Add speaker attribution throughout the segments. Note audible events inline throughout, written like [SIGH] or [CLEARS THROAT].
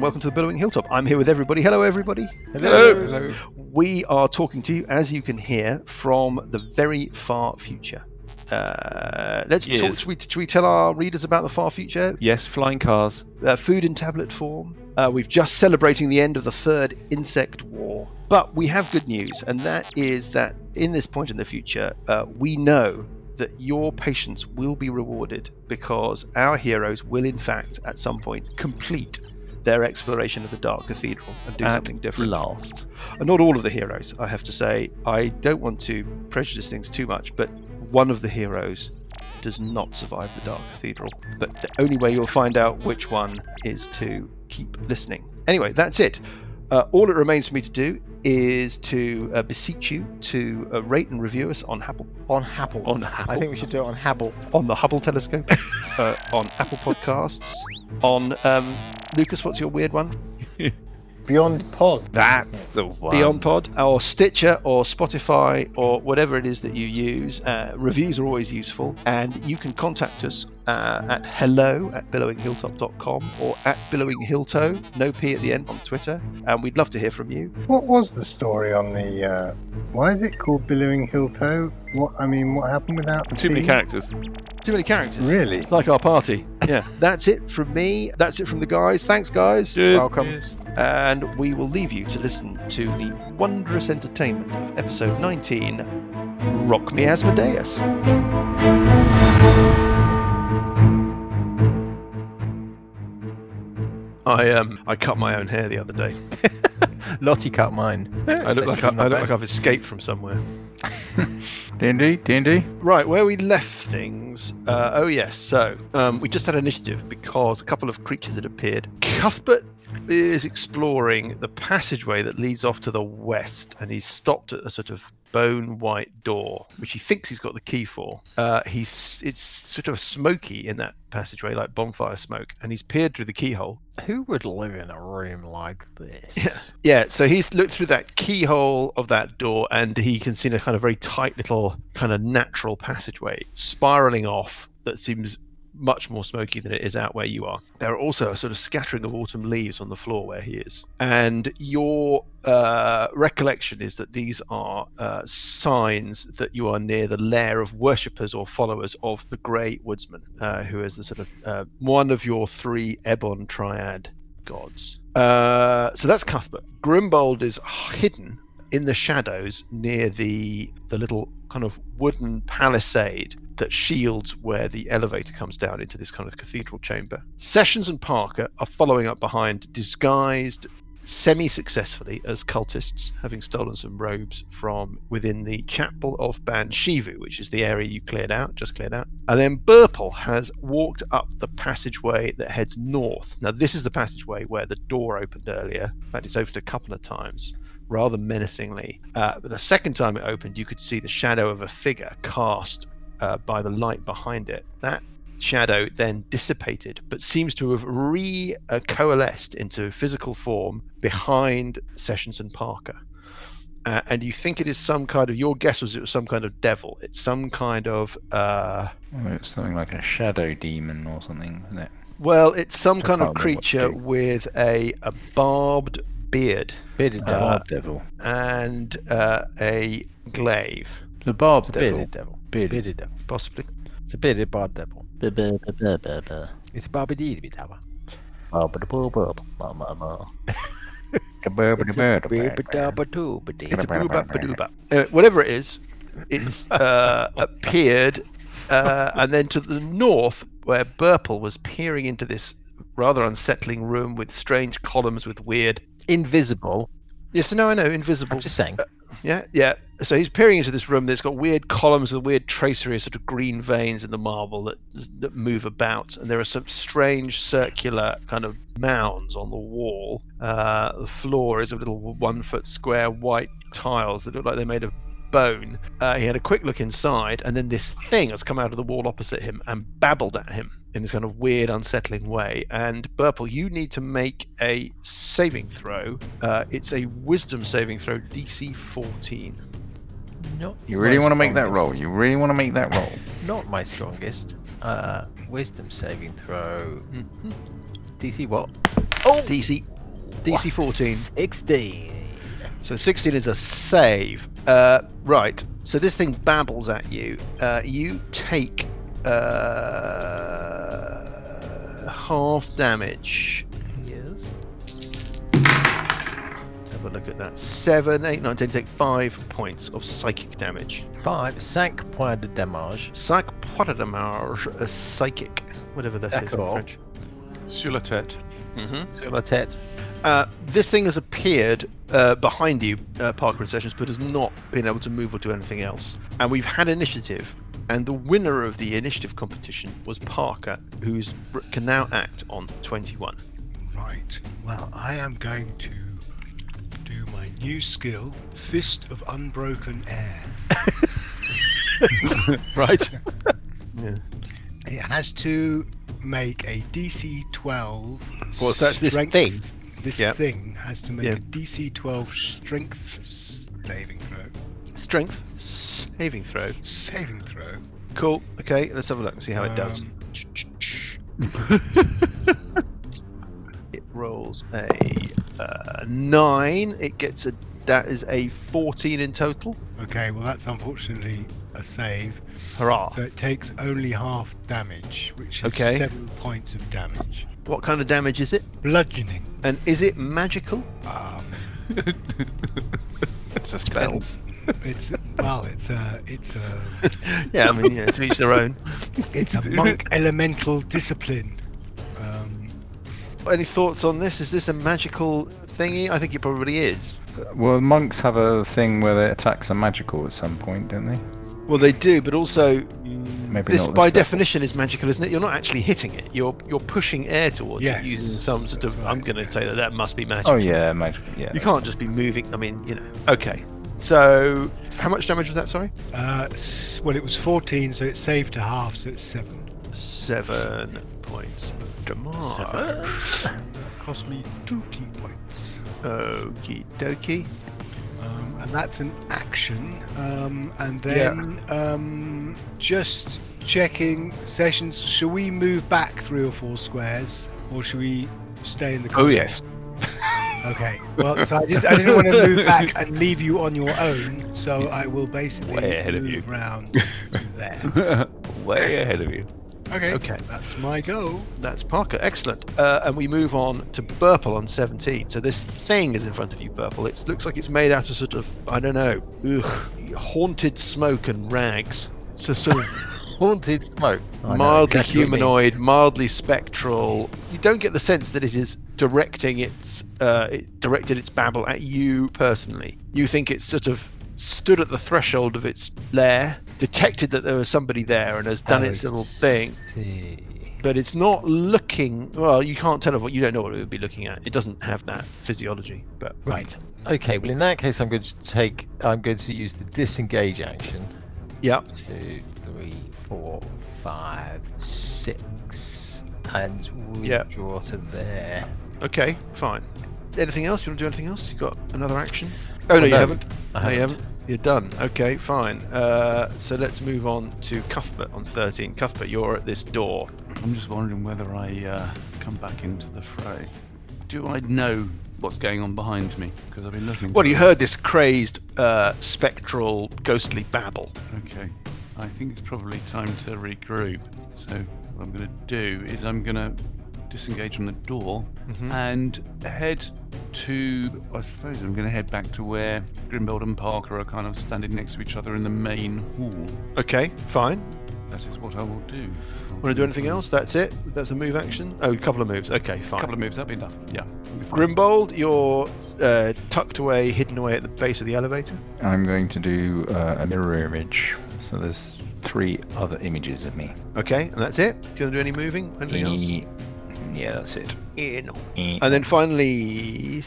Speaker 1: welcome to the Billowing Hilltop. I'm here with everybody. Hello, everybody.
Speaker 2: Hello.
Speaker 1: We are talking to you, as you can hear, from the very far future. Uh, let's
Speaker 2: Yes.
Speaker 1: talk. Should we, should we tell our readers about the far future?
Speaker 2: Yes, flying cars.
Speaker 1: Uh, food in tablet form. Uh, we've just celebrating the end of the third insect war, but we have good news, and that is that in this point in the future, uh, we know that your patience will be rewarded because our heroes will, in fact, at some point, complete their exploration of the Dark Cathedral and do
Speaker 2: At
Speaker 1: something different.
Speaker 2: Last.
Speaker 1: And not all of the heroes, I have to say. I don't want to prejudice things too much, but one of the heroes does not survive the Dark Cathedral. But the only way you'll find out which one is to keep listening. Anyway, that's it. Uh, all it remains for me to do is to uh, beseech you to uh, rate and review us on Hubble,
Speaker 3: On Happle.
Speaker 2: On
Speaker 3: I
Speaker 2: Apple.
Speaker 3: think we should do it on Happle.
Speaker 1: on the Hubble Telescope, [LAUGHS] uh, on Apple Podcasts, on um, Lucas. What's your weird one?
Speaker 3: Beyond Pod.
Speaker 2: That's the one.
Speaker 1: Beyond Pod or Stitcher or Spotify or whatever it is that you use. Uh, reviews are always useful. And you can contact us uh, at hello at billowinghilltop.com or at billowinghilltoe, no P at the end on Twitter. And we'd love to hear from you.
Speaker 4: What was the story on the? Uh, why is it called Billowing Hilltoe? What I mean, what happened without the
Speaker 2: Too many
Speaker 4: D?
Speaker 2: characters.
Speaker 1: Too many characters.
Speaker 4: Really?
Speaker 1: Like our [LAUGHS] party. Yeah. That's it from me. That's it from the guys. Thanks, guys.
Speaker 2: Welcome.
Speaker 1: And we will leave you to listen to the wondrous entertainment of episode 19 Rock Me Asmodeus. I um I cut my own hair the other day.
Speaker 3: Lottie cut mine.
Speaker 1: I look like I, I look like I've escaped from somewhere.
Speaker 5: D&D, D&D.
Speaker 1: Right, where we left things. Uh, oh, yes. So, um, we just had initiative because a couple of creatures had appeared. Cuthbert is exploring the passageway that leads off to the west, and he's stopped at a sort of bone white door, which he thinks he's got the key for. Uh, he's It's sort of smoky in that passageway, like bonfire smoke, and he's peered through the keyhole.
Speaker 3: Who would live in a room like this?
Speaker 1: Yeah, so he's looked through that keyhole of that door and he can see a kind of very tight little kind of natural passageway spiraling off that seems much more smoky than it is out where you are. There are also a sort of scattering of autumn leaves on the floor where he is. And your uh, recollection is that these are uh, signs that you are near the lair of worshippers or followers of the Grey Woodsman, uh, who is the sort of uh, one of your three Ebon triad gods. Uh, so that's Cuthbert. Grimbold is hidden in the shadows near the the little kind of wooden palisade that shields where the elevator comes down into this kind of cathedral chamber. Sessions and Parker are following up behind, disguised semi-successfully as cultists, having stolen some robes from within the chapel of Ban Shivu, which is the area you cleared out, just cleared out. And then Burple has walked up the passageway that heads north. Now this is the passageway where the door opened earlier. In fact, it's opened a couple of times. Rather menacingly. Uh, but the second time it opened, you could see the shadow of a figure cast uh, by the light behind it. That shadow then dissipated, but seems to have re uh, coalesced into physical form behind Sessions and Parker. Uh, and you think it is some kind of your guess was it was some kind of devil. It's some kind of uh,
Speaker 5: Well, Oh, It's something like a shadow demon or something, isn't it?
Speaker 1: well, it's some
Speaker 5: I
Speaker 1: kind of
Speaker 5: can't remember what to
Speaker 1: creature
Speaker 5: do.
Speaker 1: with a, a barbed beard
Speaker 3: Bearded devil.
Speaker 1: Uh,
Speaker 5: barb devil.
Speaker 1: and uh, a glaive,
Speaker 5: The barb
Speaker 3: it's a
Speaker 5: devil.
Speaker 3: bearded devil.
Speaker 5: Bearded.
Speaker 3: Bearded devil.
Speaker 1: possibly.
Speaker 3: It's a bearded bard devil. It's a barbedeed devil.
Speaker 5: Kaburb-
Speaker 3: It's a
Speaker 5: kaburb- kaburb-
Speaker 1: It's
Speaker 3: barbedeed.
Speaker 1: a boobap badooba. Anyway, whatever it is, it's uh, appeared, uh, and then to the north, where Burple was peering into this rather unsettling room with strange columns with weird.
Speaker 3: Invisible.
Speaker 1: Yes, no, I know, invisible.
Speaker 3: I'm just saying.
Speaker 1: Yeah, yeah. So he's peering into this room that's got weird columns with weird tracery, of sort of green veins in the marble that that move about, and there are some strange circular kind of mounds on the wall. Uh, the floor is of little one-foot square white tiles that look like they're made of bone. Uh, he had a quick look inside, and then this thing has come out of the wall opposite him and babbled at him in this kind of weird, unsettling way. And Burple, you need to make a saving throw. Uh, it's a Wisdom saving throw, DC 14.
Speaker 3: Not
Speaker 5: You really
Speaker 3: my
Speaker 5: want to make that
Speaker 3: strongest.
Speaker 5: roll? You really want to make that
Speaker 2: [LAUGHS]
Speaker 5: roll?
Speaker 3: Not my strongest. Hmm. Uh, wisdom saving throw. DC what?
Speaker 1: Oh, DC DC 14.
Speaker 3: 16.
Speaker 1: So 16 is a save. Uh, right. So this thing babbles at you. Uh, you take uh, half damage. Yes. Let's have a look at that. 7, 8, 9, 10. Take 5 points of psychic damage.
Speaker 3: 5, 5 points de damage.
Speaker 1: Psych damage, a psychic. Whatever that is in
Speaker 3: D'accord.
Speaker 1: French.
Speaker 2: Sur
Speaker 5: [LAUGHS]
Speaker 2: la tête.
Speaker 1: Mm-hmm.
Speaker 3: Sur la tête.
Speaker 1: Uh, this thing has appeared uh, behind you, uh, Parker and Sessions, but has not been able to move or do anything else. And we've had initiative, and the winner of the initiative competition was Parker, who can now act on 21.
Speaker 6: Right. Well, I am going to do my new skill, Fist of Unbroken Air.
Speaker 1: [LAUGHS] Right? yeah.
Speaker 6: It has to make a DC 12.
Speaker 1: Well, so that's this
Speaker 6: strength-
Speaker 1: thing.
Speaker 6: This
Speaker 1: Yeah.
Speaker 6: thing has to make
Speaker 1: Yeah.
Speaker 6: a DC 12 strength saving throw.
Speaker 1: Strength saving throw.
Speaker 6: Saving throw.
Speaker 1: Cool. Okay, let's have a look and see how it does.
Speaker 6: Um,
Speaker 1: It rolls a uh, nine. It gets a that is a 14 in total.
Speaker 6: Okay, well, that's unfortunately a save.
Speaker 1: Hurrah!
Speaker 6: So it takes only half damage, which is
Speaker 1: Okay.
Speaker 6: seven points of damage.
Speaker 1: What kind of damage is it?
Speaker 6: Bludgeoning.
Speaker 1: And is it magical?
Speaker 6: Um,
Speaker 1: It's a spell.
Speaker 6: it's well, it's a it's a
Speaker 1: [LAUGHS] Yeah, I mean, yeah, to each their own.
Speaker 6: it's a monk elemental discipline. Um,
Speaker 1: [LAUGHS] Any thoughts on this? Is this a magical thingy? I think it probably is.
Speaker 5: Well, monks have a thing where their attacks are magical at some point, don't they?
Speaker 1: Well, they do, but also mm,
Speaker 5: Maybe
Speaker 1: this,
Speaker 5: not.
Speaker 1: by definition, is magical, isn't it? You're not actually hitting it. You're you're pushing air towards
Speaker 6: Yes,
Speaker 1: it using some sort
Speaker 6: that's
Speaker 1: of.
Speaker 6: right,
Speaker 1: I'm going to
Speaker 6: yeah.
Speaker 1: say that that must be magical.
Speaker 5: Oh yeah, magical. Yeah.
Speaker 1: You can't just be moving. I mean, you know. Okay. So, how much damage was that? Sorry,
Speaker 6: uh, s- well, it was 14, so it's saved to half, so it's seven.
Speaker 1: seven points of damage.
Speaker 6: Cost me two key points,
Speaker 1: Okie dokie.
Speaker 6: um, and that's an action. Um, and then um, just checking sessions. Shall we move back three or four squares, or shall we stay in the?
Speaker 5: Oh
Speaker 6: corridor?
Speaker 5: yes.
Speaker 6: Okay. Well, so I, did, I didn't want to move back and leave you on your own, so I will basically
Speaker 5: Way ahead of
Speaker 6: move
Speaker 5: you.
Speaker 6: round to there.
Speaker 3: [LAUGHS]
Speaker 5: Way ahead of you.
Speaker 6: Okay.
Speaker 1: Okay.
Speaker 6: That's my goal.
Speaker 1: That's Parker. Excellent. Uh, and we move on to Burple on 17. So this thing is in front of you, Burple. It looks like it's made out of sort of, I don't know, ugh, haunted smoke and rags. So sort of
Speaker 3: Haunted smoke. I know
Speaker 1: mildly
Speaker 3: exactly what you mean.
Speaker 1: humanoid, mildly spectral. You don't get the sense that it is directing its, uh, it directed its babble at you personally. You think it's sort of stood at the threshold of its lair, detected that there was somebody there, and has done its
Speaker 3: Hello.
Speaker 1: little thing
Speaker 3: See.
Speaker 1: but it's not looking well you can't tell it what you don't know what it would be looking at it doesn't have that physiology but
Speaker 3: Right. Okay, well, in that case, I'm going to take. I'm going to use the disengage action.
Speaker 1: yeah
Speaker 3: Two, three, four, five, six. And
Speaker 1: Yeah.
Speaker 3: withdraw to there. [LAUGHS]
Speaker 1: okay fine anything else you want to do anything else you got another action oh no
Speaker 3: I
Speaker 1: you
Speaker 3: don't.
Speaker 1: haven't
Speaker 3: I
Speaker 1: no you
Speaker 3: haven't.
Speaker 1: haven't you're done okay fine uh, so let's move on to cuthbert on 13 cuthbert you're at this door
Speaker 7: I'm just wondering whether I uh, come back into the fray. Do I know what's going on behind me? Because I've been looking.
Speaker 1: well
Speaker 7: for
Speaker 1: you
Speaker 7: it.
Speaker 1: heard this crazed uh, spectral ghostly babble
Speaker 7: Okay. I think it's probably time to regroup. So what I'm going to do is I'm going to disengage from the door
Speaker 1: Mhm.
Speaker 7: and head to. I suppose I'm going to head back to where Grimbold and Parker are kind of standing next to each other in the main hall.
Speaker 1: okay fine
Speaker 7: That is what I will do.
Speaker 1: want to do anything else that's it that's a move action oh a couple of moves okay
Speaker 7: A
Speaker 1: fine
Speaker 7: couple of moves. That'd be enough. Yeah. we'll be fine.
Speaker 1: Grimbold, you're uh, tucked away, hidden away at the base of the elevator.
Speaker 5: I'm going to do uh, a mirror image. So there's three other images of me.
Speaker 1: Okay, and that's it. Do you want to do any moving? Anything else?
Speaker 5: Yeah, that's it.
Speaker 1: Eh, no. And then finally,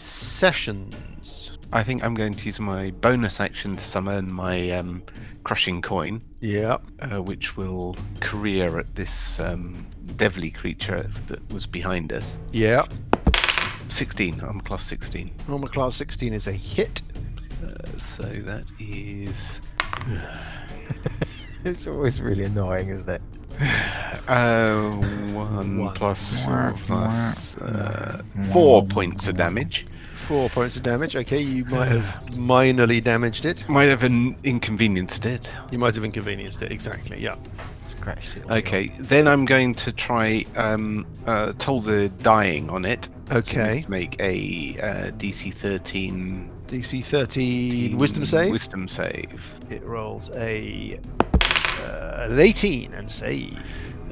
Speaker 1: sessions.
Speaker 8: I think I'm going to use my bonus action to summon my um, crushing coin,
Speaker 1: Yeah.
Speaker 8: uh, which will career at this um, devilly creature that was behind us.
Speaker 1: Yeah.
Speaker 8: 16. I'm class 16.
Speaker 1: Normal class 16 is a hit.
Speaker 8: Uh, so that is
Speaker 3: It's always really annoying, isn't it?
Speaker 8: Uh, one,
Speaker 6: One.
Speaker 8: plus four plus uh, four points of damage.
Speaker 1: Four points of damage. Okay, you might have minorly damaged it.
Speaker 8: Might have an inconvenienced it.
Speaker 1: You might have inconvenienced it. Exactly. Yeah.
Speaker 3: Scratched it.
Speaker 8: Okay, then I'm going to try um, uh, toll the dying on it. So it needs
Speaker 1: Okay.
Speaker 8: to Make a uh, DC 13
Speaker 1: DC 13 Mm, Wisdom save.
Speaker 8: Wisdom save.
Speaker 1: It rolls a uh, an 18 and save.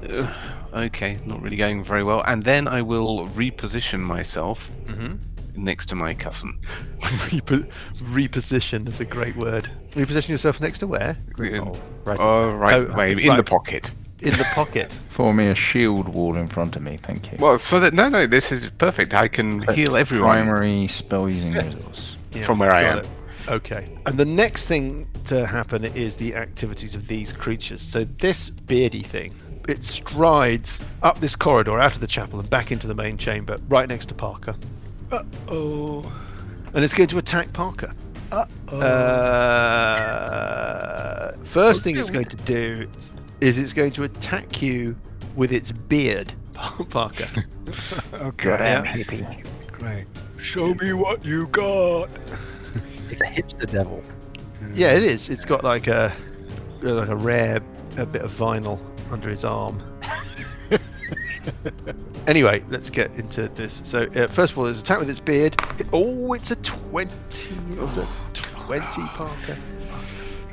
Speaker 8: Ugh, okay, not really going very well. And then I will reposition myself
Speaker 1: Mhm.
Speaker 8: next to my cousin.
Speaker 1: [LAUGHS] Repo- reposition. That's a great word. Reposition yourself next to where?
Speaker 8: In,
Speaker 1: Right.
Speaker 8: oh, right,
Speaker 1: Oh,
Speaker 8: way, in the
Speaker 1: right.
Speaker 8: pocket.
Speaker 1: In the pocket.
Speaker 5: Form me a shield wall in front of me, thank you.
Speaker 8: Well, so that no, no, this is perfect. I can
Speaker 5: But
Speaker 8: heal everyone
Speaker 5: Primary spell
Speaker 1: [LAUGHS]
Speaker 5: using resource.
Speaker 1: Yeah,
Speaker 8: from where I
Speaker 1: got
Speaker 8: am.
Speaker 1: it. Okay. And the next thing to happen is the activities of these creatures. So this beardy thing, it strides up this corridor, out of the chapel, and back into the main chamber, right next to Parker.
Speaker 6: Uh oh.
Speaker 1: And it's going to attack Parker.
Speaker 6: Uh oh.
Speaker 1: Uh, first thing it's going to do is it's going to attack you with its beard, [LAUGHS] Parker.
Speaker 6: okay.
Speaker 1: Yeah.
Speaker 3: Hippie.
Speaker 6: Great. Show me what you got.
Speaker 3: It's a hipster devil.
Speaker 1: Yeah, it is. It's got like a like a rare a bit of vinyl under his arm. anyway, let's get into this. So uh, first of all, it's attack with its beard. Oh, it's a twenty. It's a twenty, Parker.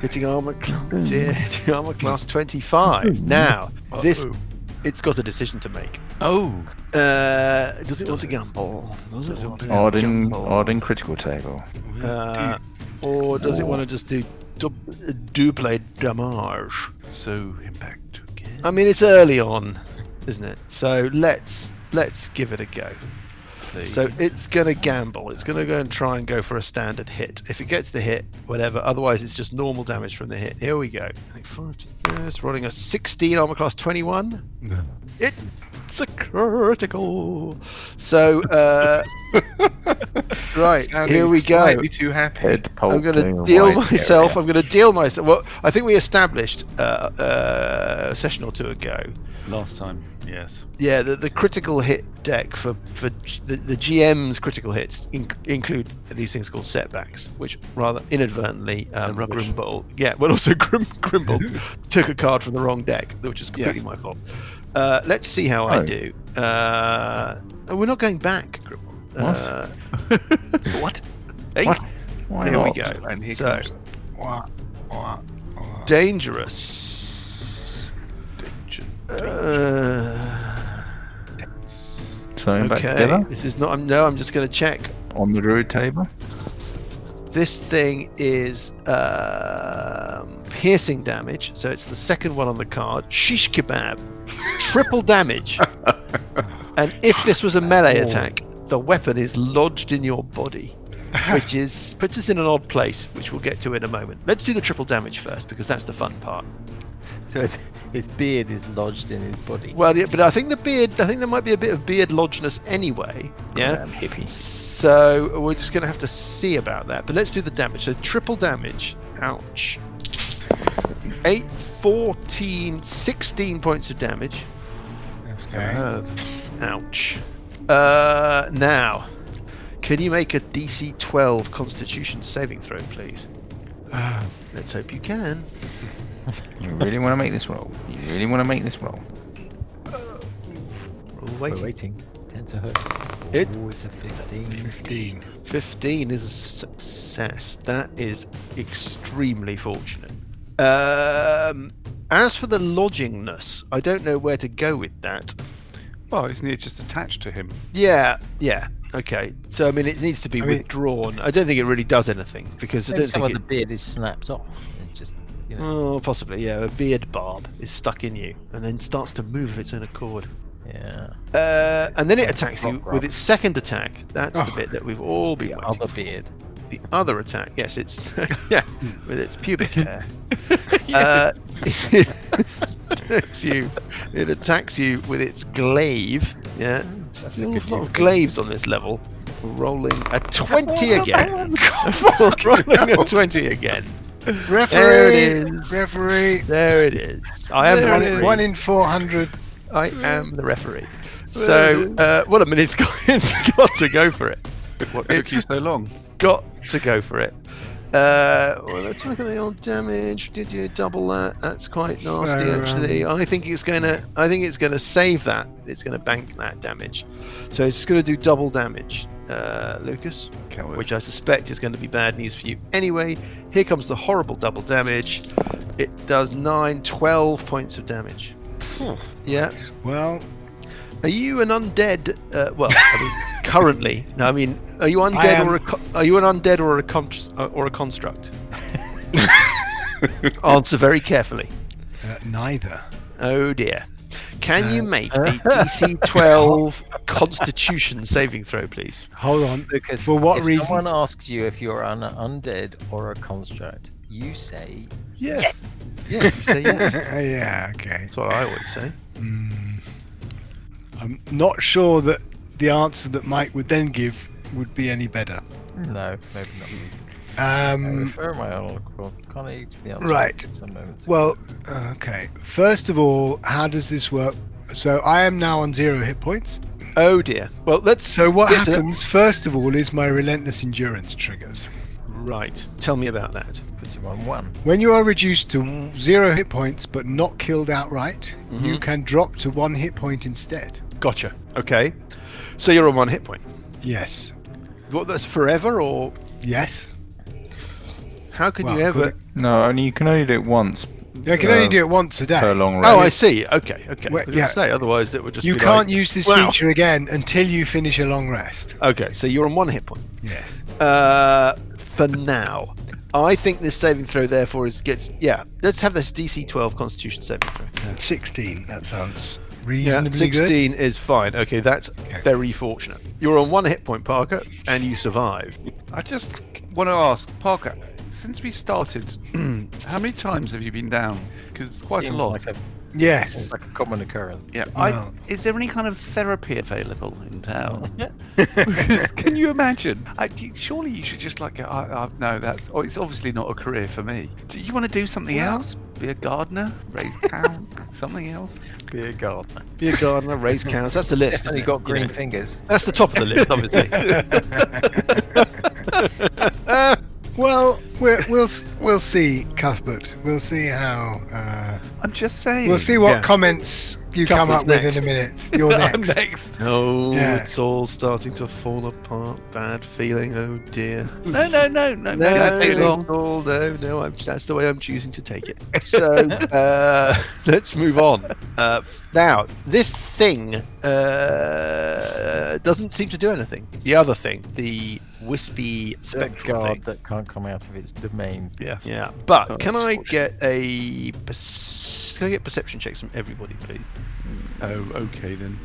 Speaker 1: Hitting armor, cl- dear, hitting armor class twenty-five. Now this, it's got a decision to make.
Speaker 7: Oh,
Speaker 1: Uh, does it want to gamble? Does it want to
Speaker 5: Odd in,
Speaker 1: gamble?
Speaker 5: odd in critical table.
Speaker 1: Uh, or does it want to just do dub- double damage?
Speaker 7: so impact again.
Speaker 1: I mean, it's early on, isn't it? So let's let's give it a go. So it's gonna gamble. It's gonna go and try and go for a standard hit. If it gets the hit, whatever. Otherwise, it's just normal damage from the hit. Here we go. I think five. Yes, rolling a 16 armor class 21. It's a critical. So uh, right here we go.
Speaker 8: Slightly too happy.
Speaker 5: Head pulp.
Speaker 1: I'm going to
Speaker 5: down
Speaker 1: deal
Speaker 5: wide
Speaker 1: [LAUGHS] myself.
Speaker 5: area.
Speaker 1: I'm going to deal myself. Well, I think we established uh, uh, a session or two ago.
Speaker 7: Last time, yes.
Speaker 1: Yeah, the, the critical hit deck for for G- the, the GM's critical hits in, include these things called setbacks, which rather inadvertently um,
Speaker 7: rubbish.
Speaker 1: Grimble, yeah, well also [LAUGHS] Grim,
Speaker 5: [LAUGHS]
Speaker 1: Grimble took a card from the wrong deck, which is completely my fault. Uh, let's see how I
Speaker 5: Oh.
Speaker 1: do. Uh, oh, we're not going back. Grimble. Uh, [LAUGHS] what? Hey,
Speaker 5: What? Why
Speaker 1: Here we
Speaker 5: not?
Speaker 1: go.
Speaker 8: And here
Speaker 1: So,
Speaker 8: comes-
Speaker 6: Wah, wah, wah.
Speaker 1: dangerous. Uh,
Speaker 5: So back
Speaker 1: okay,
Speaker 5: together
Speaker 1: this is not. I'm, no, I'm just going to check.
Speaker 5: on the druid table.
Speaker 1: This thing is um, piercing damage, so it's the second one on the card. Shish kebab, triple
Speaker 5: [LAUGHS]
Speaker 1: damage. and if this was a melee attack, the weapon is lodged in your body, which is puts us in an odd place, which we'll get to in a moment. Let's do the triple damage first, because that's the fun part.
Speaker 3: So it's, its beard is lodged in his body.
Speaker 1: Well, yeah, but I think the beard. I think there might be a bit of beard lodgeness anyway. Yeah.
Speaker 5: Damn hippie.
Speaker 1: So we're just going to have to see about that. But let's do the damage. So triple damage. Ouch. 8, 14, 16 points of damage.
Speaker 6: Okay.
Speaker 1: Ouch. Uh, now, can you make a DC 12 Constitution saving throw, please? Let's hope you can.
Speaker 5: You really want to make this roll. You really want to make this roll.
Speaker 1: We're all
Speaker 3: We're
Speaker 1: waiting.
Speaker 3: waiting. Tenterhooks.
Speaker 1: It-
Speaker 3: Oh, it's a 15.
Speaker 6: 15.
Speaker 1: 15 is a success. That is extremely fortunate. Um, as for the lodgingness, I don't know where to go with that.
Speaker 7: Well, isn't it just attached to him?
Speaker 1: Yeah, yeah. Okay. So, I mean, it needs to be
Speaker 6: I mean-
Speaker 1: withdrawn. I don't think it really does anything because I
Speaker 3: Maybe
Speaker 1: don't
Speaker 3: some of
Speaker 1: think
Speaker 3: the
Speaker 1: it.
Speaker 3: beard is snapped off. It just, you know,
Speaker 1: Oh, possibly, yeah. A beard barb is stuck in you and then starts to move of its own accord.
Speaker 3: yeah.
Speaker 1: Uh, and then it attacks you
Speaker 3: Rock, rock.
Speaker 1: with its second attack. That's the bit that we've all been
Speaker 3: The
Speaker 1: waiting
Speaker 3: other
Speaker 1: for.
Speaker 3: beard. Hmm.
Speaker 1: the other attack. Yes, it's [LAUGHS] yeah, with its pubic hair. [LAUGHS]
Speaker 3: [LAUGHS]
Speaker 1: uh, it attacks you. It attacks you with its glaive. Yeah,
Speaker 3: Hmm, That's a
Speaker 1: There's
Speaker 3: good
Speaker 1: a lot
Speaker 3: pubic
Speaker 1: of glaives on this level.
Speaker 3: [LAUGHS]
Speaker 1: Rolling a twenty again. Rolling a twenty again. There it
Speaker 6: Referee!
Speaker 1: is.
Speaker 6: Referee!
Speaker 1: There it is. I am the
Speaker 6: One,
Speaker 1: referee.
Speaker 6: in- one in 400.
Speaker 1: I am the referee. So, uh, what a minute's [LAUGHS] got, it's got to go for it.
Speaker 7: What took
Speaker 1: It's-
Speaker 7: you so long?
Speaker 1: Got to go for it. Uh, well, let's look at the old damage. Did you double that? That's quite nasty,
Speaker 6: So, um,
Speaker 1: actually. I think it's gonna. I think it's gonna save that. It's gonna bank that damage. So it's gonna do double damage, uh, Lucas.
Speaker 5: Coward.
Speaker 1: Which I suspect is going to be bad news for you anyway. Here comes the horrible double damage. It does 9, 12 points of damage. Yeah.
Speaker 6: Well,
Speaker 1: Are you an undead? Uh, well, I mean, [LAUGHS] currently. No, I mean, are you undead
Speaker 6: am-
Speaker 1: or a co- are you an undead or a con- uh, or a [LAUGHS] construct? Answer very carefully.
Speaker 6: uh, neither.
Speaker 1: Oh dear. Can you make a DC 12 Constitution saving throw, please?
Speaker 6: Hold on.
Speaker 3: Lucas,
Speaker 6: For what
Speaker 3: if
Speaker 6: reason?
Speaker 3: someone asks you if you're an undead or a construct, you say
Speaker 1: Yeah, you say yes.
Speaker 6: [LAUGHS] yeah, okay.
Speaker 1: That's what I always say.
Speaker 6: Mm. I'm not sure that the answer that Mike would then give would be any better.
Speaker 3: no, maybe not. I
Speaker 6: Um,
Speaker 3: refer my oracle. Can't I to the answer
Speaker 6: Right.
Speaker 3: Some moments ago.
Speaker 6: well, okay. First of all, how does this work? So I am now on zero hit points.
Speaker 1: Oh dear. Well, let's.
Speaker 6: So what
Speaker 1: get to that-
Speaker 6: happens first of all is my relentless endurance triggers.
Speaker 1: Right. Tell me about that.
Speaker 3: puts him on one.
Speaker 6: When you are reduced to zero hit points but not killed outright, you can drop to one hit point instead.
Speaker 1: Gotcha. Okay. So you're on one hit point.
Speaker 6: Yes.
Speaker 1: What? That's forever, or
Speaker 6: Yes.
Speaker 1: how can
Speaker 6: Well,
Speaker 1: you ever?
Speaker 6: could
Speaker 5: No, only you can only do it once
Speaker 6: I can
Speaker 5: Uh,
Speaker 6: only do it once a day.
Speaker 5: per long
Speaker 1: Oh, I
Speaker 5: rest.
Speaker 1: see. Okay, okay.
Speaker 6: Well,
Speaker 1: I was
Speaker 6: yeah.
Speaker 1: gonna say otherwise it would just
Speaker 6: You
Speaker 1: be
Speaker 6: can't
Speaker 1: like-
Speaker 6: use this
Speaker 1: Wow.
Speaker 6: feature again until you finish a long rest.
Speaker 1: Okay, so you're on one hit point.
Speaker 6: Yes.
Speaker 1: Uh, for now, I think this saving throw therefore is gets yeah. Let's have this DC 12 Constitution saving throw.
Speaker 6: 16. That sounds
Speaker 1: Yeah,
Speaker 6: reasonably good.
Speaker 1: 16 is fine. Okay, that's very fortunate. You're on one hit point, Parker, and you survive.
Speaker 7: I just want to ask, Parker, since we started, [CLEARS THROAT] how many times have you been down? Because quite
Speaker 3: Seems
Speaker 7: a lot.
Speaker 3: Like a,
Speaker 6: Yes.
Speaker 3: like a common occurrence.
Speaker 7: yeah.
Speaker 6: Wow.
Speaker 7: I, is there any kind of therapy available in town? Because can you imagine? I, you- surely you should just like, go, I, I, no, that's. Oh, it's obviously not a career for me. Do you want to do something else? Be a gardener, raise cow, something else.
Speaker 3: Be a gardener.
Speaker 1: Be a gardener, raise cows. That's the list.
Speaker 3: Definitely
Speaker 1: isn't it?
Speaker 3: got
Speaker 1: You know,
Speaker 3: green fingers.
Speaker 1: That's the top of the list, obviously. [LAUGHS]
Speaker 3: [LAUGHS]
Speaker 6: Well, we're, we'll s- we'll see, Cuthbert. We'll see how. Uh,
Speaker 7: I'm just saying.
Speaker 6: we'll see what
Speaker 1: Yeah.
Speaker 6: comments you come
Speaker 1: Cuthbert's
Speaker 6: up with in a minute. [LAUGHS] You're
Speaker 7: I'm
Speaker 6: next.
Speaker 7: next.
Speaker 1: no,
Speaker 6: Yeah.
Speaker 1: it's all starting to fall apart. Bad feeling. Oh dear.
Speaker 7: No, no, no, no.
Speaker 1: No,
Speaker 7: Did I take
Speaker 1: no,
Speaker 7: long?
Speaker 1: no, Oh, no, no, I'm, that's the way I'm choosing to take
Speaker 7: [LAUGHS]
Speaker 1: it. So uh, [LAUGHS] let's move on. Uh, now, this thing uh, doesn't seem to do anything. The other thing, the wispy
Speaker 7: Oh,
Speaker 3: That
Speaker 1: spectral
Speaker 3: guard
Speaker 1: thing.
Speaker 3: that can't come out of its domain.
Speaker 7: Yes.
Speaker 1: Yeah, but
Speaker 7: Oh,
Speaker 1: can
Speaker 7: that's
Speaker 1: I get a
Speaker 7: fortunate.
Speaker 1: perce- can I get perception checks from everybody, please?
Speaker 7: Oh, okay then.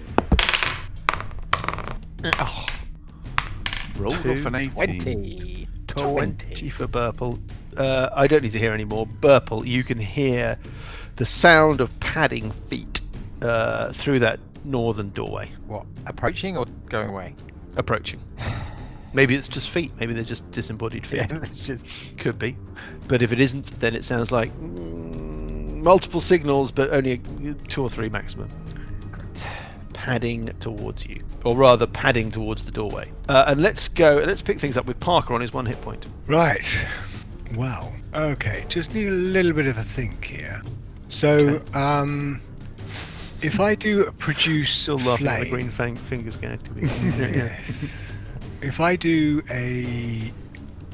Speaker 1: Oh,
Speaker 7: Rolled off an 18.
Speaker 3: 20.
Speaker 1: 20 for Burple. Uh, I don't need to hear any more. Burple, you can hear the sound of padding feet uh, through that northern doorway
Speaker 3: What? Approaching or going away?
Speaker 1: approaching. [SIGHS] Maybe it's just feet. Maybe they're just disembodied feet.
Speaker 3: [LAUGHS] Yeah, let's just.
Speaker 1: Could be. But if it isn't, then it sounds like mm, multiple signals, but only uh, two or three maximum.
Speaker 3: Great.
Speaker 1: padding towards you, or rather padding towards the doorway. Uh, and let's go. Let's pick things up with Parker on his one hit point.
Speaker 6: Right. Well, okay. Just need a little bit of a think here. So, um, if I do produce
Speaker 1: Still laughing at the green
Speaker 6: flame-
Speaker 1: [LAUGHS]
Speaker 6: [LAUGHS]
Speaker 1: fang- fingers going to be.
Speaker 6: Yes. if I do a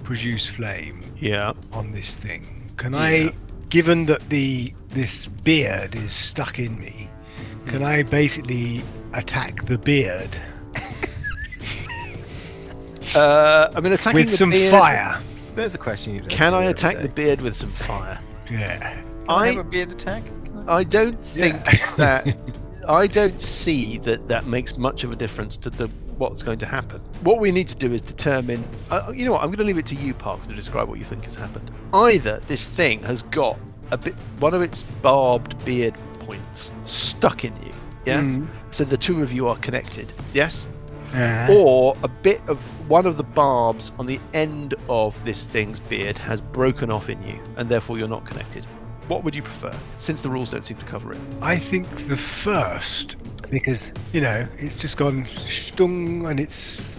Speaker 6: produce flame
Speaker 1: yeah.
Speaker 6: on this thing, can
Speaker 1: Yeah.
Speaker 6: I, given that the this beard is stuck in me,
Speaker 1: Hmm.
Speaker 6: can I basically attack the beard
Speaker 1: Uh, I mean, attacking
Speaker 6: with
Speaker 1: the
Speaker 6: some
Speaker 1: beard-
Speaker 6: fire?
Speaker 3: There's a question you don't
Speaker 1: Can I
Speaker 3: hear every
Speaker 1: attack the
Speaker 3: day.
Speaker 1: beard with some fire?
Speaker 6: Yeah.
Speaker 3: Can I have
Speaker 1: I
Speaker 3: a beard attack? Can I-
Speaker 1: I don't think
Speaker 6: [LAUGHS] Yeah.
Speaker 1: that I don't see that that makes much of a difference to the what's going to happen. What we need to do is determine. Uh, you know what? I'm going to leave it to you, Parker, to describe what you think has happened. Either this thing has got a bit one of its barbed beard
Speaker 6: Mm.
Speaker 1: points stuck in you. Yeah. So the two of you are connected. Yes.
Speaker 6: Uh,
Speaker 1: [LAUGHS] or a bit of one of the barbs on the end of this thing's beard has broken off in you, and therefore you're not connected. What would you prefer, since the rules don't seem to cover it?
Speaker 6: I think the first, because, you know, it's just gone stung and it's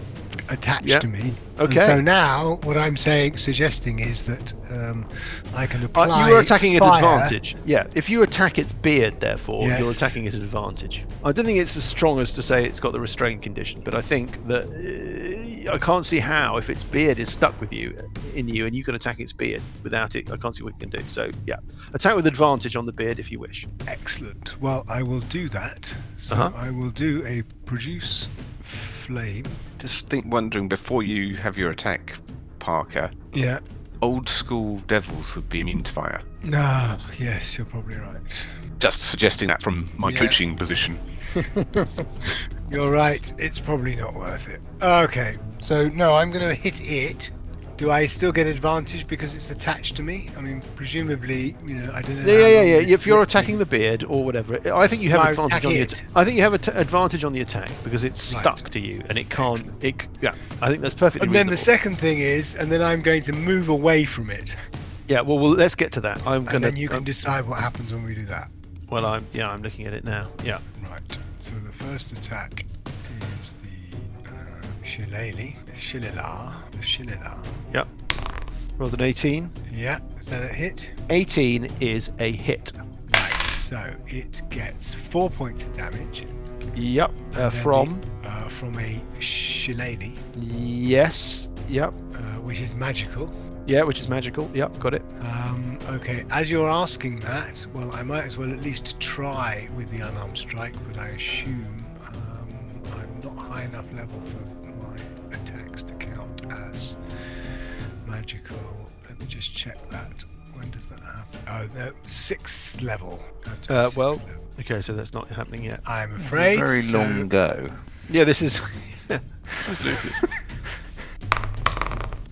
Speaker 6: attached
Speaker 1: Yeah.
Speaker 6: to me. And
Speaker 1: Okay.
Speaker 6: so now, what I'm saying, suggesting is that um, I can
Speaker 1: Uh,
Speaker 6: apply.
Speaker 1: you are attacking at
Speaker 6: fire.
Speaker 1: advantage. Yeah. If you attack its beard, therefore,
Speaker 6: Yes.
Speaker 1: you're attacking at advantage. I don't think it's as strong as to say it's got the restraint condition, but I think that uh, I can't see how if its beard is stuck with you uh, in you and you can attack its beard without it. I can't see what you can do. So yeah, attack with advantage on the beard if you wish.
Speaker 6: Excellent. Well, I will do that. So
Speaker 1: Uh-huh.
Speaker 6: I will do a produce flame.
Speaker 8: Just think, wondering before you have your attack, Parker.
Speaker 6: Yeah.
Speaker 8: Old school devils would be immune to fire.
Speaker 6: No. Ah, Yes, you're probably right.
Speaker 8: Just suggesting that from my
Speaker 6: Yeah.
Speaker 8: coaching position.
Speaker 6: [LAUGHS] you're right. It's probably not worth it. Okay. So no, I'm going to hit it. Do I still get advantage because it's attached to me? I mean, presumably, you know, I don't know.
Speaker 1: Yeah,
Speaker 6: how
Speaker 1: yeah, yeah,
Speaker 6: long
Speaker 1: yeah. If you're
Speaker 6: it-
Speaker 1: attacking the beard or whatever, I think you have
Speaker 6: No,
Speaker 1: advantage
Speaker 6: attack
Speaker 1: on the.
Speaker 6: it.
Speaker 1: At- I think you have at- advantage on the attack because it's
Speaker 6: Right.
Speaker 1: stuck to you and it can't. It c- yeah. I think that's perfectly.
Speaker 6: And then the
Speaker 1: reasonable.
Speaker 6: second thing is, and then I'm going to move away from it,
Speaker 1: Yeah. Well, well, let's get to that. I'm
Speaker 6: and
Speaker 1: gonna.
Speaker 6: then you
Speaker 1: I'm-
Speaker 6: can decide what happens when we do that.
Speaker 1: well, I'm. Yeah, I'm looking at it now. Yeah.
Speaker 6: Right. So the first attack is the uh, shillelagh, shillelagh, shillelagh.
Speaker 1: Rolled an 18.
Speaker 6: Yeah. Is that a hit?
Speaker 1: 18 is a hit.
Speaker 6: Right. So it gets four points of damage
Speaker 1: Yep. Uh,
Speaker 6: then
Speaker 1: from
Speaker 6: uh, from a shillelagh,
Speaker 1: yes. Yep.
Speaker 6: uh, which is magical.
Speaker 1: Yeah, which is magical. Yep. Got it.
Speaker 6: Um, okay. As you're asking that, well, I might as well at least try with the unarmed strike, but I assume um, I'm not high enough level for my attacks to count as magical. Let me just check that. When does that happen? Oh, no, sixth level. I have to be
Speaker 1: Uh,
Speaker 6: sixth
Speaker 1: well-
Speaker 6: level.
Speaker 1: Okay, so that's not happening yet.
Speaker 6: I'm afraid.
Speaker 5: Very
Speaker 6: so-
Speaker 5: long go.
Speaker 1: Yeah, this is.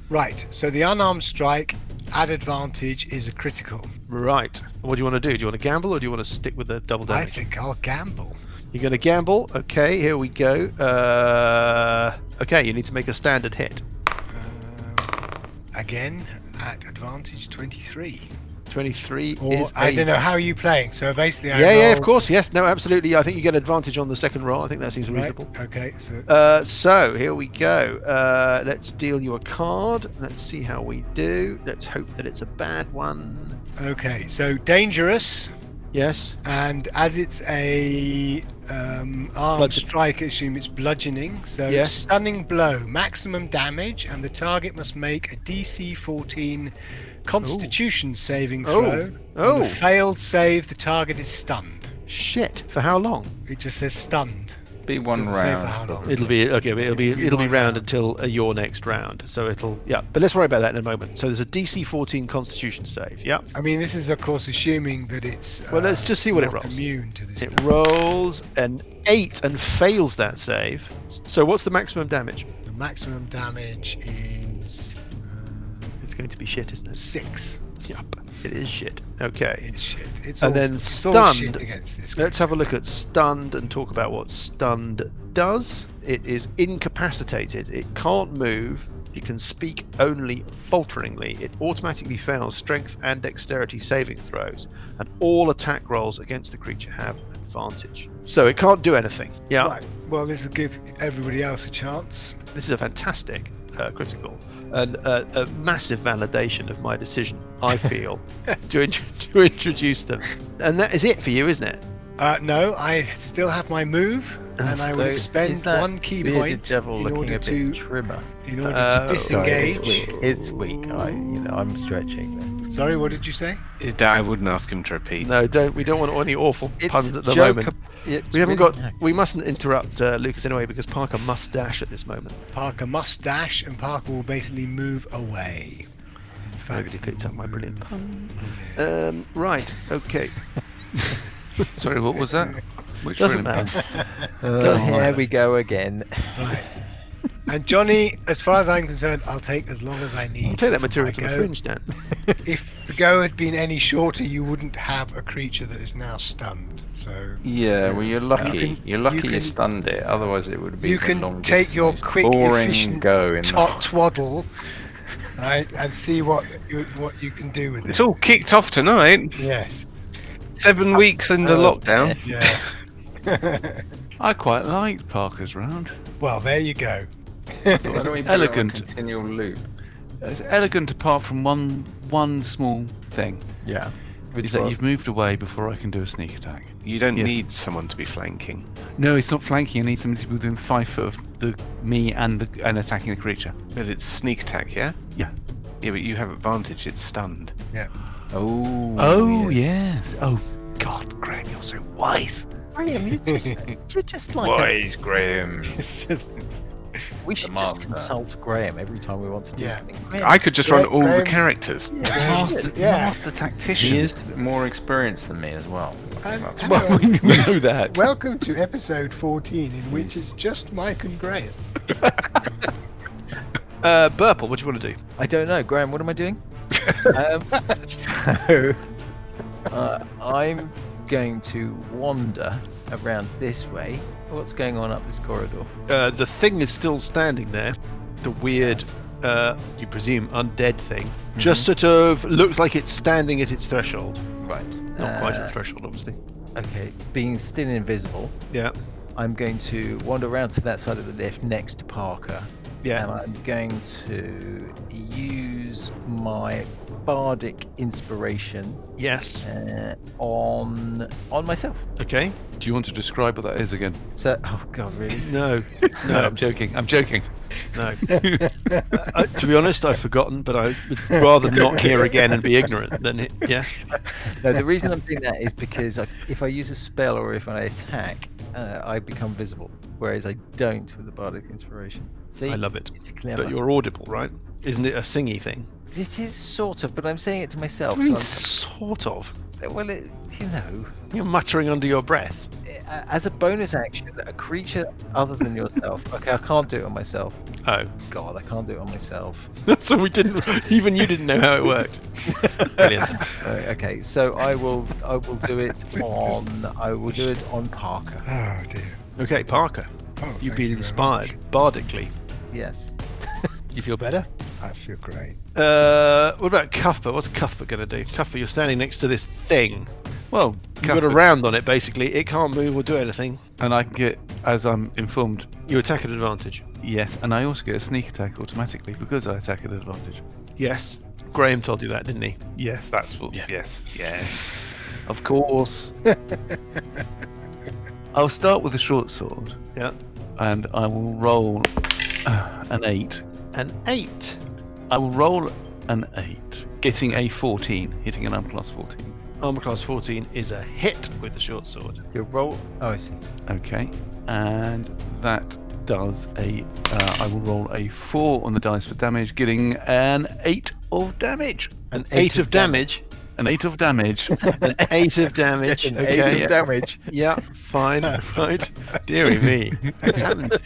Speaker 6: Right. So the unarmed strike at advantage is a critical.
Speaker 1: [LAUGHS] right. What do you want to do? Do you want to gamble or do you want to stick with the double
Speaker 6: I
Speaker 1: damage?
Speaker 6: think I'll gamble.
Speaker 1: You're going to gamble. Okay, here we go. Uh, okay, you need to make a standard hit.
Speaker 6: Um, again at advantage 23
Speaker 1: 23
Speaker 6: or
Speaker 1: is
Speaker 6: Oh, i
Speaker 1: a-
Speaker 6: don't know how are you playing so basically I
Speaker 1: Yeah, yeah, of
Speaker 6: roll-
Speaker 1: course. Yes, no, absolutely. I think you get advantage on the second roll. I think that seems
Speaker 6: right
Speaker 1: reasonable.
Speaker 6: okay so
Speaker 1: Uh, so here we go. Uh, let's deal you a card. Let's see how we do. Let's hope that it's a bad one.
Speaker 6: okay so dangerous
Speaker 1: Yes.
Speaker 6: and as it's a um armed
Speaker 1: Bludgeon.
Speaker 6: strike I assume it's bludgeoning so
Speaker 1: Yes.
Speaker 6: stunning blow maximum damage and the target must make a dc 14 constitution saving
Speaker 1: Oh.
Speaker 6: throw On the
Speaker 1: Oh
Speaker 6: failed save the target is stunned
Speaker 1: shit! For how long?
Speaker 6: it just says stunned
Speaker 5: Be one
Speaker 6: Doesn't say for how
Speaker 5: round.
Speaker 6: long.
Speaker 5: probably.
Speaker 1: It'll be okay. but It'll be
Speaker 6: It'll be
Speaker 1: it'll be
Speaker 6: one round.
Speaker 1: round until uh, your next round. So it'll yeah. But let's worry about that in a moment. So there's a DC 14 Constitution save. Yeah.
Speaker 6: I mean, this is of course assuming that it's. uh,
Speaker 1: Well, let's just see what it
Speaker 6: not
Speaker 1: rolls.
Speaker 6: Immune to this.
Speaker 1: It
Speaker 6: stuff.
Speaker 1: rolls an eight and fails that save. So what's the maximum damage?
Speaker 6: the maximum damage is uh,
Speaker 1: It's going to be shit, isn't it?
Speaker 6: six.
Speaker 1: Yup. It is shit. Okay.
Speaker 6: It's shit. It's
Speaker 1: And
Speaker 6: all,
Speaker 1: then
Speaker 6: it's all shit
Speaker 1: stunned.
Speaker 6: against this.
Speaker 1: Let's have a look at stunned and talk about what stunned does. It is incapacitated. It can't move. It can speak only falteringly. It automatically fails strength and dexterity saving throws, and all attack rolls against the creature have advantage. So it can't do anything. Yeah.
Speaker 6: Right. Well, this will give everybody else a chance.
Speaker 1: This is a fantastic uh, critical and uh, a massive validation of my decision, I feel, to, int- to introduce them. And that is it for you, isn't it?
Speaker 6: Uh, no, I still have my move, and I will
Speaker 1: so
Speaker 6: expend
Speaker 3: is that
Speaker 6: one key
Speaker 3: bearded
Speaker 6: point
Speaker 3: devil
Speaker 6: in
Speaker 3: looking
Speaker 6: order
Speaker 3: a bit
Speaker 6: to
Speaker 3: trimmer.
Speaker 6: in order
Speaker 1: Uh,
Speaker 6: to
Speaker 3: Sorry, it's
Speaker 6: disengage.
Speaker 3: weak. It's weak. I, you know, I'm stretching.
Speaker 6: Sorry, what did you say?
Speaker 8: It- I wouldn't ask him to repeat.
Speaker 1: No, don't. We don't want any awful
Speaker 3: It's
Speaker 1: puns at the
Speaker 3: joke-
Speaker 1: moment.
Speaker 3: It's
Speaker 1: We haven't
Speaker 3: really-
Speaker 1: got. We mustn't interrupt uh, Lucas anyway because Parker must dash at this moment.
Speaker 6: Parker must dash, and Parker will basically move away. In fact,
Speaker 1: Nobody picked
Speaker 6: he
Speaker 1: up my
Speaker 6: will
Speaker 1: brilliant
Speaker 6: move
Speaker 1: pun. Um, right. Okay.
Speaker 7: Sorry, what was that? Which
Speaker 1: Doesn't
Speaker 7: room?
Speaker 1: matter.
Speaker 3: Uh,
Speaker 1: Doesn't
Speaker 3: here
Speaker 1: matter.
Speaker 3: we go again.
Speaker 6: Right. And Johnny, as far as I'm concerned, I'll take as long as I need.
Speaker 1: I'll take that
Speaker 6: before I
Speaker 1: material to the
Speaker 6: go.
Speaker 1: fringe, Dan.
Speaker 6: If the go had been any shorter, you wouldn't have a creature that is now stunned. So
Speaker 5: Yeah, well, you're lucky.
Speaker 6: You can-
Speaker 5: you're lucky
Speaker 6: you
Speaker 5: you,
Speaker 6: can-
Speaker 5: stunned it. Otherwise, it would be
Speaker 6: you
Speaker 5: the
Speaker 6: can
Speaker 5: longest,
Speaker 6: take your
Speaker 5: most
Speaker 6: quick,
Speaker 5: boring
Speaker 6: efficient
Speaker 5: go in [LAUGHS]
Speaker 6: tot twaddle, right, and see what you, what you can do with it.
Speaker 8: It's all kicked off tonight.
Speaker 6: Yes.
Speaker 8: Seven weeks into
Speaker 6: Oh,
Speaker 8: lockdown.
Speaker 6: Yeah.
Speaker 7: I quite liked Parker's round.
Speaker 6: well, there
Speaker 5: [LAUGHS]
Speaker 6: you go. [LAUGHS]
Speaker 5: the. Why don't we put it on
Speaker 7: Elegant.
Speaker 5: Continual loop.
Speaker 7: It's elegant apart from one one small thing.
Speaker 4: Yeah.
Speaker 7: is that you've moved away before I can do a sneak attack.
Speaker 8: You don't
Speaker 7: Yes.
Speaker 8: need someone to be flanking.
Speaker 7: No, it's not flanking. I need somebody to be within five foot of the me and the and attacking the creature.
Speaker 8: But it's sneak attack, yeah?
Speaker 7: Yeah.
Speaker 8: Yeah, but you have advantage. It's stunned.
Speaker 5: Oh.
Speaker 7: Oh yes. Oh God, Graham, you're so wise.
Speaker 9: Graham, you're just, you're just like a,
Speaker 5: Wise, Graham.
Speaker 6: It's just-
Speaker 3: We should just
Speaker 5: master.
Speaker 3: consult Graham every time we want to do
Speaker 6: Yeah.
Speaker 3: something.
Speaker 8: I could just run
Speaker 6: Yeah,
Speaker 8: all the
Speaker 6: Graham-
Speaker 8: characters.
Speaker 7: Master,
Speaker 6: yeah.
Speaker 7: master tactician.
Speaker 5: He is more experienced than me as
Speaker 6: [LAUGHS]
Speaker 5: well.
Speaker 6: And-
Speaker 5: That's
Speaker 6: and, [LAUGHS]
Speaker 7: Well,
Speaker 6: uh,
Speaker 7: we know that.
Speaker 6: welcome to episode 14, in which it's just Mike and Graham.
Speaker 1: Uh, Burple, what do you want to do?
Speaker 3: I don't know, Graham. What am
Speaker 5: [LAUGHS]
Speaker 3: I doing? um, so uh, I'm going to wander around this way. What's going on up this corridor?
Speaker 1: Uh, the thing is still standing there. The weird, uh, you presume, undead thing. Just sort of looks like it's standing at its threshold.
Speaker 3: Right.
Speaker 1: Not quite at the threshold, obviously.
Speaker 3: Uh, Okay. Being still invisible,
Speaker 1: Yeah.
Speaker 3: I'm going to wander around to that side of the lift next to Parker. And
Speaker 1: Yeah.
Speaker 3: I'm going to use my bardic inspiration
Speaker 1: Yes.
Speaker 3: uh, on on myself.
Speaker 1: [LAUGHS] Okay.
Speaker 7: Do you want to describe what that is again?
Speaker 3: So, oh god, [LAUGHS] really?
Speaker 1: No.
Speaker 7: No,
Speaker 1: No.
Speaker 7: I'm joking. I'm joking.
Speaker 1: [LAUGHS] No. Uh, to be honest, I've forgotten, but I would rather [LAUGHS] not hear again and be ignorant than it. Yeah.
Speaker 3: No, the reason I'm doing that is because I, if I use a spell or if I attack, uh, I become visible, whereas I don't with the bardic inspiration. See,
Speaker 1: I love it.
Speaker 3: it's clever.
Speaker 1: But you're audible, right? Isn't it a singy thing?
Speaker 3: It is sort of, but I'm saying it to myself.
Speaker 1: I mean,
Speaker 3: so
Speaker 1: sort of.
Speaker 3: I'm- well, it, you know,
Speaker 1: You're muttering under your breath.
Speaker 3: a- as a bonus action, a creature other than
Speaker 8: [LAUGHS]
Speaker 3: yourself. Okay, I can't do it on myself.
Speaker 1: Oh. [LAUGHS]
Speaker 3: God, I can't do it on myself.
Speaker 1: so we didn't. Even you didn't know how it worked. [LAUGHS] Brilliant.
Speaker 3: Uh, okay, so I will, I will do
Speaker 8: [LAUGHS]
Speaker 3: it on, I will do it on Parker.
Speaker 6: Oh, dear.
Speaker 1: Okay, Parker.
Speaker 6: Oh,
Speaker 1: You've
Speaker 6: thank
Speaker 1: been
Speaker 6: you very
Speaker 1: inspired bardically.
Speaker 3: Yes.
Speaker 1: You feel better?
Speaker 6: much. I feel great.
Speaker 1: Uh, what about Cuthbert? What's Cuthbert going to do? Cuthbert, you're standing next to this thing.
Speaker 7: Well,
Speaker 1: You've got a
Speaker 7: Cuthbert-
Speaker 1: round on it, basically. It can't move or do anything.
Speaker 7: and I can get, as I'm informed,
Speaker 1: You attack at advantage.
Speaker 7: yes, and I also get a sneak attack automatically because I attack at advantage.
Speaker 1: Yes. Graham told you that, didn't he?
Speaker 7: Yes, that's what. Yes,
Speaker 8: Yes.
Speaker 7: of [LAUGHS] course. I'll start with a short sword.
Speaker 1: Yeah.
Speaker 7: And I will roll uh, an eight.
Speaker 1: An eight.
Speaker 7: I will roll an eight, getting a fourteen, hitting an unplus fourteen.
Speaker 1: Armor class 14 is a hit with the short sword.
Speaker 3: Your roll. Oh, I see.
Speaker 7: Okay, and that does a. Uh, I will roll a four on the dice for damage, getting an eight of damage.
Speaker 1: An eight, of damage.
Speaker 7: An eight of [LAUGHS] damage.
Speaker 1: An eight of damage. okay.
Speaker 7: eight of
Speaker 3: damage.
Speaker 1: Yeah, fine. right. Deary me. What's happened?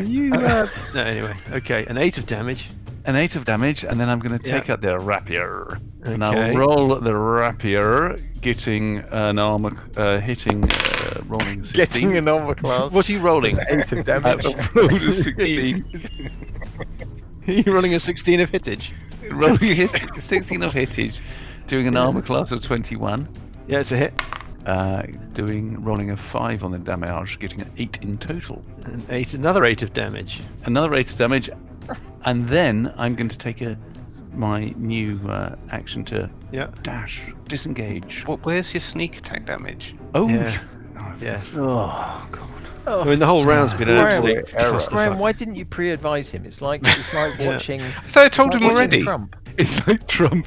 Speaker 1: Are you. Uh... No, anyway. Okay. An eight of damage.
Speaker 7: an eight of damage, and then I'm going to
Speaker 1: Yeah.
Speaker 7: take out the rapier. And
Speaker 1: Okay.
Speaker 7: I'll roll the rapier, getting an armor, c- uh, hitting, uh, rolling Uh,
Speaker 9: [LAUGHS]
Speaker 7: 16.
Speaker 9: getting an armor class.
Speaker 1: What are you rolling?
Speaker 9: Eight of damage.
Speaker 7: [LAUGHS] I rolled a 16.
Speaker 1: Are you rolling a 16 of hittage?
Speaker 7: rolling hit, 16 of hittage, doing an armor class of 21.
Speaker 1: Yeah, it's a hit.
Speaker 7: Uh, doing rolling a five on the damage, getting an eight in total.
Speaker 1: An eight, another eight of damage.
Speaker 7: Another eight of damage, and then I'm going to take a my new uh, action to
Speaker 1: Yeah.
Speaker 7: dash, disengage.
Speaker 8: What? Where's your sneak attack damage?
Speaker 7: Oh,
Speaker 1: Yeah.
Speaker 7: you-
Speaker 1: Yeah.
Speaker 7: Oh god.
Speaker 1: I mean, the whole round's been an
Speaker 3: Graham,
Speaker 1: absolute
Speaker 3: Graham,
Speaker 1: clusterfuck.
Speaker 3: why didn't you pre-advise him? It's like it's
Speaker 8: [LAUGHS]
Speaker 3: like
Speaker 1: Yeah.
Speaker 3: watching.
Speaker 8: So I told
Speaker 3: it's like watching
Speaker 8: him already.
Speaker 3: Trump.
Speaker 7: It's like Trump.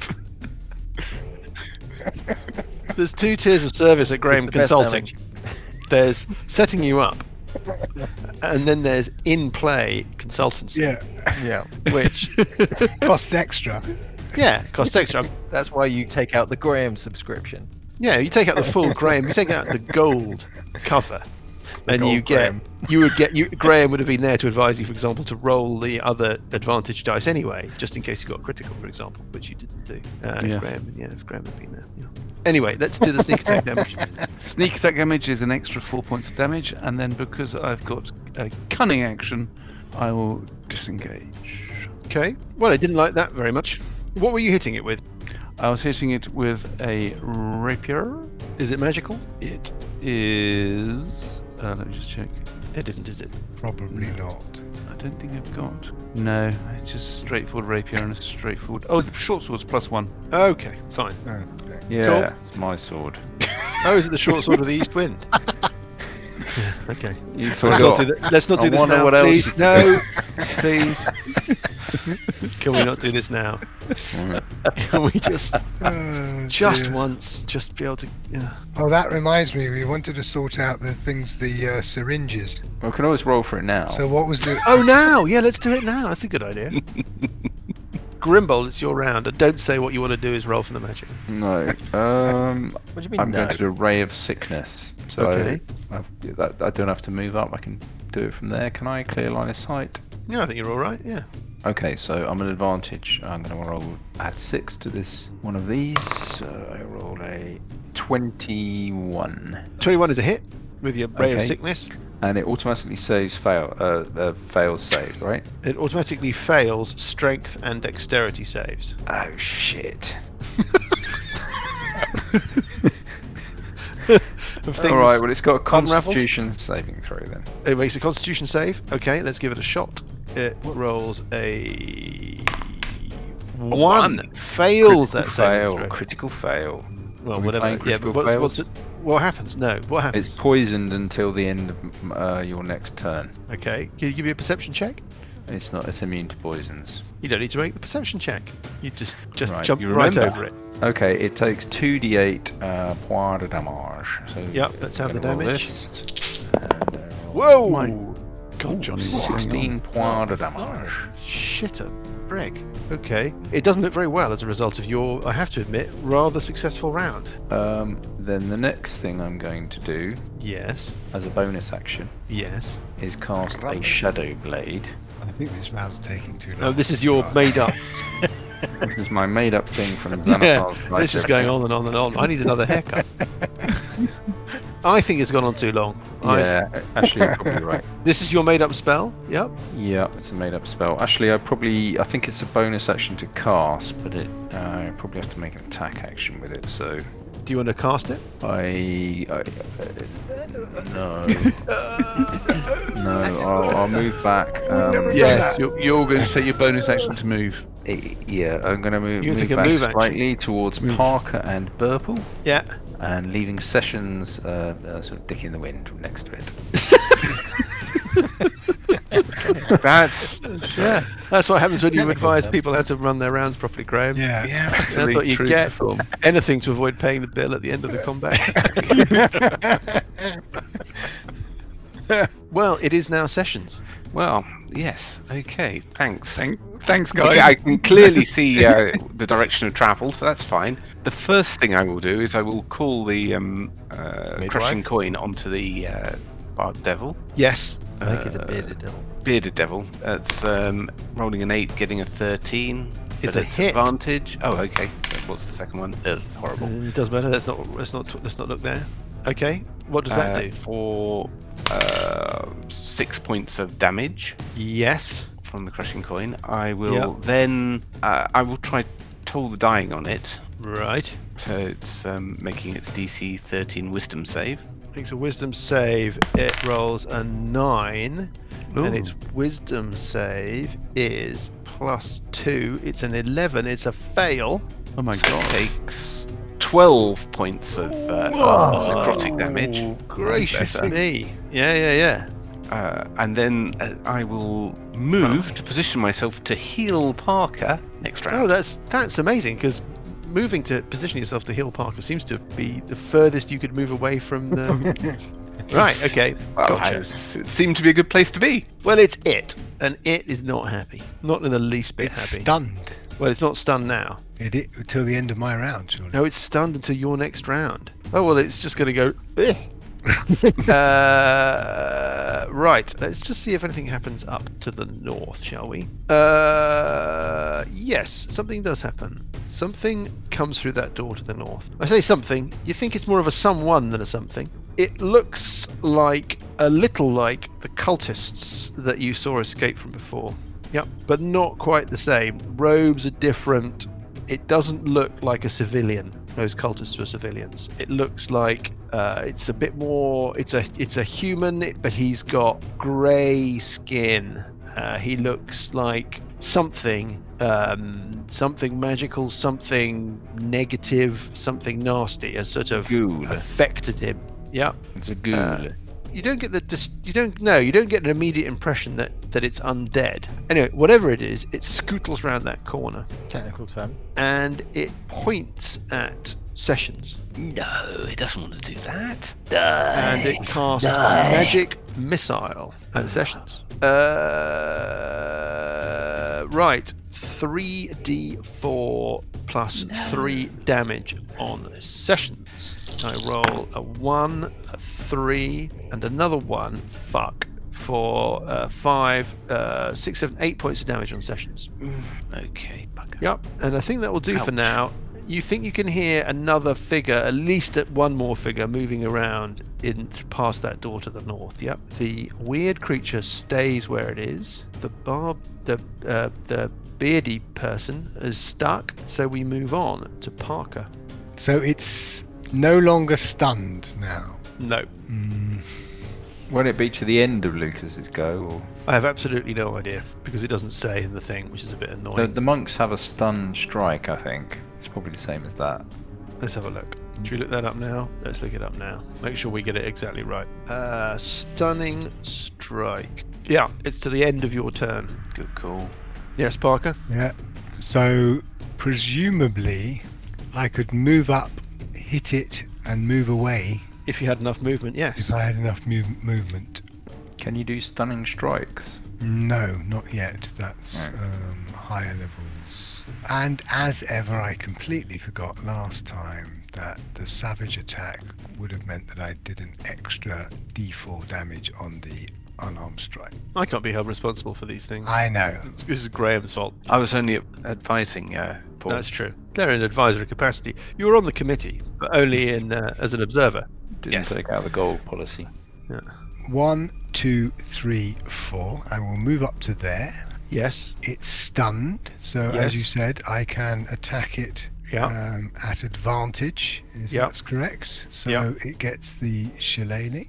Speaker 1: There's two tiers of service at Graham
Speaker 3: It's the best
Speaker 1: Consulting. [LAUGHS] There's setting you up, and then there's in play consultancy,
Speaker 6: Yeah.
Speaker 9: yeah.
Speaker 1: which
Speaker 6: Costs extra.
Speaker 1: yeah costs extra.
Speaker 3: That's why you take out the Graham subscription.
Speaker 1: Yeah, you take out the full Graham, you take out the gold cover, and you get you would get you Graham would have been there to advise you, for example, to roll the other advantage dice anyway, just in case you got critical, for example, which you didn't do. Uh,
Speaker 7: Yes.
Speaker 1: if Graham, yeah, if Graham had been there. Yeah. Anyway, let's do the sneak attack damage.
Speaker 7: Sneak attack damage is an extra four points of damage, and then because I've got a cunning action, I will disengage.
Speaker 1: Okay. Well, I didn't like that very much. What were you hitting it with?
Speaker 7: I was hitting it with a rapier.
Speaker 1: Is it magical?
Speaker 7: It is. Uh, let me just check.
Speaker 1: It isn't, is it?
Speaker 6: Probably not.
Speaker 7: I don't think I've got. No, it's just a straightforward rapier and a straightforward. Oh, the short sword's plus one.
Speaker 1: Okay, fine.
Speaker 5: Yeah, it's my sword.
Speaker 1: Oh, is it the short sword of the East Wind? [LAUGHS] Yeah, okay.
Speaker 5: You
Speaker 1: Let's
Speaker 5: got-
Speaker 1: not
Speaker 6: [LAUGHS]
Speaker 1: do, th- let's not
Speaker 5: I
Speaker 1: do this
Speaker 5: wonder
Speaker 1: now,
Speaker 5: what else
Speaker 1: please.
Speaker 5: you-
Speaker 1: No, please. [LAUGHS] Can we not do this now?
Speaker 5: Alright.
Speaker 1: [LAUGHS]
Speaker 5: [LAUGHS]
Speaker 1: Can we [LAUGHS] just,
Speaker 6: Oh,
Speaker 1: just
Speaker 6: dear.
Speaker 1: once, just be able to? Yeah.
Speaker 6: Oh, that reminds me. We wanted to sort out the things, the uh, syringes.
Speaker 5: Well, we can always roll for it now.
Speaker 6: So what was the?
Speaker 1: Oh, now, yeah, let's do it now. That's a good idea. [LAUGHS] Grimbold, it's your round, and don't say what you want to do is roll for the magic.
Speaker 5: no. Um,
Speaker 3: [LAUGHS] What do you mean?
Speaker 5: I'm
Speaker 3: no?
Speaker 5: going to do Ray of Sickness. So
Speaker 1: Okay.
Speaker 5: I've, that, I don't have to move up. I can do it from there. Can I clear line of sight?
Speaker 1: Yeah, I think you're all right. Yeah.
Speaker 5: Okay, so I'm an advantage. I'm going to roll add six to this one of these. So I roll a 21,
Speaker 1: 21 is a hit with your ray of
Speaker 5: Okay.
Speaker 1: sickness.
Speaker 5: and it automatically saves fail. Uh, uh fails save, right?
Speaker 1: It automatically fails strength and dexterity saves. [LAUGHS]
Speaker 5: Oh shit! All right, well it's got a
Speaker 1: unraveled?
Speaker 5: Constitution saving throw then.
Speaker 1: It makes a Constitution save. Okay, let's give it a shot. It rolls a one. Fails that
Speaker 5: fail,
Speaker 1: saving throw.
Speaker 5: critical fail.
Speaker 1: Well,
Speaker 5: Are we
Speaker 1: whatever.
Speaker 5: playing
Speaker 1: Yeah, but
Speaker 5: critical
Speaker 1: what's,
Speaker 5: fails?
Speaker 1: what's the, what happens? No, what happens?
Speaker 5: It's poisoned until the end of m- uh, your next turn.
Speaker 1: Okay, can you give me a perception check?
Speaker 5: It's not. It's immune to poisons.
Speaker 1: You don't need to make the perception check. You just just
Speaker 5: Right,
Speaker 1: jump
Speaker 5: you
Speaker 1: right
Speaker 5: remember.
Speaker 1: over it.
Speaker 5: Okay, it takes 2d8 uh, points de damage. So
Speaker 1: Yep, let's have the
Speaker 5: gonna roll
Speaker 1: damage.
Speaker 5: this, and, uh,
Speaker 1: Whoa!
Speaker 7: God, Johnny, what's going on?
Speaker 5: 16 points de damage.
Speaker 1: Shit a brick. Okay, it doesn't look very well as a result of your, I have to admit, rather successful round.
Speaker 5: Um, then the next thing I'm going to do
Speaker 1: Yes.
Speaker 5: as a bonus action
Speaker 1: Yes.
Speaker 5: is cast a Shadow Blade.
Speaker 6: I think this round's taking too long.
Speaker 1: No, Oh, this is your made [LAUGHS] up.
Speaker 5: This is my made up thing
Speaker 1: [LAUGHS]
Speaker 5: from
Speaker 1: Yeah,
Speaker 5: Xanathar's
Speaker 1: this is going on and on and on. I need another haircut. I think it's gone on too long. I-
Speaker 5: Yeah, actually, you're probably right.
Speaker 1: this is your made up spell. Yep.
Speaker 5: [LAUGHS] Yeah, it's a made up spell. Actually, I probably I think it's a bonus action to cast, but it uh, I probably have to make an attack action with it. So
Speaker 1: Do you want to cast it?
Speaker 5: I, I uh, no no I'll, I'll move back. Um,
Speaker 7: Yes, you're, you're going to take your bonus action to move.
Speaker 5: i- Eh, yeah, I'm gonna move,
Speaker 1: You can
Speaker 5: move
Speaker 1: take a
Speaker 5: back
Speaker 1: move action.
Speaker 5: slightly towards Parker and Burple,
Speaker 1: Yeah.
Speaker 5: and leaving Sessions uh, uh, sort of dick in the wind next to it.
Speaker 7: [LAUGHS]
Speaker 8: That's
Speaker 1: [LAUGHS] Yeah. That's what happens when you advise people how to run their rounds properly, Graham.
Speaker 6: Yeah. Yeah.
Speaker 1: That's what you
Speaker 7: True
Speaker 1: get.
Speaker 7: form.
Speaker 1: [LAUGHS] Anything to avoid paying the bill at the end of the combat. well, it is now sessions.
Speaker 8: well, yes. Okay, thanks.
Speaker 7: Thank, thanks, guys.
Speaker 8: Okay, I
Speaker 5: [LAUGHS]
Speaker 8: can clearly see uh, the direction of travel, so that's fine. The first thing I will do is I will call the um, uh,
Speaker 1: Midwife?
Speaker 8: crushing coin onto the uh, bard devil,
Speaker 1: Yes.
Speaker 3: I think
Speaker 8: Uh.
Speaker 3: it's a bearded devil.
Speaker 8: bearded devil. That's um, rolling an eight, getting a thirteen.
Speaker 1: It's
Speaker 8: but
Speaker 1: a hit.
Speaker 8: advantage. Oh, okay. What's the second one? Uh, horrible.
Speaker 1: Mm, It doesn't matter. Let's not. Let's not. Let's not look there. Okay. What does that
Speaker 8: Uh,
Speaker 1: do?
Speaker 8: For uh, six points of damage.
Speaker 1: Yes.
Speaker 8: from the crushing coin. I will then uh, I will try toll the dying on it.
Speaker 1: Right.
Speaker 8: So it's um, making its DC 13 Wisdom save.
Speaker 1: Makes a wisdom save. It rolls a nine, and its wisdom save is plus two. It's an eleven. It's a fail.
Speaker 7: Oh my
Speaker 8: So it
Speaker 7: god.
Speaker 8: takes 12 points of uh, necrotic damage.
Speaker 1: Gracious
Speaker 8: Better.
Speaker 1: me. Yeah, yeah, yeah.
Speaker 8: Uh, and then uh, I will move to position myself to heal Parker next round.
Speaker 1: Oh, that's that's amazing because moving to position yourself to heal Parker seems to be the furthest you could move away from the. right. Okay.
Speaker 8: Well,
Speaker 1: gotcha.
Speaker 8: I- it seemed to be a good place to be.
Speaker 1: Well, it's it, and it is not happy. Not in the least bit
Speaker 6: It's
Speaker 1: happy.
Speaker 6: stunned.
Speaker 1: well, it's not stunned now.
Speaker 6: It, it until the end of my round, surely.
Speaker 1: No, it's stunned until your next round. Oh well, it's just going to go. "Eh." uh, right, let's just see if anything happens up to the north, shall we? Uh, yes, something does happen. Something comes through that door to the north. I say something, you think it's more of a someone than a something. It looks like a little like the cultists that you saw escape from before. Yep, but not quite the same. Robes are different. It doesn't look like a civilian. Those cultists were civilians. It looks like uh, it's a bit more. It's a it's a human, but he's got grey skin. Uh, he looks like something, um, something magical, something negative, something nasty has sort of
Speaker 5: Ghoul.
Speaker 1: affected him. Yeah
Speaker 5: It's a ghoul.
Speaker 1: Uh, you don't get the dis- you don't no you don't get an immediate impression that that it's undead anyway whatever it is it scootles round that corner
Speaker 9: Technical term.
Speaker 1: and it points at sessions
Speaker 7: No, it doesn't want to do that.
Speaker 1: and it casts a magic missile at sessions uh, right 3d4 plus 3 damage on sessions i roll a 1 a 3 and another 1 fuck for uh, 5 uh, 6 7 8 points of damage on sessions
Speaker 7: Okay, bugger.
Speaker 1: Yep, and I think that will do for now. You think you can hear another figure, at least at one more figure, moving around in th- past that door to the north. Yep, the weird creature stays where it is. The barb, the uh, the beardy person is stuck, so we move on to Parker.
Speaker 6: So it's no longer stunned now.
Speaker 1: No,
Speaker 6: Mm.
Speaker 5: Won't it be to the end of Lucas's go? Or...
Speaker 1: I have absolutely no idea because it doesn't say in the thing, which is a bit
Speaker 5: The,
Speaker 1: annoying.
Speaker 5: the monks have a stun strike, I think. It's probably the same as that.
Speaker 1: Let's have a look. Should we look that up now? Let's look it up now. Make sure we get it exactly right. Uh, stunning strike. Yeah, it's to the end of your turn.
Speaker 7: Good call.
Speaker 1: Yes, Parker.
Speaker 6: Yeah. So presumably, I could move up, hit it, and move away
Speaker 1: If you had enough movement, yes.
Speaker 6: if I had enough move- movement.
Speaker 5: Can you do stunning strikes?
Speaker 6: No, not yet. That's
Speaker 5: Right.
Speaker 6: um, higher levels. And as ever, I completely forgot last time that the savage attack would have meant that I did an extra d4 damage on the unarmed strike.
Speaker 1: I can't be held responsible for these things.
Speaker 6: I know.
Speaker 1: It's- This is Graham's fault.
Speaker 2: I was only advising uh, Paul.
Speaker 1: That's true. They're in advisory capacity. You were on the committee, but only in uh, as an observer.
Speaker 5: Didn't take out the goal policy.
Speaker 6: One, two, three, four. I will move up to there.
Speaker 1: Yes.
Speaker 6: It's stunned, so
Speaker 1: Yes.
Speaker 6: as you said, I can attack it
Speaker 1: Yeah.
Speaker 6: um, at advantage. If
Speaker 1: Yeah.
Speaker 6: that's correct. So
Speaker 1: Yeah.
Speaker 6: it gets the shillelagh,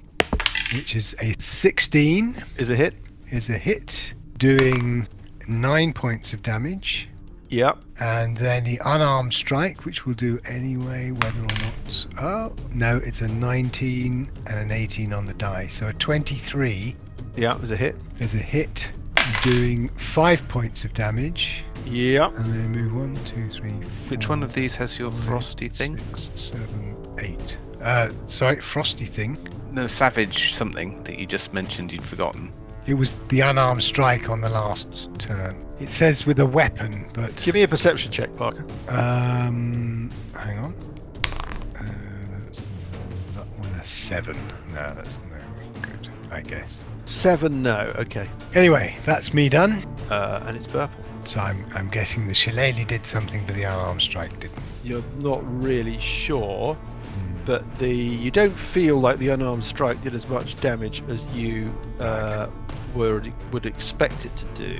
Speaker 6: which is a 16,
Speaker 1: is a hit.
Speaker 6: is a hit, doing nine points of damage.
Speaker 1: Yep.
Speaker 6: And then the unarmed strike, which will do anyway, whether or not. Oh, no, it's a 19 and an 18 on the die. So a 23
Speaker 1: Yeah, it was a hit.
Speaker 6: is a hit, doing five points of damage.
Speaker 1: Yep.
Speaker 6: And then move one, two, three.
Speaker 7: Which
Speaker 6: four,
Speaker 7: one of these has your
Speaker 6: five,
Speaker 7: frosty thing?
Speaker 6: Six, seven, eight. Uh, sorry, frosty thing.
Speaker 2: No, Savage something that you just mentioned you'd forgotten.
Speaker 6: It was the unarmed strike on the last turn. It says with a weapon, but
Speaker 1: Give me a perception check, Parker.
Speaker 6: um, hang on. Uh, that's that one a seven. No, that's no good. I guess.
Speaker 1: Seven. No. Okay.
Speaker 6: Anyway, that's me done.
Speaker 1: Uh, and it's purple.
Speaker 6: So I'm I'm guessing the shillelagh did something, but the unarmed strike didn't.
Speaker 1: you're not really sure, but the you don't feel like the unarmed strike did as much damage as you uh, were would expect it to do.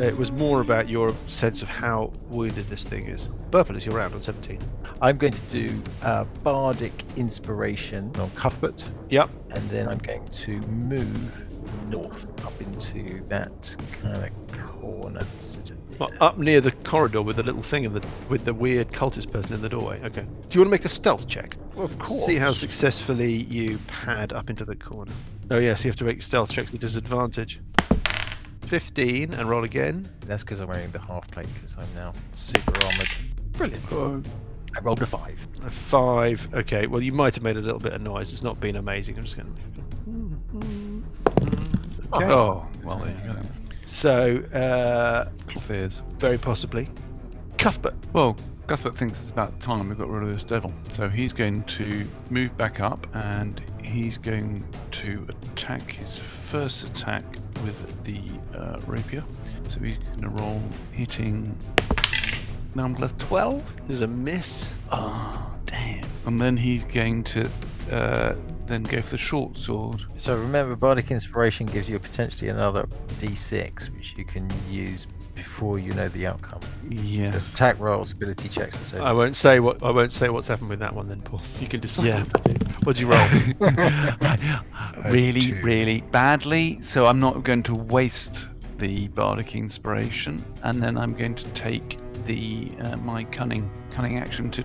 Speaker 1: It was more about your sense of how wounded this thing is. Burple is your round on 17.
Speaker 3: I'm going to do uh, bardic inspiration
Speaker 8: Oh,
Speaker 3: on Cuthbert,
Speaker 1: Yep.
Speaker 3: and then I'm going to move north up into that kind of corner. Sort of
Speaker 1: Well, up near the corridor with the little thing in the with the weird cultist person in the doorway. Okay. Do you want to make a stealth check?
Speaker 3: of
Speaker 1: See how successfully you pad up into the corner. Oh yes, you have to make stealth checks with disadvantage. 15 and roll again.
Speaker 3: That's because I'm wearing the half plate because I'm now super armored.
Speaker 1: Brilliant.
Speaker 3: I rolled a five.
Speaker 1: A five. Okay. Well, you might have made a little bit of noise. It's not been amazing. I'm just going. to Okay.
Speaker 7: Oh, well, there you go.
Speaker 1: So, uh,
Speaker 7: Little fears.
Speaker 1: very possibly, Cuthbert.
Speaker 7: Well, Cuthbert thinks it's about time we got rid of this devil. So he's going to move back up and he's going to attack his first attack with the uh, rapier. So he's going to roll hitting number 12.
Speaker 1: There's a miss.
Speaker 7: Oh, damn. And then he's going to uh, then go for the short sword.
Speaker 3: So remember, Bardic Inspiration gives you potentially another d6, which you can use before you know the outcome. Just
Speaker 7: Yes.
Speaker 3: attack rolls, ability checks, and so
Speaker 1: I won't say what I won't say what's happened with that one then, Paul. [LAUGHS] You can decide.
Speaker 7: Yeah.
Speaker 1: What to do. What'd
Speaker 7: [LAUGHS]
Speaker 1: you roll?
Speaker 7: really,
Speaker 6: two.
Speaker 7: really badly. So I'm not going to waste the bardic inspiration, and then I'm going to take the uh, my cunning cunning action to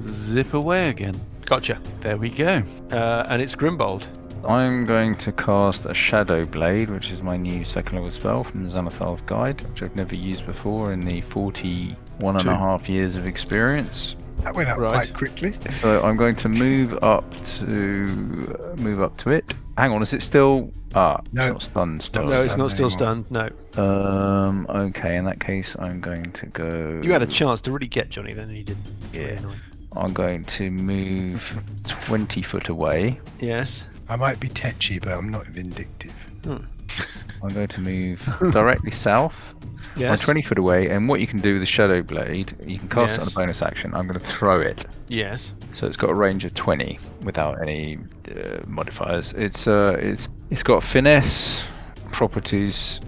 Speaker 7: zip away again.
Speaker 1: gotcha.
Speaker 7: There we go.
Speaker 1: Uh, and it's Grimbold.
Speaker 5: I'm going to cast a Shadow Blade, which is my new second level spell from Xanathar's Guide, which I've never used before in the 41 and a
Speaker 7: Two.
Speaker 5: half years of experience.
Speaker 6: That went up
Speaker 1: Right.
Speaker 6: quite quickly.
Speaker 5: So I'm going to move up to move up to it. Hang on, is it still? Ah, it's
Speaker 6: No.
Speaker 5: not stunned still.
Speaker 1: No, it's not still
Speaker 5: anymore.
Speaker 1: stunned. No,
Speaker 5: Um. Okay, in that case, I'm going to go.
Speaker 1: you had a chance to really get Johnny, then and you didn't.
Speaker 5: Yeah.
Speaker 1: Annoying.
Speaker 5: I'm going to move 20 foot away.
Speaker 1: Yes. Hmm.
Speaker 6: I might be tetchy, but I'm not vindictive.
Speaker 5: I'm going
Speaker 1: [LAUGHS]
Speaker 5: to move directly south. I'm
Speaker 1: Yes.
Speaker 5: 20 foot away, and what you can do with the Shadow Blade, you can cast it on
Speaker 1: Yes.
Speaker 5: a bonus action. I'm going to throw it.
Speaker 1: Yes.
Speaker 5: So it's got a range of 20 without any uh, modifiers. It's uh, it's it's got finesse properties.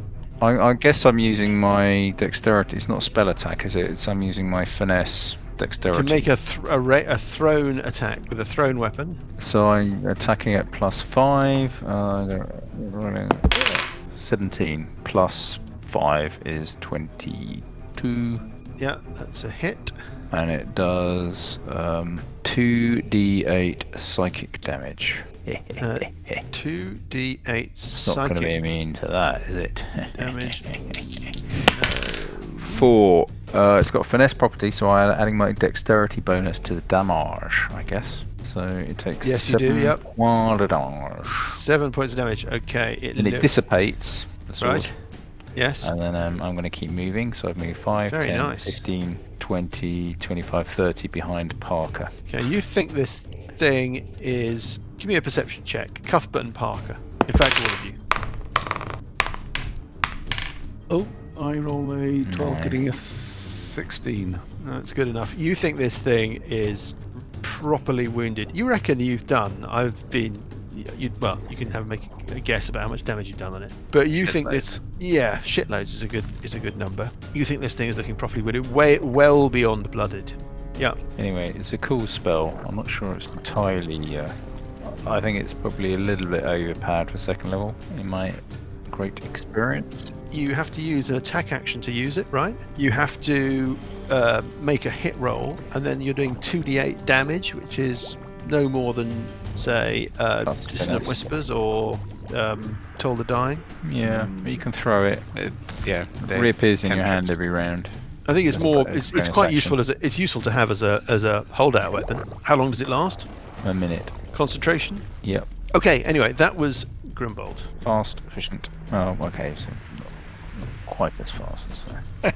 Speaker 5: I, I guess I'm using my dexterity. It's not spell attack, is it? It's I'm using my finesse
Speaker 1: To
Speaker 5: dexterity.
Speaker 1: make a th- a, ra- a thrown attack with a thrown weapon.
Speaker 5: So I'm attacking at plus five. Uh, I don't- rolling seventeen plus five is twenty-two,
Speaker 1: Yeah, that's a hit.
Speaker 5: and it does um, two d8 psychic damage. [LAUGHS]
Speaker 1: Uh,
Speaker 5: it's
Speaker 1: Two d eight
Speaker 5: not going to be
Speaker 1: psychic
Speaker 5: immune to that, is it? [LAUGHS]
Speaker 1: damage.
Speaker 5: Four. Uh, it's got finesse property, so I'm adding my dexterity bonus to the damage, I guess. So it takes
Speaker 1: Yes, you do,
Speaker 5: seven
Speaker 1: yep.
Speaker 5: points of damage.
Speaker 1: Seven points of damage. Okay. It
Speaker 5: and it
Speaker 1: looks-
Speaker 5: dissipates. The sword.
Speaker 1: Right. Yes.
Speaker 5: And then um, I'm going to keep moving. So I've moved 5,
Speaker 1: Very
Speaker 5: 10,
Speaker 1: nice.
Speaker 5: 15, 20, 25, 30 behind Parker.
Speaker 1: Okay. You think this thing is? Give me a perception check. Cuthbert and Parker. In fact, all of you.
Speaker 7: Oh, I roll a 12,
Speaker 5: Nice.
Speaker 7: getting a 16.
Speaker 1: That's good enough. You think this thing is properly wounded? You reckon you've done? I've been. You, well, you can have make a guess about how much damage you've done on it. But you think this? Yeah, shitloads is a good is a good number. You think this thing is looking properly wounded? Way well beyond blooded. Yeah.
Speaker 5: Anyway, it's a cool spell. I'm not sure it's entirely. Uh, I think it's probably a little bit overpowered for second level in my great experience.
Speaker 1: you have to use an attack action to use it, right? You have to uh, make a hit roll, and then you're doing 2d8 damage, which is no more than, say, uh,
Speaker 5: That's
Speaker 1: Dissonant
Speaker 5: finesse.
Speaker 1: Whispers or um, Toll the Dying.
Speaker 5: Yeah,
Speaker 1: Hmm.
Speaker 5: but you can throw it.
Speaker 2: Uh, yeah. they-
Speaker 5: reappears in your
Speaker 2: cantrips.
Speaker 5: hand every round.
Speaker 1: I think it's
Speaker 5: That's
Speaker 1: more.
Speaker 5: quite a
Speaker 1: It's, it's
Speaker 5: bonus
Speaker 1: quite
Speaker 5: action.
Speaker 1: useful as a, it's useful to have as a as a holdout weapon. How long does it last?
Speaker 5: A minute.
Speaker 1: Concentration.
Speaker 5: Yep.
Speaker 1: Okay. Anyway, that was Grimbold.
Speaker 5: Fast, efficient. Oh, okay. So not, not quite as fast as. Uh,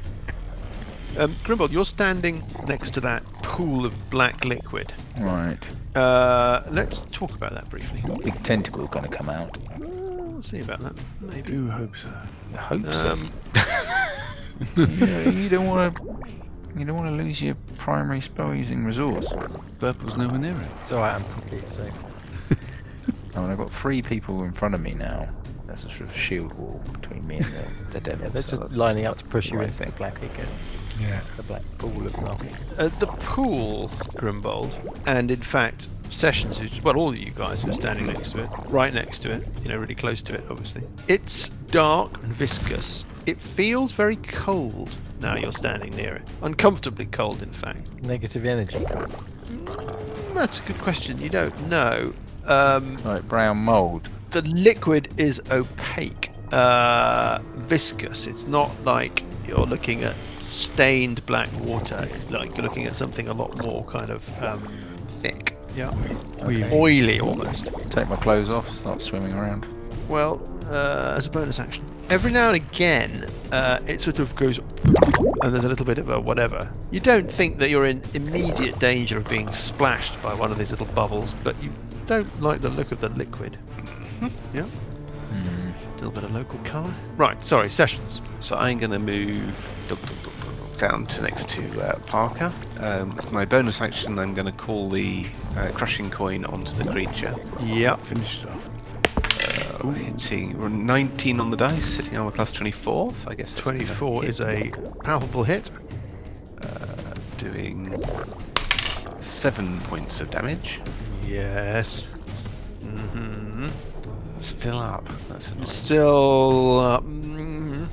Speaker 1: Um, Grimbold, you're standing next to that pool of black liquid.
Speaker 5: right.
Speaker 1: Uh, let's talk about that briefly.
Speaker 5: Big tentacle going to come out.
Speaker 1: Uh, We'll see about that. Maybe.
Speaker 7: Do hope so.
Speaker 5: I hope so.
Speaker 1: Um,
Speaker 5: you, you don't want to. You don't want to lose your primary spell using resource.
Speaker 7: Purple's nowhere near it.
Speaker 3: it's alright, I'm completely safe.
Speaker 5: I mean, I've got three people in front of me now. There's a sort of shield wall between me and the, the devil.
Speaker 3: [LAUGHS] Yeah, they're
Speaker 5: so
Speaker 3: just
Speaker 5: that's-
Speaker 3: lining up to
Speaker 5: that's
Speaker 3: push you
Speaker 5: my
Speaker 3: into the black again.
Speaker 6: Yeah.
Speaker 3: The black pool of nasty.
Speaker 1: Uh, the pool, Grimbold, and in fact, Sessions, who's, well, all of you guys who are standing next to it, right next to it, you know, really close to it, obviously. It's dark and viscous. It feels very cold now you're standing near it. Uncomfortably cold, in fact.
Speaker 3: Negative energy.
Speaker 1: Mm, That's a good question. You don't know. Um,
Speaker 5: Like brown mold.
Speaker 1: the liquid is opaque, uh, viscous. It's not like you're looking at stained black water. It's like you're looking at something a lot more kind of um, thick. Yeah,
Speaker 5: Okay.
Speaker 1: oily almost.
Speaker 5: Take my clothes off. Start swimming around.
Speaker 1: Well, uh, as a bonus action, every now and again, uh, it sort of goes, and there's a little bit of a whatever. You don't think that you're in immediate danger of being splashed by one of these little bubbles, but you don't like the look of the liquid. yeah.
Speaker 5: Hmm.
Speaker 1: Little bit of local colour. Right, sorry, sessions.
Speaker 2: So I'm going to move dog, dog, dog, dog, dog, down to next to uh, Parker. Um, as my bonus action, I'm going to call the uh, crushing coin onto the creature.
Speaker 1: Yep.
Speaker 2: Finish it off. Uh, we're hitting we're 19 on the dice, hitting armor class 24, so I guess that's gonna
Speaker 1: 24
Speaker 2: hit.
Speaker 1: is a palpable hit.
Speaker 2: doing seven points of damage.
Speaker 1: Yes. hmm
Speaker 2: Still up. That's annoying.
Speaker 1: Still. Uh, mm,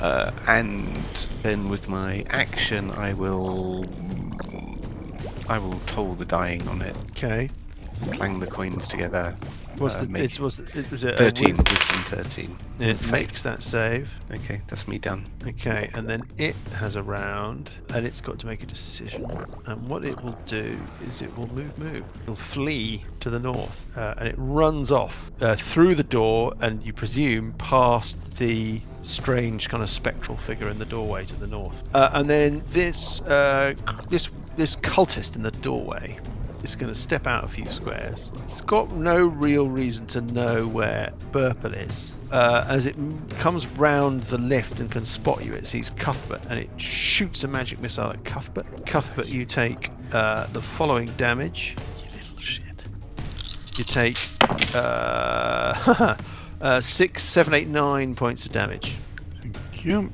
Speaker 2: Uh, and then with my action, I will. I will toll the dying on it,
Speaker 1: okay.
Speaker 2: clang the coins together.
Speaker 1: Was
Speaker 2: uh,
Speaker 1: the
Speaker 2: make
Speaker 1: it's was the, it- was it a win-
Speaker 2: 13, wisdom 13.
Speaker 1: It makes that save.
Speaker 2: Okay, that's me done.
Speaker 1: Okay, and then it has a round, and it's got to make a decision. And what it will do is it will move, move. It'll flee to the north, uh, and it runs off uh, through the door, and you presume past the strange kind of spectral figure in the doorway to the north. Uh, and then this uh, c- this this cultist in the doorway is going to step out a few squares. It's got no real reason to know where Burple is. Uh, as it m- comes round the lift and can spot you, it sees Cuthbert and it shoots a magic missile at Cuthbert. Cuthbert, you take uh, the following damage. You little shit. You take uh, [LAUGHS] uh, six, seven, eight, nine points of damage.
Speaker 7: Thank you.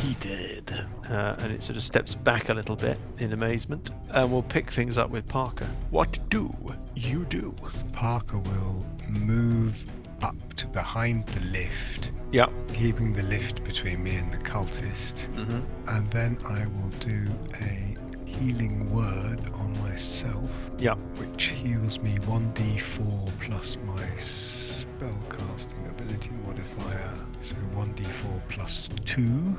Speaker 7: He did.
Speaker 1: Uh, and it sort of steps back a little bit in amazement. And we'll pick things up with Parker. What do you do?
Speaker 6: Parker will move up to behind the lift,
Speaker 1: Yeah.
Speaker 6: keeping the lift between me and the cultist,
Speaker 1: Mm-hmm.
Speaker 6: and then I will do a healing word on myself.
Speaker 1: Yeah.
Speaker 6: Which heals me 1d4 plus my spellcasting ability modifier. So 1d4 plus 2.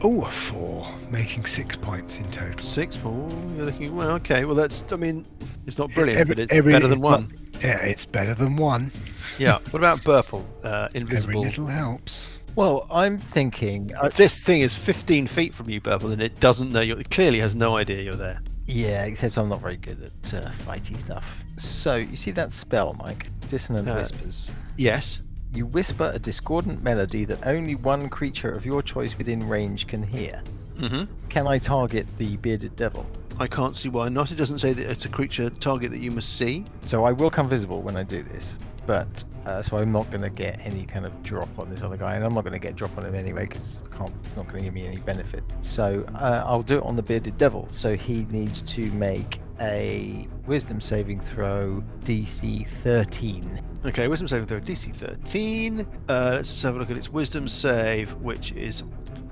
Speaker 6: Oh, a 4, making 6 points in total.
Speaker 1: Six four. You're looking well. Okay. Well, that's. I mean, it's not
Speaker 6: Yeah,
Speaker 1: brilliant,
Speaker 6: every-
Speaker 1: but it's
Speaker 6: every-
Speaker 1: better than
Speaker 6: it's
Speaker 1: one.
Speaker 6: Yeah, it's better than 1.
Speaker 1: yeah. What about Burple? Uh,
Speaker 6: Every
Speaker 1: invisible. Uh,
Speaker 6: little helps.
Speaker 3: Well, I'm thinking. uh, I,
Speaker 1: This thing is 15 feet from you, Burple, and it doesn't know you. It clearly has no idea you're there.
Speaker 3: yeah, except I'm not very good at uh, fighty stuff. So you see that spell, Mike? Dissonant
Speaker 1: Uh,
Speaker 3: whispers.
Speaker 1: Yes.
Speaker 3: You whisper a discordant melody that only one creature of your choice within range can hear.
Speaker 1: Mm-hmm.
Speaker 3: Can I target the bearded devil?
Speaker 1: I can't see why not. It doesn't say that it's a creature target that you must see.
Speaker 3: So I will come visible when I do this, but uh, so I'm not going to get any kind of drop on this other guy, and I'm not going to get drop on him anyway because can't it's not going to give me any benefit. So uh, I'll do it on the bearded devil. So he needs to make a Wisdom saving throw DC 13.
Speaker 1: Okay, wisdom saving throw DC 13. Uh, let's just have a look at its wisdom save, which is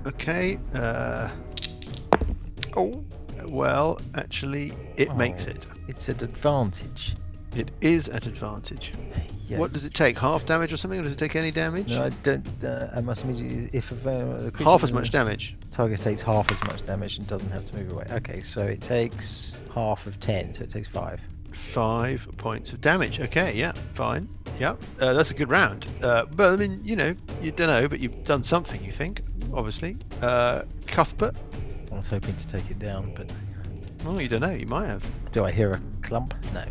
Speaker 1: okay. Uh, oh, well, actually, it makes
Speaker 3: Oh.
Speaker 1: it.
Speaker 3: It's an advantage.
Speaker 1: It is at advantage.
Speaker 3: Yeah.
Speaker 1: What does it take? Half damage or something, or does it take any damage?
Speaker 3: No, I don't. Uh, I must immediately if uh, the creature
Speaker 1: half as
Speaker 3: within
Speaker 1: much
Speaker 3: the
Speaker 1: damage.
Speaker 3: Target takes half as much damage and doesn't have to move away. Okay, so it takes half of 10, so it takes five.
Speaker 1: Five points of damage. Okay, yeah, fine. Yeah, uh, that's a good round. Uh, but I mean, you know, you don't know, but you've done something. You think, obviously. Uh, Cuthbert.
Speaker 3: I was hoping to take it down, but
Speaker 1: Well, you don't know. You might have.
Speaker 3: Do I hear a clump? No.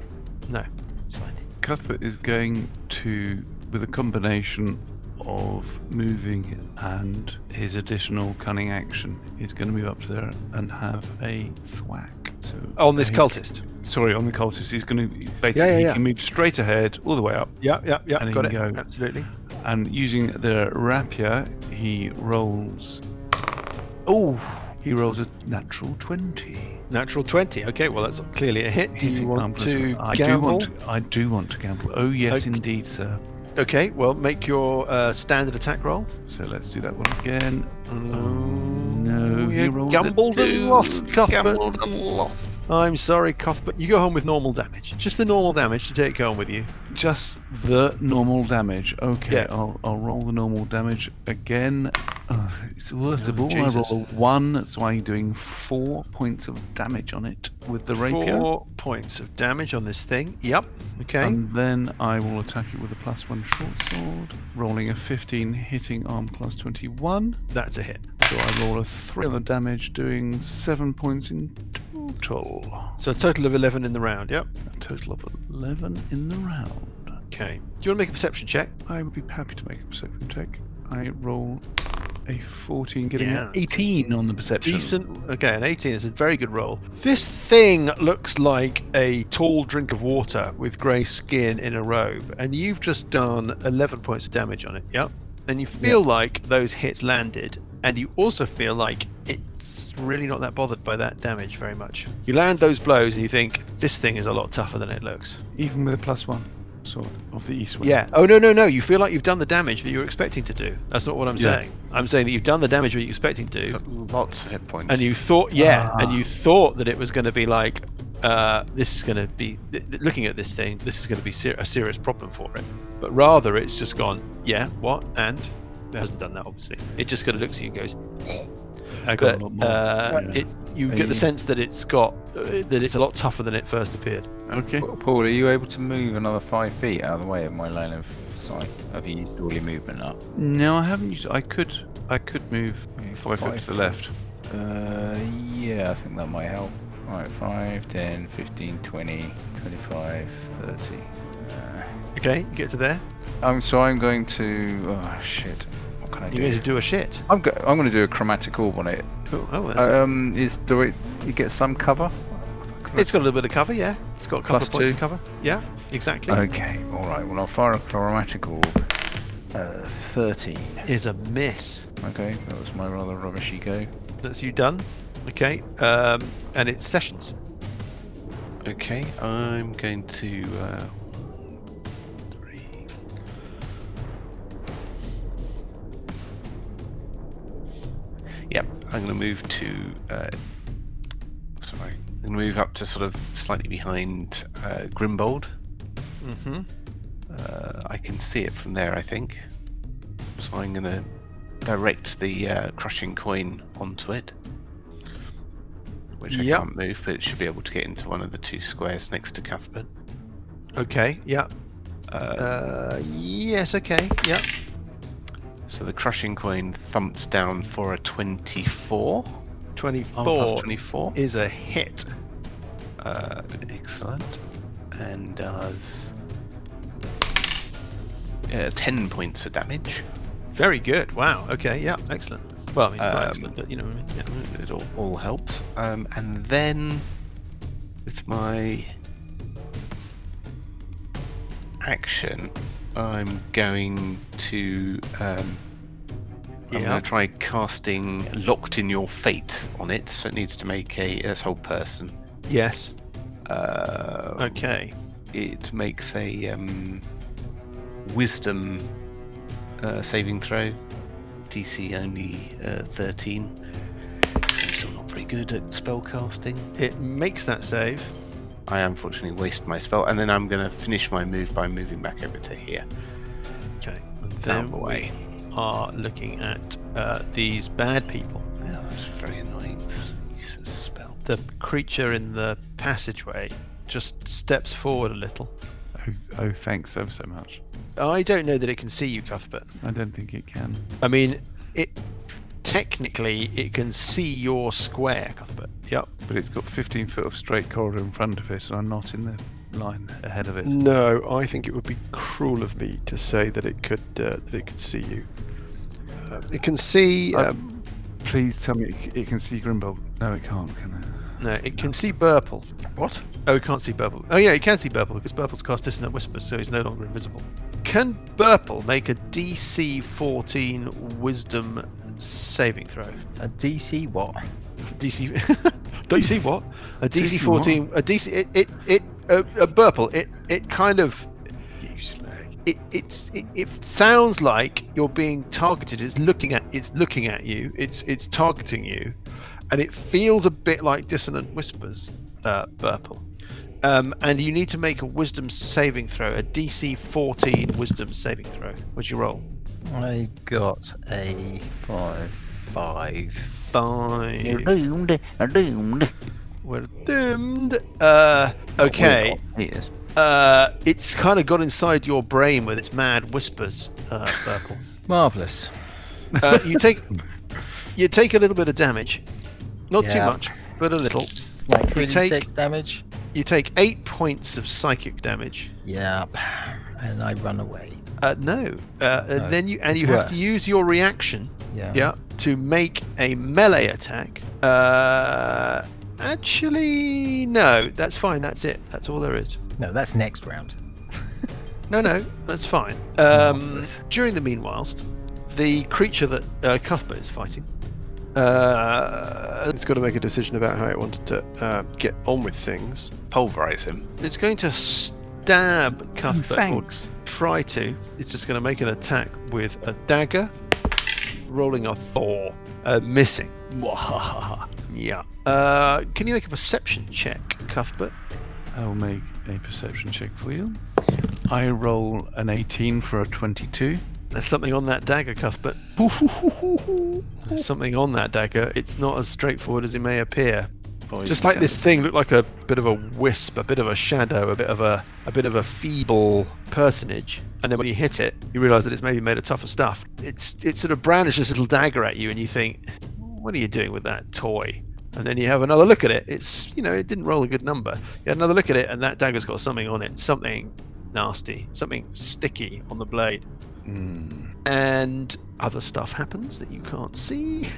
Speaker 1: No.
Speaker 3: So I did-
Speaker 7: Cuthbert is going to, with a combination of moving and his additional cunning action, he's going to move up to there and have a thwack. So
Speaker 1: Oh, On this
Speaker 7: a-
Speaker 1: cultist.
Speaker 7: Sorry, on the cultist. He's going to basically
Speaker 1: yeah,
Speaker 7: he
Speaker 1: yeah.
Speaker 7: can move straight ahead all the way up,
Speaker 1: Yeah, yeah, yeah.
Speaker 7: And in
Speaker 1: got
Speaker 7: you
Speaker 1: it.
Speaker 7: go.
Speaker 1: Absolutely.
Speaker 7: and using the rapier, he rolls. Oh, he rolls a natural twenty.
Speaker 1: Natural twenty. Okay, well that's clearly a hit. Do
Speaker 7: He's
Speaker 1: you want
Speaker 7: incompetent.
Speaker 1: to
Speaker 7: I
Speaker 1: gamble?
Speaker 7: Do want to, I do want to gamble. Oh yes,
Speaker 1: Ok-
Speaker 7: indeed, sir.
Speaker 1: Okay, well make your uh, standard attack roll.
Speaker 7: So let's do that one again.
Speaker 1: Oh,
Speaker 7: Mm, no,
Speaker 1: you
Speaker 7: he rolled a
Speaker 1: gambled and
Speaker 7: two.
Speaker 1: lost, Cuthbert.
Speaker 8: Gambled and lost.
Speaker 1: I'm sorry, Cuthbert. You go home with normal damage. Just the normal damage to take home with you.
Speaker 7: Just the normal damage. Okay,
Speaker 1: Yeah.
Speaker 7: I'll, I'll roll the normal damage again. Ugh, it's worth of
Speaker 1: Oh,
Speaker 7: all. I
Speaker 1: Jesus.
Speaker 7: roll a one, so I'm doing four points of damage on it with the rapier.
Speaker 1: Four points of damage on this thing. Yep. Okay.
Speaker 7: And then I will attack it with a plus one short sword, rolling a 15, hitting arm class 21.
Speaker 1: That's a hit.
Speaker 7: So I roll a three on the damage, doing seven points in total. total.
Speaker 1: So a total of 11 in the round, yep.
Speaker 7: A total of 11 in the round.
Speaker 1: Okay. Do you want to make a perception check?
Speaker 7: I would be happy to make a perception check. I roll a 14, getting
Speaker 1: Yeah.
Speaker 7: an 18 on the perception.
Speaker 1: Decent. Okay, an 18 is a very good roll. This thing looks like a tall drink of water with grey skin in a robe, and you've just done 11 points of damage on it. Yep. And you feel like those hits landed, and you also feel like it's really not that bothered by that damage very much. You land those blows, and you think this thing is a lot tougher than it looks.
Speaker 7: Even with a plus one sword of the east wind.
Speaker 1: Yeah. Oh no no no! You feel like you've done the damage that you were expecting to do. That's not what I'm
Speaker 7: Yeah.
Speaker 1: saying. I'm saying that you've done the damage that you're expecting to.
Speaker 8: Got lots of hit points.
Speaker 1: and you thought yeah and
Speaker 7: Ah.
Speaker 1: you thought that it was going to be like uh, this is going to be th- th- looking at this thing this is going to be ser- a serious problem for it but rather it's just gone yeah what and it hasn't done that obviously it just kind of looks at you and goes
Speaker 7: I got
Speaker 1: but,
Speaker 7: a lot more.
Speaker 1: uh,
Speaker 7: yeah.
Speaker 1: it, you get
Speaker 5: you-
Speaker 1: the sense that it's got uh, that it's a lot tougher than it first appeared
Speaker 7: okay.
Speaker 5: Pa- Paul, are you able to move another five feet out of the way of my line of sight? Have you used all your movement up?
Speaker 7: No, I haven't used. I could, I could move five, foot to the left.
Speaker 5: Uh, yeah, I think that might help. Right, 5, 10, 15, 20, 25, 30. Uh,
Speaker 1: okay you get to there
Speaker 5: um, so I'm going to. Oh, shit. What can I
Speaker 1: you're going to
Speaker 5: do?
Speaker 1: do a shit
Speaker 5: I'm, go- I'm going to do a chromatic orb on it.
Speaker 1: cool oh that's,
Speaker 7: Uh,
Speaker 5: Um, is do it? You get some cover.
Speaker 1: it's got a little bit of cover yeah it's got a couple
Speaker 5: Plus
Speaker 1: of points
Speaker 5: two.
Speaker 1: of cover yeah exactly
Speaker 5: Okay, all right. Well, I'll fire a chromatic orb. Uh, 13.
Speaker 1: is a miss
Speaker 5: Okay, that was my rather rubbishy go.
Speaker 1: that's you done okay um, and it's sessions
Speaker 8: Okay, I'm going to. Uh, three. Yep, I'm going to move to. Uh, sorry, I'm going to move up to sort of slightly behind uh, Grimbold.
Speaker 1: Mm-hmm.
Speaker 8: Uh, I can see it from there, I think. So I'm going to direct the uh, crushing coin onto it. Which I
Speaker 1: Yep.
Speaker 8: can't move, but it should be able to get into one of the two squares next to Cuthbert.
Speaker 1: Okay. Yeah.
Speaker 8: Uh,
Speaker 1: Uh, yes. Okay. Yeah.
Speaker 8: So the crushing coin thumps down for a 24.
Speaker 1: Twenty-four
Speaker 8: Oh, plus 24.
Speaker 1: is a hit.
Speaker 8: Uh, excellent. And does uh, 10 points of damage.
Speaker 1: Very good. Wow. Okay. Yeah. Excellent. Well, I mean, not
Speaker 8: Um,
Speaker 1: excellent, but you know what I mean. Yeah.
Speaker 8: It all, all helps. Um, and then with my action, I'm going to. Um, I'm
Speaker 1: Yeah.
Speaker 8: going to try casting Locked in Your Fate on it, so it needs to make a. uh, This whole person.
Speaker 1: Yes.
Speaker 8: Uh,
Speaker 1: Okay.
Speaker 8: It makes a um, wisdom uh, saving throw, DC only uh, 13. I'm still not very good at spell casting.
Speaker 1: It makes that save.
Speaker 8: I unfortunately waste my spell, and then I'm going to finish my move by moving back over to here.
Speaker 1: Okay. And
Speaker 8: Out
Speaker 1: then
Speaker 8: of the way.
Speaker 1: we are looking at uh, these bad people.
Speaker 8: Yeah, that's very annoying. Useless spell.
Speaker 1: The creature in the passageway just steps forward a little.
Speaker 7: Oh, oh, thanks ever so much.
Speaker 1: I don't know that it can see you, Cuthbert.
Speaker 7: I don't think it can.
Speaker 1: I mean, it technically it can see your square, Cuthbert. Yep.
Speaker 7: But it's got 15 foot of straight corridor in front of it, and I'm not in the line ahead of it.
Speaker 1: No, I think it would be cruel of me to say that it could uh, that it could see you. Uh, it can see. Um,
Speaker 7: Please tell me it, c- it can see Grimbold. No, it can't, can it?
Speaker 1: no, it can see Burple. What? Oh, it can't see Burple. Oh yeah, it can see Burple because Burple's cast Dissonant Whisper, so he's no longer invisible. Can Burple make a DC 14 Wisdom saving throw?
Speaker 3: A DC what?
Speaker 1: [LAUGHS] DC. DC what? A DC
Speaker 7: DC
Speaker 1: 14. A DC. It. It. it a, a Burple. It. It kind of
Speaker 7: You slag.
Speaker 1: it, it's it, it sounds like you're being targeted it's looking at it's looking at you it's it's targeting you and it feels a bit like dissonant whispers uh burple um, and you need to make a wisdom saving throw a dc 14 wisdom saving throw what's your roll
Speaker 3: I got a five. Five.
Speaker 1: five
Speaker 5: doomed. You're doomed.
Speaker 1: we're doomed uh okay
Speaker 5: Yes.
Speaker 1: uh it's kind of got inside your brain with its mad whispers uh burple
Speaker 3: Marvelous.
Speaker 1: Uh, you take you take a little bit of damage, not too
Speaker 3: Yeah.
Speaker 1: much, but a little.
Speaker 3: Like three
Speaker 1: take-
Speaker 3: take... damage.
Speaker 1: You take eight points of psychic damage.
Speaker 3: Yep. And I run away.
Speaker 1: Uh, no, uh, and
Speaker 3: No,
Speaker 1: then you and
Speaker 3: it's
Speaker 1: you have to
Speaker 3: worse.
Speaker 1: use your reaction.
Speaker 3: Yeah.
Speaker 1: Yeah, to make a melee attack. Uh, actually, no, that's fine. That's it. That's all there is.
Speaker 3: No, that's next round.
Speaker 1: No, no, that's fine. Um, during the meanwhilest, the creature that uh, Cuthbert is fighting, uh, it's got to make a decision about how it wanted to uh, get on with things.
Speaker 2: Pulverize him.
Speaker 1: It's going to stab Cuthbert. or
Speaker 7: Thanks.
Speaker 1: try to. It's just going to make an attack with a dagger, rolling a four, uh, missing. yeah. Uh, can you make a perception check, Cuthbert?
Speaker 7: I'll make a perception check for you. I roll an 18 for a 22.
Speaker 1: There's something on that dagger, Cuthbert. There's something on that dagger. It's not as straightforward as it may appear. It's just like this thing looked like a bit of a wisp, a bit of a shadow, a bit of a a bit of a feeble personage. And then when you hit it, you realise that it's maybe made of tougher stuff. It's it sort of brandishes this little dagger at you, and you think, what are you doing with that toy? And then you have another look at it. It's you know it didn't roll a good number. You had another look at it, and that dagger's got something on it, something nasty, something sticky on the blade and other stuff happens that you can't see.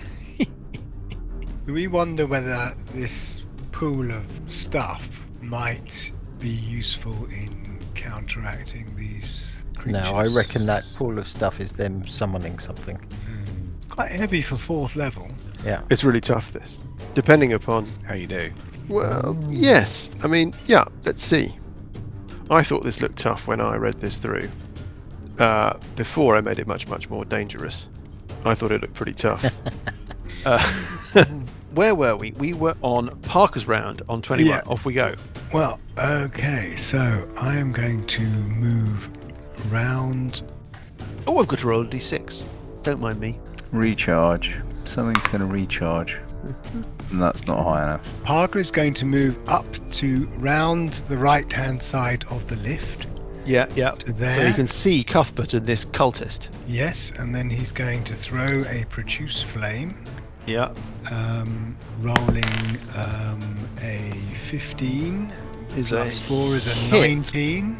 Speaker 1: [LAUGHS]
Speaker 6: Do we wonder whether this pool of stuff might be useful in counteracting these creatures?
Speaker 3: No, I reckon that pool of stuff is them summoning something.
Speaker 6: Hmm. Quite heavy for fourth level.
Speaker 10: It's really tough, this. Depending upon.
Speaker 2: How you do?
Speaker 10: Well, yes. I mean, yeah, let's see. I thought this looked tough when I read this through. Uh, before I made it much, much more dangerous. I thought it looked pretty tough.
Speaker 1: Uh, [LAUGHS] where were we? We were on Parker's round on 21.
Speaker 6: Yeah.
Speaker 1: Off we go.
Speaker 6: Well, okay, so I am going to move round.
Speaker 1: Oh, I've got to roll a d6. Don't mind me.
Speaker 5: Recharge. Something's going to recharge. And that's not high enough.
Speaker 6: Parker is going to move up to round the right hand side of the lift
Speaker 1: Yeah, yeah.
Speaker 6: to there.
Speaker 1: So you can see Cuthbert and this cultist.
Speaker 6: Yes, and then he's going to throw a produce flame.
Speaker 1: Yeah.
Speaker 6: um, rolling um, a 15
Speaker 1: Is
Speaker 6: plus
Speaker 1: a
Speaker 6: 4 is a
Speaker 1: hit.
Speaker 6: 19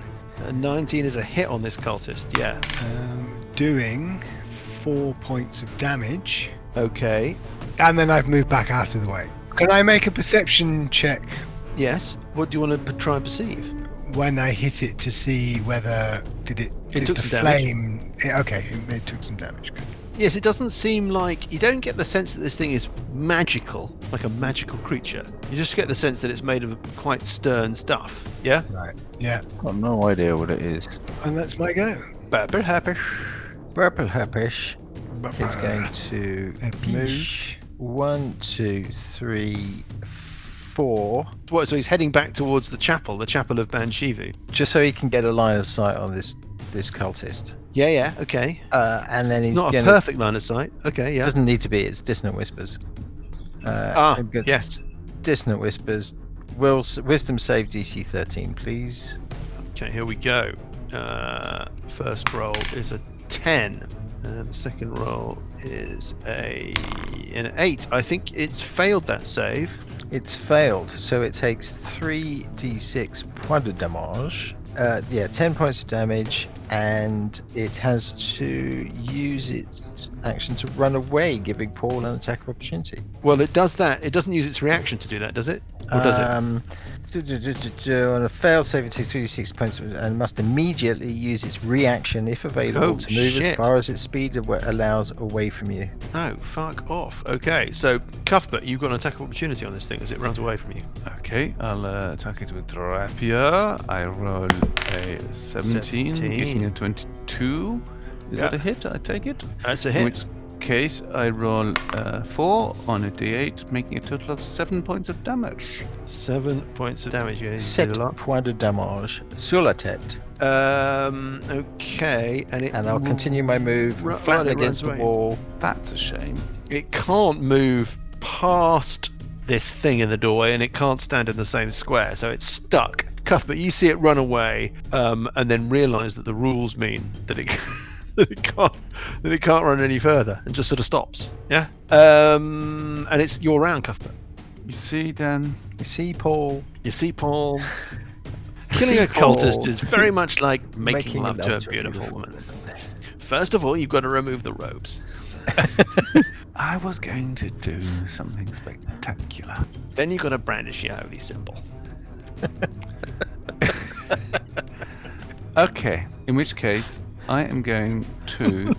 Speaker 1: A 19 Uh, is a hit on this cultist. Yeah.
Speaker 6: um, doing 4 points of damage
Speaker 1: Okay.
Speaker 6: and then I've moved back out of the way can I make a perception check
Speaker 1: Yes. What do you want to p- try and perceive?
Speaker 6: when I hit it to see whether did it did
Speaker 1: took
Speaker 6: the
Speaker 1: some damage.
Speaker 6: flame it- okay it, it took some damage good
Speaker 1: Yes, it doesn't seem like you don't get the sense that this thing is magical, like a magical creature. You just get the sense that it's made of quite stern stuff. Yeah.
Speaker 6: yeah
Speaker 5: I've got no idea what it is.
Speaker 6: and that's my go
Speaker 1: Purple happish.
Speaker 3: Purple Herpish
Speaker 1: [SIGHS]
Speaker 3: is going to
Speaker 6: It
Speaker 3: move. One, two, three, four.
Speaker 1: What, so he's heading back towards the chapel, the chapel of Banshivu.
Speaker 3: Just so he can get a line of sight on this this cultist.
Speaker 1: Yeah, yeah, okay.
Speaker 3: Uh, and then
Speaker 1: It's
Speaker 3: he's
Speaker 1: not a
Speaker 3: gonna-
Speaker 1: perfect line of sight. Okay, yeah.
Speaker 3: Doesn't need to be. It's dissonant whispers. Uh,
Speaker 1: Ah,
Speaker 3: I've got
Speaker 1: yes.
Speaker 3: Dissonant whispers. Will s- wisdom save DC 13, please?
Speaker 1: Okay, here we go. Uh, first roll is a 10. And the second roll is a an 8. I think it's failed that save.
Speaker 3: It's failed, so it takes 3d6 points de damage. Uh, yeah, 10 points of damage, and it has to use its action to run away, giving Paul an attack of opportunity.
Speaker 1: Well, it does that. It doesn't use its reaction to do that, does it? Or does it?
Speaker 3: um, it? On a failed save, it takes 3d6 points of- and must immediately use its reaction, if available,
Speaker 1: Oh,
Speaker 3: to move
Speaker 1: shit.
Speaker 3: as far as its speed awa- allows away from you.
Speaker 1: No, fuck off. Okay, so Cuthbert, you've got an attack of opportunity on this thing as it runs away from you.
Speaker 7: Okay, I'll uh, attack it with rapier. I roll a 17, getting a 22. Is that a hit? I take it.
Speaker 1: That's a
Speaker 7: In
Speaker 1: hit.
Speaker 7: which case, I roll uh, 4 on a d8, making a total of 7 points of damage.
Speaker 1: Seven points of damage. You need to do
Speaker 3: Set
Speaker 1: a lot.
Speaker 3: point de damage sur la tête.
Speaker 1: Um. Okay, and it
Speaker 3: and I'll continue my move
Speaker 1: Ru-
Speaker 3: flat
Speaker 1: right, it
Speaker 3: against the
Speaker 1: runs away.
Speaker 3: wall.
Speaker 7: That's a shame.
Speaker 1: It can't move past this thing in the doorway, and it can't stand in the same square, so it's stuck. Cuthbert, you see it run away, um, and then realise that the rules mean that it [LAUGHS] that it can't that it can't run any further, and just sort of stops. Yeah. Um. And it's your round, Cuthbert.
Speaker 7: You see, Dan.
Speaker 3: You see, Paul
Speaker 1: You see, [LAUGHS] Paul, killing a cultist is very much [LAUGHS] like making, love, to a beautiful, woman. First of all, you've got to remove the robes.
Speaker 7: I was going to do something spectacular.
Speaker 1: Then you've got to brandish your holy symbol.
Speaker 7: Okay. In which case, I am going to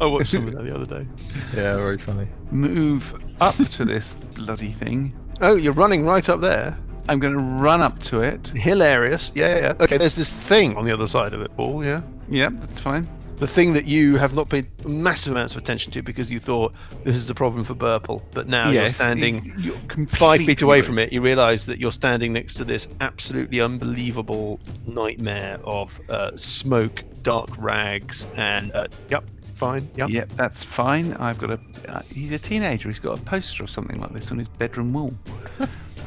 Speaker 1: I [LAUGHS] watched some of that the other day.
Speaker 3: Yeah, very funny.
Speaker 7: move up to this bloody thing.
Speaker 1: Oh, you're running right up there.
Speaker 7: I'm going to run up to it.
Speaker 1: Hilarious. Yeah, yeah, yeah. Okay, there's this thing on the other side of it, Paul, yeah?
Speaker 7: Yep, that's fine.
Speaker 1: The thing that you have not paid massive amounts of attention to because you thought this is a problem for Burple, but now you're
Speaker 7: Yes,
Speaker 1: standing
Speaker 7: you- you're
Speaker 1: five feet
Speaker 7: completely
Speaker 1: away
Speaker 7: right.
Speaker 1: from it. You realise that you're standing next to this absolutely unbelievable nightmare of uh, smoke, dark rags, and uh, yep, fine, yep.
Speaker 7: Yep, that's fine. I've got a. Uh, he's a teenager. He's got a poster of something like this on his
Speaker 1: [LAUGHS]
Speaker 7: bedroom wall.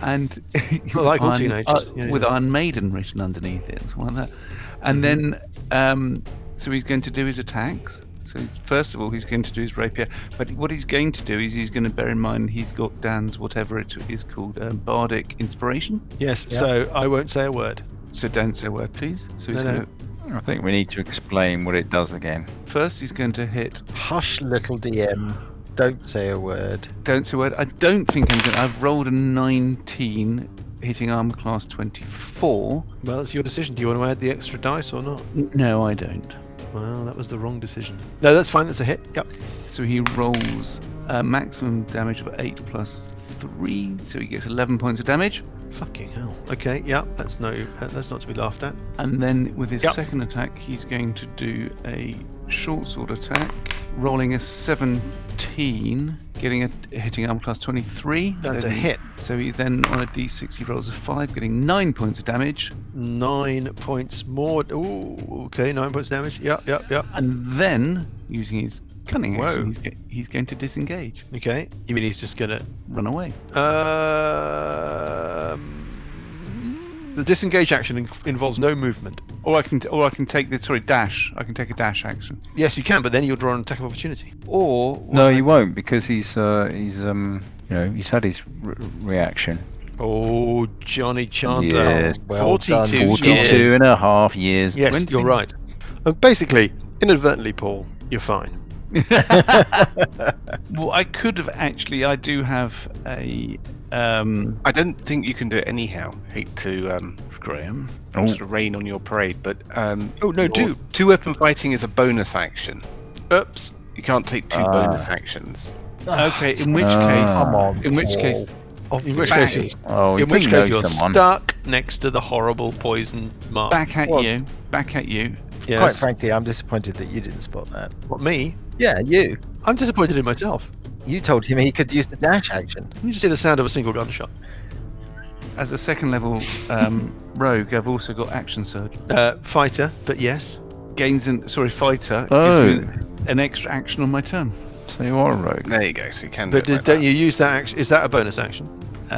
Speaker 7: And
Speaker 1: I like all
Speaker 7: un-
Speaker 1: teenagers,
Speaker 7: uh,
Speaker 1: yeah,
Speaker 7: with
Speaker 1: yeah. Mm-hmm.
Speaker 7: Unmaiden written underneath it, something like that. And then, um, so he's going to do his attacks. So he's- first of all, he's going to do his rapier. But what he's going to do is he's going to bear in mind he's got Dan's whatever it is called um, bardic inspiration.
Speaker 1: Yes, so I won't say a word.
Speaker 7: So don't say a word, please. So he's
Speaker 1: No, no.
Speaker 7: going to,
Speaker 5: I think we need to explain what it does again.
Speaker 7: first he's going to hit
Speaker 3: Hush, little DM. Don't say a word.
Speaker 7: Don't say a word. I don't think I'm going. I've rolled a 19, hitting armor class 24.
Speaker 1: Well, it's your decision. Do you want to add the extra dice or not?
Speaker 7: N- No, I don't.
Speaker 1: Well, that was the wrong decision. No, that's fine. That's a hit. Yep.
Speaker 7: So he rolls a maximum damage of 8 plus 3, so he gets 11 points of damage.
Speaker 1: Fucking hell. Okay. Yep. That's no. that- That's not to be laughed at.
Speaker 7: And then with his
Speaker 1: Yep.
Speaker 7: second attack, he's going to do a short sword attack, rolling a 17, getting a hitting armor class 23.
Speaker 1: That's
Speaker 7: Then
Speaker 1: a
Speaker 7: he's-
Speaker 1: hit.
Speaker 7: So he then on a d6 he rolls a 5, getting 9 points of damage.
Speaker 1: Nine points more. Ooh. Okay. Nine points damage. Yep. Yep. Yep.
Speaker 7: and then using his cunning
Speaker 1: Whoa.
Speaker 7: action, he's, go- he's going to disengage,
Speaker 1: Okay. You mean he's just gonna?
Speaker 7: run away.
Speaker 1: Um. The disengage action in- involves no movement.
Speaker 7: Or I can, or I can take the sorry dash. I can take a dash action.
Speaker 1: Yes, you can, but then you'll draw an attack of opportunity.
Speaker 7: Or
Speaker 5: No, you won't because he's uh, he's um you know he's had his re- reaction.
Speaker 1: Oh, Johnny Chandler.
Speaker 5: Yes.
Speaker 3: Well done.
Speaker 1: 42
Speaker 5: 42
Speaker 1: years.
Speaker 5: and a half years.
Speaker 1: Yes,
Speaker 7: When did
Speaker 1: you're
Speaker 7: he-
Speaker 1: right.
Speaker 10: Uh, basically, inadvertently, Paul, you're fine.
Speaker 7: Well, I could have actually. I do have a um,
Speaker 8: I don't think you can do it anyhow. Hate to um,
Speaker 7: Graham.
Speaker 5: Oh.
Speaker 8: sort of rain on your parade, but um,
Speaker 1: Oh no,
Speaker 8: your-
Speaker 1: do.
Speaker 8: two weapon fighting is a bonus action.
Speaker 1: Oops.
Speaker 8: You can't take two
Speaker 5: Ah.
Speaker 8: bonus actions.
Speaker 7: Okay, in which
Speaker 5: Ah.
Speaker 7: case,
Speaker 3: Come on.
Speaker 7: in which
Speaker 3: Paul.
Speaker 7: case,
Speaker 1: In which case,
Speaker 8: Bang.
Speaker 1: you're-
Speaker 5: Oh, you
Speaker 1: in which
Speaker 5: think knows
Speaker 1: case you're
Speaker 5: someone.
Speaker 1: stuck next to the horrible poison mark.
Speaker 7: back at
Speaker 3: Well-
Speaker 7: you, back at you.
Speaker 1: Yes.
Speaker 3: Quite frankly, I'm disappointed that you didn't spot that.
Speaker 1: What, me?
Speaker 3: Yeah, you.
Speaker 1: I'm disappointed in myself.
Speaker 3: You told him he could use the dash action.
Speaker 1: You just hear the sound of a single gunshot.
Speaker 7: As a second level um, [LAUGHS] rogue, I've also got action surge.
Speaker 1: Uh, fighter, but yes.
Speaker 7: Gains an sorry fighter
Speaker 5: Oh.
Speaker 7: gives me an extra action on my turn.
Speaker 5: So you are a rogue.
Speaker 8: There you go. So you can.
Speaker 1: But d-
Speaker 8: do it like
Speaker 1: don't
Speaker 8: that.
Speaker 1: you use that action? Is that a bonus action?
Speaker 7: Uh,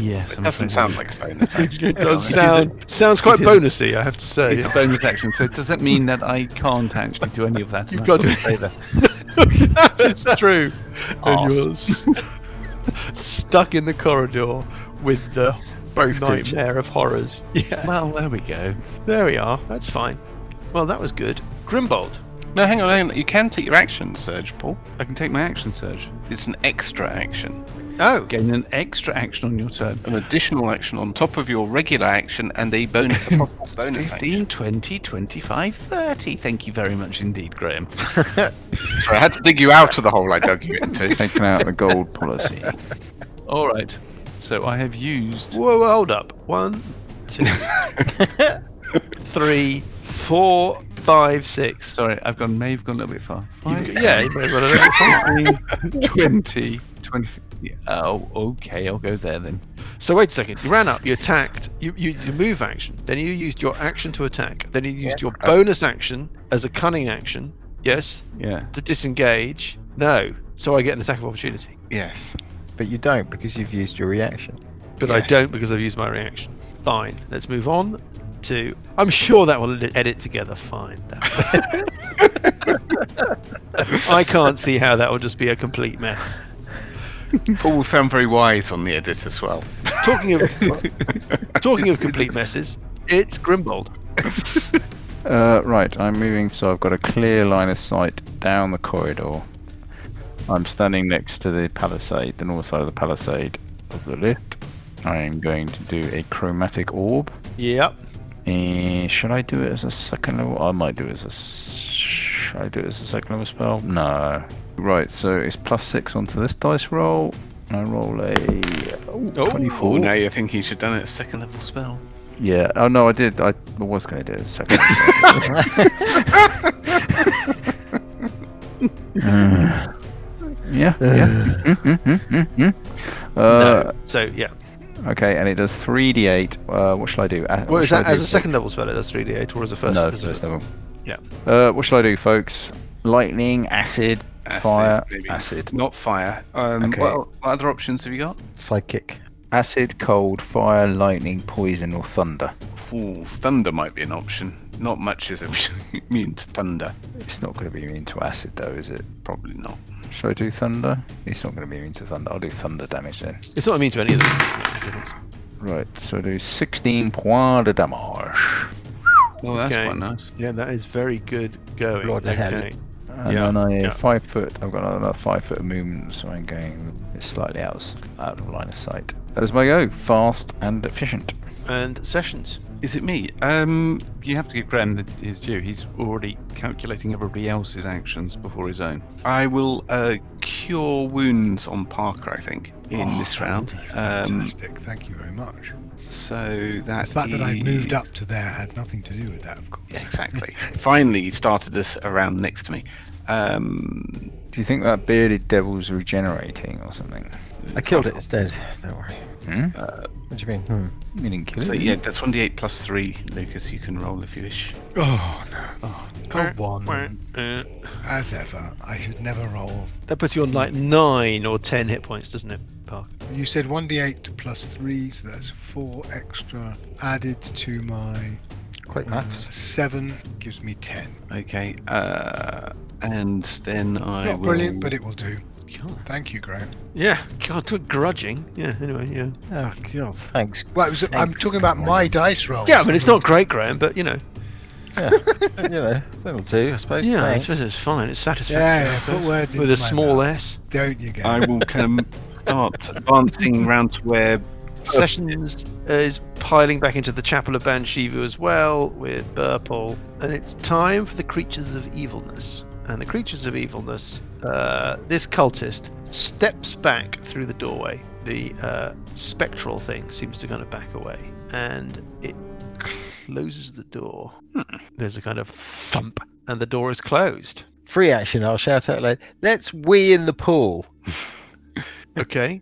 Speaker 7: yes,
Speaker 8: It
Speaker 7: I'm
Speaker 8: doesn't
Speaker 7: afraid
Speaker 8: sound like a bonus
Speaker 7: [LAUGHS]
Speaker 8: action.
Speaker 1: It does sound sounds quite bonusy, I have to say.
Speaker 7: It's a
Speaker 1: [LAUGHS]
Speaker 7: bonus action, so does that mean that I can't actually do any of that?
Speaker 1: You've got to [LAUGHS] It's true. And you're s- stuck in the corridor with the
Speaker 10: Both creatures.
Speaker 1: nightmare of horrors. [LAUGHS] Yeah.
Speaker 7: Well, there we go.
Speaker 1: There we are. That's fine. Well, that was good. Grimbold.
Speaker 8: No, hang on, hang on. You can take your action surge, Paul.
Speaker 7: I can take my action surge.
Speaker 8: It's an extra action,
Speaker 1: Oh,
Speaker 7: Gain an extra action on your turn.
Speaker 8: an additional action on top of your regular action, and a bonus
Speaker 7: [LAUGHS]
Speaker 8: a possible bonus action.
Speaker 7: 15, 20, 25, 30. Thank you very much indeed, Graham.
Speaker 8: Sorry, I had to dig you out of the hole I dug you into.
Speaker 5: Taking out the gold policy.
Speaker 7: [LAUGHS] All right. So I have used.
Speaker 1: Whoa, whoa, hold up. One, two, three, four, five, six.
Speaker 7: Sorry, I've gone. May have gone a little bit far.
Speaker 1: You've got- yeah, you may have got a little far.
Speaker 8: [LAUGHS]
Speaker 7: 15, 20, 20. yeah, Oh, okay. I'll go there then.
Speaker 1: So wait a second. You ran up. You attacked. You you, you move action. Then you used your action to attack. Then you used your bonus action as a cunning action. Yes.
Speaker 7: Yeah.
Speaker 1: To disengage. No. So I get an attack of opportunity.
Speaker 8: [LAUGHS] Yes.
Speaker 3: But you don't because you've used your reaction.
Speaker 1: But I
Speaker 8: Yes.
Speaker 1: don't because I've used my reaction. Fine. Let's move on to. I'm sure that will edit together fine. [LAUGHS] That- I can't see how that will just be a complete mess.
Speaker 8: Paul will sound very wise on the edit as well.
Speaker 1: Talking
Speaker 8: [LAUGHS]
Speaker 1: of talking of complete messes, it's Grimbold.
Speaker 5: Uh, right, I'm moving so I've got a clear line of sight down the corridor. I'm standing next to the palisade, the north side of the palisade of the lift. I am going to do a chromatic orb.
Speaker 1: Yep.
Speaker 5: Eh, should I do it as a second level? I might do it as a. s- Should I do it as a second level spell? No. Right, so it's plus six onto this dice roll. I roll a ooh,
Speaker 1: Oh,
Speaker 5: 24.
Speaker 8: Oh, now you think you should have done it a second level
Speaker 7: [LAUGHS]
Speaker 8: spell.
Speaker 5: Yeah. Oh no, I did. I was going to do it as a
Speaker 1: [LAUGHS]
Speaker 5: second. [LAUGHS] Uh, yeah. Yeah. Mm, mm, mm, mm, mm. Uh,
Speaker 1: no. So yeah.
Speaker 5: Okay, and it does three d8. Uh, what shall I do? Uh,
Speaker 1: Well,
Speaker 5: what
Speaker 1: is
Speaker 5: shall
Speaker 1: that
Speaker 5: I do,
Speaker 1: as a second level spell? It does three d eight, or as a
Speaker 5: folks?
Speaker 1: first?
Speaker 5: No,
Speaker 1: as a
Speaker 5: first level.
Speaker 1: Yeah.
Speaker 5: Uh, what shall I do, folks? Lightning, acid,
Speaker 8: Acid,
Speaker 5: fire,
Speaker 8: maybe.
Speaker 5: acid,
Speaker 8: Not fire. Um,
Speaker 5: Okay.
Speaker 8: what, what other options have you got?
Speaker 3: Psychic.
Speaker 5: acid, cold, fire, lightning, poison, or thunder.
Speaker 8: Ooh, thunder might be an option. Not much is [LAUGHS] immune to thunder.
Speaker 5: It's not going to be immune to acid, though, is it?
Speaker 8: Probably not.
Speaker 5: Shall I do thunder? It's not going to be immune to thunder. I'll do thunder damage then.
Speaker 1: It's not immune to any of them. it's not a difference.
Speaker 5: Right, so do 16 points de damage.
Speaker 7: Oh, that's
Speaker 1: Okay.
Speaker 7: quite nice.
Speaker 1: Yeah, that is very good going.
Speaker 3: Bloody hell.
Speaker 1: okay.
Speaker 5: And
Speaker 1: Yeah,
Speaker 5: then I
Speaker 1: yeah.
Speaker 5: five foot. I've got another five foot of movement, so I'm going slightly out of, out of line of sight. That is my go. Fast and efficient.
Speaker 1: And sessions.
Speaker 8: Is it me? Um,
Speaker 7: You have to give Graham the, his due. He's already calculating everybody else's actions before his own.
Speaker 8: I will uh, cure wounds on Parker, I think, in
Speaker 6: Oh,
Speaker 8: this round. Um,
Speaker 6: Fantastic. Thank you very much.
Speaker 8: so
Speaker 6: The
Speaker 8: that
Speaker 6: fact that I moved
Speaker 8: is-
Speaker 6: up to there had nothing to do with that, of course.
Speaker 8: Yeah, [LAUGHS] exactly. Finally, you started this around next to me. Um,
Speaker 5: Do you think that bearded devil's regenerating or something?
Speaker 3: I killed it. It's dead. Don't worry.
Speaker 5: Hmm?
Speaker 3: What do you mean? Hmm.
Speaker 5: You didn't kill
Speaker 8: so
Speaker 5: it.
Speaker 8: yeah, that's one d8 plus three, Lucas. You can roll if you wish.
Speaker 6: Oh, no. Oh, a one.
Speaker 1: Uh,
Speaker 6: As ever, I should never roll.
Speaker 1: that puts you on like nine or ten hit points, doesn't it, Parker?
Speaker 6: You said 1d8 plus 3, so that's 4 extra added to my
Speaker 3: Quick
Speaker 6: uh,
Speaker 3: maths.
Speaker 6: 7, gives me 10.
Speaker 8: Okay. Uh, and then I
Speaker 6: Not
Speaker 8: will.
Speaker 6: brilliant, but it will do.
Speaker 1: God.
Speaker 6: Thank you, Graham.
Speaker 1: Yeah. God, we're grudging. Yeah. Anyway. Yeah.
Speaker 3: Oh god. Thanks.
Speaker 6: Well, it was, I'm
Speaker 3: Thanks,
Speaker 6: talking about my
Speaker 3: Graham.
Speaker 6: dice roll.
Speaker 1: Yeah. I mean, it's not great, Graham, but you know.
Speaker 3: [LAUGHS] you know, that'll do, I suppose.
Speaker 1: Yeah. I
Speaker 3: Thanks.
Speaker 1: suppose it's fine. It's satisfactory.
Speaker 6: Yeah,
Speaker 1: I
Speaker 6: yeah, put
Speaker 1: suppose.
Speaker 6: words
Speaker 1: with
Speaker 6: into
Speaker 1: a
Speaker 6: my
Speaker 1: small
Speaker 6: mouth.
Speaker 1: s.
Speaker 6: Don't you get [LAUGHS]
Speaker 8: I will come start advancing round to where
Speaker 1: Sessions uh, is piling back into the Chapel of Banshivu as well with Burple, and it's time for the Creatures of Evilness. And the Creatures of Evilness, uh, this cultist steps back through the doorway. The uh, spectral thing seems to kind of back away, and it closes the door. There's a kind of thump, and the door is closed.
Speaker 3: Free action. I'll shout out loud. Let's wee in the pool.
Speaker 1: Okay.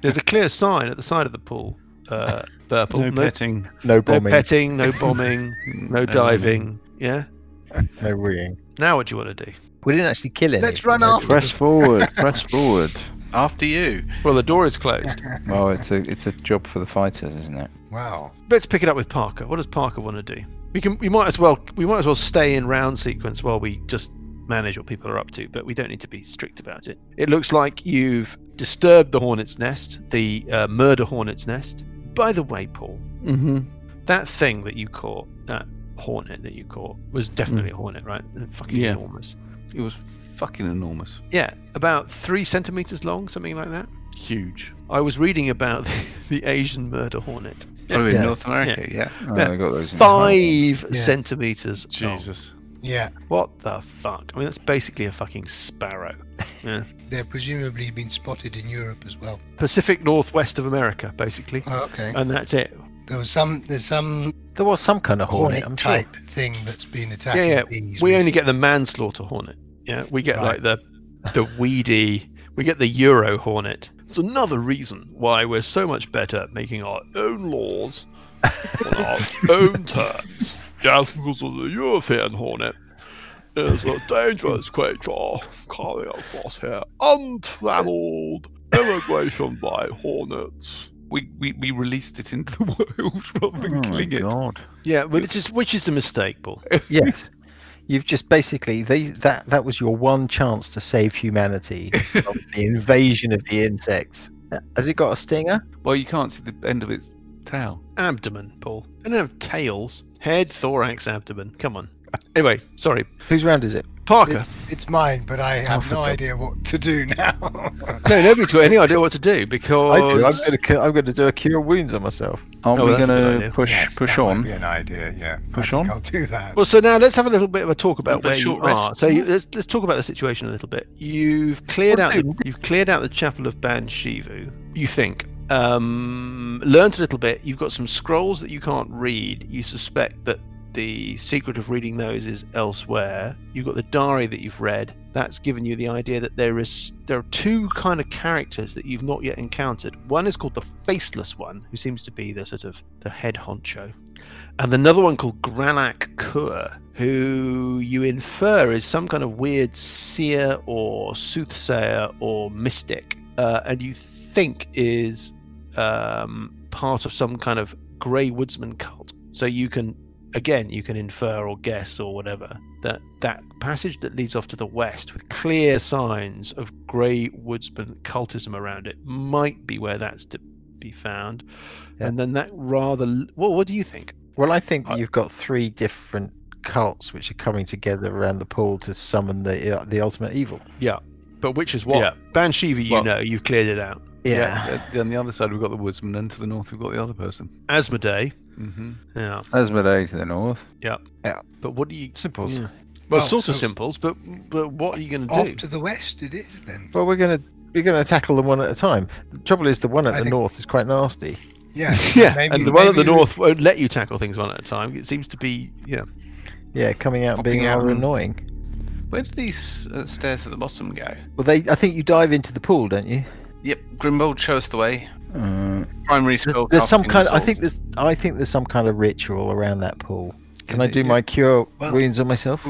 Speaker 1: There's a clear sign at the side of the pool. Uh, Burple,
Speaker 7: No,
Speaker 1: no
Speaker 7: petting.
Speaker 3: No
Speaker 1: No
Speaker 3: bombing. No,
Speaker 1: petting, no bombing, no diving. Yeah.
Speaker 3: weeing.
Speaker 1: Now what do you want to do?
Speaker 3: We didn't actually kill it.
Speaker 6: Let's run after
Speaker 5: Press forward. press forward.
Speaker 8: after you.
Speaker 1: Well, the door is closed.
Speaker 5: Well, it's a it's a job for the fighters, isn't it?
Speaker 6: Wow.
Speaker 1: Let's pick it up with Parker. What does Parker want to do? We can. We might as well. We might as well stay in round sequence while we just manage what people are up to. But we don't need to be strict about it. It looks like you've disturbed the hornet's nest, the uh, murder hornet's nest. By the way, Paul, mm-hmm. that thing that you caught, that hornet that you caught, was definitely a hornet, right? Fucking
Speaker 7: Yeah.
Speaker 1: enormous.
Speaker 7: It was fucking enormous.
Speaker 1: Yeah, about three centimeters long, something like that.
Speaker 7: Huge.
Speaker 1: I was reading about [LAUGHS] the, the Asian murder hornet.
Speaker 8: Oh, in
Speaker 3: Yeah.
Speaker 8: North America, yeah.
Speaker 5: Oh,
Speaker 1: Yeah.
Speaker 5: I got those. in time.
Speaker 1: Five
Speaker 6: Yeah.
Speaker 1: centimeters. long.
Speaker 7: Jesus.
Speaker 6: Yeah,
Speaker 1: What the fuck? I mean, that's basically a fucking sparrow. Yeah.
Speaker 6: they've presumably been spotted in Europe as well.
Speaker 1: Pacific northwest of America, basically.
Speaker 6: Oh, okay.
Speaker 1: And that's it.
Speaker 6: There was some. There's some
Speaker 3: There was some kind of hornet.
Speaker 6: hornet
Speaker 3: I'm sure.
Speaker 6: type thing that's been
Speaker 1: Yeah,
Speaker 6: attacking.
Speaker 1: yeah.
Speaker 6: bees
Speaker 1: We only
Speaker 6: recently.
Speaker 1: get the manslaughter hornet. Yeah, we get like
Speaker 6: Right.
Speaker 1: the the weedy. We get the Euro hornet. It's another reason why we're so much better at making our own laws on
Speaker 6: [LAUGHS]
Speaker 1: our own terms. Just because of the European hornet is a dangerous creature coming across here, untrammeled immigration by hornets.
Speaker 7: We, we we released it into the [LAUGHS] world rather than
Speaker 5: Oh my
Speaker 7: killing it.
Speaker 5: god.
Speaker 1: Yeah, which is which is a mistake, Paul.
Speaker 3: Yes. You've just basically they that that was your one chance to save humanity from the invasion of the insects. Uh, Has it got a stinger?
Speaker 7: Well, you can't see the end of its tail.
Speaker 1: Abdomen, Paul. They don't have tails. Head, thorax, abdomen. Come on. Anyway, sorry.
Speaker 3: Whose round is it?
Speaker 1: Parker.
Speaker 6: It's, it's mine, but I
Speaker 1: Oh,
Speaker 6: have
Speaker 3: for
Speaker 6: no
Speaker 3: God's
Speaker 6: idea what to do [LAUGHS] now.
Speaker 1: No, nobody's got any idea what to do because
Speaker 3: I do. I'm going to I'm going to do a cure wounds on myself.
Speaker 5: Aren't
Speaker 1: Oh,
Speaker 5: we
Speaker 1: that's a good
Speaker 5: going
Speaker 1: idea.
Speaker 5: to push
Speaker 6: Yes,
Speaker 5: push
Speaker 6: that might
Speaker 5: on?
Speaker 6: be an idea, yeah. I
Speaker 5: Push
Speaker 6: think
Speaker 5: on?
Speaker 6: I'll do that.
Speaker 1: Well, so now let's have a little bit of a talk about
Speaker 7: Bit of
Speaker 1: where
Speaker 7: a
Speaker 1: you
Speaker 7: short rest.
Speaker 1: are. So you, let's let's talk about the situation a little bit. You've cleared out the, you've cleared out the chapel of Ban Shivu. You think um, learned a little bit. You've got some scrolls that you can't read. You suspect that the secret of reading those is elsewhere. You've got the diary that you've read. That's given you the idea that there is there are two kind of characters that you've not yet encountered. One is called the Faceless One, who seems to be the sort of the head honcho and another one called Granak Kur, who you infer is some kind of weird seer or soothsayer or mystic, uh, and you think is um, part of some kind of Grey Woodsman cult. So you can, again, you can infer or guess or whatever that that passage that leads off to the west with clear signs of Grey Woodsman cultism around it might be where that's to be found.
Speaker 3: Yeah.
Speaker 1: And then that rather, well, what do you think?
Speaker 3: Well, I think you've got three different cults which are coming together around the pool to summon the uh, the ultimate evil.
Speaker 1: But which is what?
Speaker 7: Yeah.
Speaker 1: Banshiva, you
Speaker 7: Well-
Speaker 1: know, you've cleared it out.
Speaker 7: yeah. On the other side, we've got the woodsman, and to the north, we've got the other person.
Speaker 1: Asmodee.
Speaker 7: Mm-hmm.
Speaker 1: Yeah.
Speaker 5: Asmodee to the north.
Speaker 1: But what do you.
Speaker 3: Simple.
Speaker 1: Yeah. Well,
Speaker 6: Oh,
Speaker 1: sort of
Speaker 6: so-
Speaker 1: simples, but but what are you going to
Speaker 6: Off
Speaker 1: do?
Speaker 6: to the west it is then.
Speaker 3: Well, we're going to we're going to tackle them one at a time. The trouble is, the one at
Speaker 6: I
Speaker 3: the
Speaker 6: think-
Speaker 3: north is quite nasty.
Speaker 6: Yeah.
Speaker 1: [LAUGHS] [LAUGHS] yeah, and
Speaker 6: maybe-
Speaker 1: the one at the
Speaker 6: maybe-
Speaker 1: north won't let you tackle things one at a time. It seems to be, yeah.
Speaker 3: Yeah, coming out and being
Speaker 8: Popping out
Speaker 3: rather
Speaker 8: and-
Speaker 3: annoying.
Speaker 8: Where do these uh, stairs at the bottom go?
Speaker 3: Well, they I think you dive into the pool, don't you?
Speaker 8: Yep, Grimbold, show us the way.
Speaker 5: Uh,
Speaker 8: Primary
Speaker 3: There's,
Speaker 8: spell.
Speaker 3: there's some
Speaker 8: casting
Speaker 3: kind. I
Speaker 8: results.
Speaker 3: think there's I think there's some kind of ritual around that pool. Can I
Speaker 8: Yeah,
Speaker 3: do
Speaker 8: yeah.
Speaker 3: my cure
Speaker 6: Well-
Speaker 3: wounds on myself?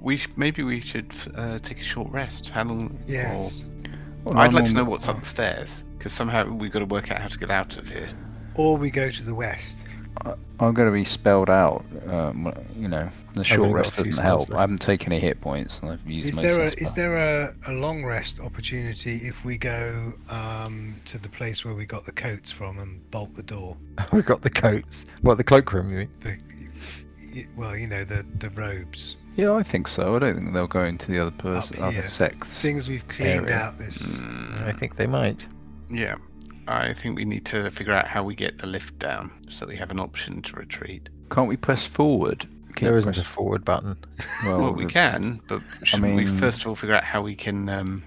Speaker 8: we sh- maybe we should uh, take a short rest. How long? or-
Speaker 6: Yes.
Speaker 5: well,
Speaker 8: I'd
Speaker 5: I'm
Speaker 8: like to
Speaker 5: on-
Speaker 8: know what's upstairs because somehow we've got to work out how to get out of here.
Speaker 6: Or we go to the west.
Speaker 5: I'm going to be spelled out. Um, you know, the short
Speaker 3: only got a
Speaker 5: rest
Speaker 3: few
Speaker 5: doesn't
Speaker 3: spells
Speaker 5: help.
Speaker 3: left.
Speaker 5: I haven't taken any hit points, and I've used
Speaker 6: Is
Speaker 5: most
Speaker 6: there a
Speaker 5: of the
Speaker 6: is there a, a long rest opportunity if we go um, to the place where we got the coats from and bolt the door?
Speaker 3: [LAUGHS] We've got the coats. What the cloakroom? You mean?
Speaker 6: The, y- well, you know the the robes.
Speaker 5: Yeah, I think so. I don't think they'll go into the other person,
Speaker 6: Up
Speaker 5: other
Speaker 6: here.
Speaker 5: sects.
Speaker 6: Things we've cleaned
Speaker 3: Area.
Speaker 6: out this.
Speaker 1: Hmm.
Speaker 3: I think they might.
Speaker 8: Yeah, I think we need to figure out how we get the lift down so we have an option to retreat.
Speaker 5: Can't we press forward? Keep
Speaker 3: there isn't a
Speaker 5: press-
Speaker 3: forward button. Oh,
Speaker 5: Well,
Speaker 8: well, we
Speaker 5: the-
Speaker 8: can, but should we
Speaker 5: mean-
Speaker 8: first of all figure out how we can? Um,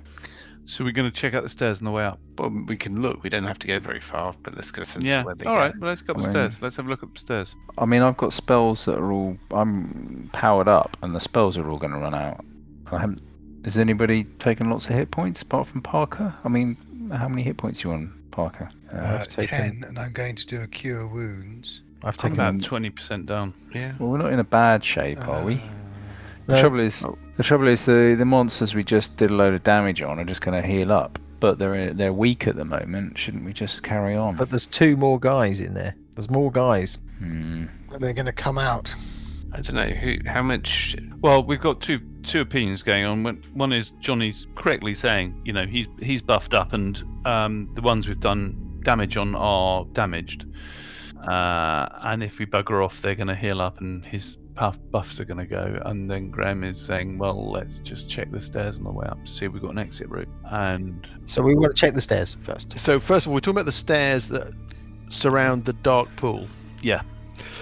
Speaker 7: So we're going to check out the stairs on the way up.
Speaker 8: well, we can look. We don't have to go very far, but let's get a sense
Speaker 7: yeah.
Speaker 8: of where they
Speaker 7: All
Speaker 8: go.
Speaker 7: right. Well, let's go
Speaker 5: I mean-
Speaker 7: upstairs. Let's have a look upstairs.
Speaker 5: I mean, I've got spells that are all. I'm powered up, and the spells are all going to run out. I haven't. Has anybody taken lots of hit points apart from Parker? I mean, how many hit points you on, Parker?
Speaker 3: Uh,
Speaker 6: Uh,
Speaker 3: I've taken-
Speaker 6: Ten, and I'm going to do a cure wounds.
Speaker 3: I've
Speaker 7: I'm
Speaker 3: taken
Speaker 7: about twenty percent down.
Speaker 8: Yeah.
Speaker 5: Well, we're not in a bad shape, are we? The
Speaker 3: No.
Speaker 5: trouble is, the trouble is the the monsters we just did a load of damage on are just going to heal up, but they're they're weak at the moment. Shouldn't we just carry on?
Speaker 3: But there's two more guys in there. There's more guys.
Speaker 5: Hmm.
Speaker 6: And they're going to come out.
Speaker 8: I don't know who. How much?
Speaker 7: Well, we've got two two opinions going on. One- One is Johnny's correctly saying, you know, he's he's buffed up, and um, the ones we've done damage on are damaged. Uh, and if we bugger off, they're going to heal up, and his puff buffs are going to go. And then Graham is saying, well, let's just check the stairs on the way up to see if we've got an exit route. And
Speaker 3: So we want to check the stairs first.
Speaker 1: So first of all, we're talking about the stairs that surround the dark pool.
Speaker 7: Yeah.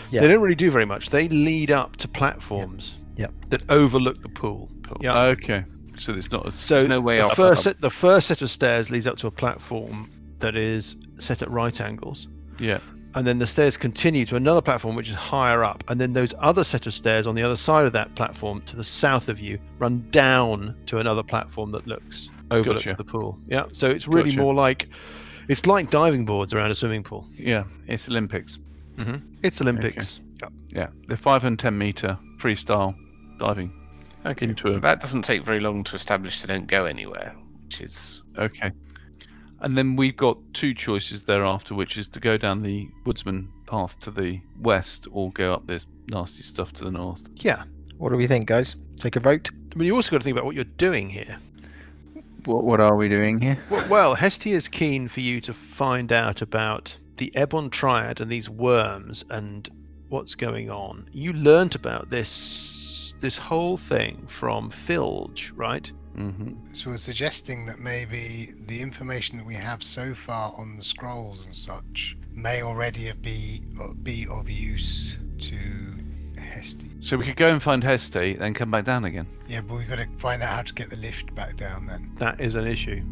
Speaker 3: Yeah.
Speaker 1: They don't really do very much. They lead up to platforms
Speaker 3: Yeah.
Speaker 1: that overlook the pool. Yeah.
Speaker 7: okay, so it's not. A,
Speaker 1: So
Speaker 8: No way
Speaker 1: the
Speaker 8: off.
Speaker 1: first set, the first set of stairs leads up to a platform that is set at right angles.
Speaker 7: yeah,
Speaker 1: and then the stairs continue to another platform which is higher up and then those other set of stairs on the other side of that platform to the south of you run down to another platform that looks overlooks
Speaker 7: Gotcha.
Speaker 1: the pool yeah so it's really
Speaker 7: Gotcha.
Speaker 1: more like it's like diving boards around a swimming pool
Speaker 7: yeah, it's Olympics.
Speaker 1: it's olympics
Speaker 7: Yeah, the five and ten meter freestyle diving. Okay. Into a
Speaker 8: That doesn't take very long to establish. They don't go anywhere, which is
Speaker 7: Okay. And then we've got two choices thereafter, which is to go down the woodsman path to the west or go up this nasty stuff to the north.
Speaker 1: yeah
Speaker 3: What do we think, guys? Take a vote.
Speaker 1: I mean, you also got to think about what you're doing here.
Speaker 5: What, what are we doing here?
Speaker 1: Well, well, Hestia is keen for you to find out about the Ebon Triad and these worms and what's going on. You learnt about this this whole thing from Filge, right?
Speaker 7: Mm-hmm.
Speaker 6: So we're suggesting that maybe the information that we have so far on the scrolls and such may already be uh, be of use to Hesty.
Speaker 7: So we could go and find Hesty, then come back down again.
Speaker 6: Yeah, but we've got to find out how to get the lift back down then.
Speaker 1: That is an issue.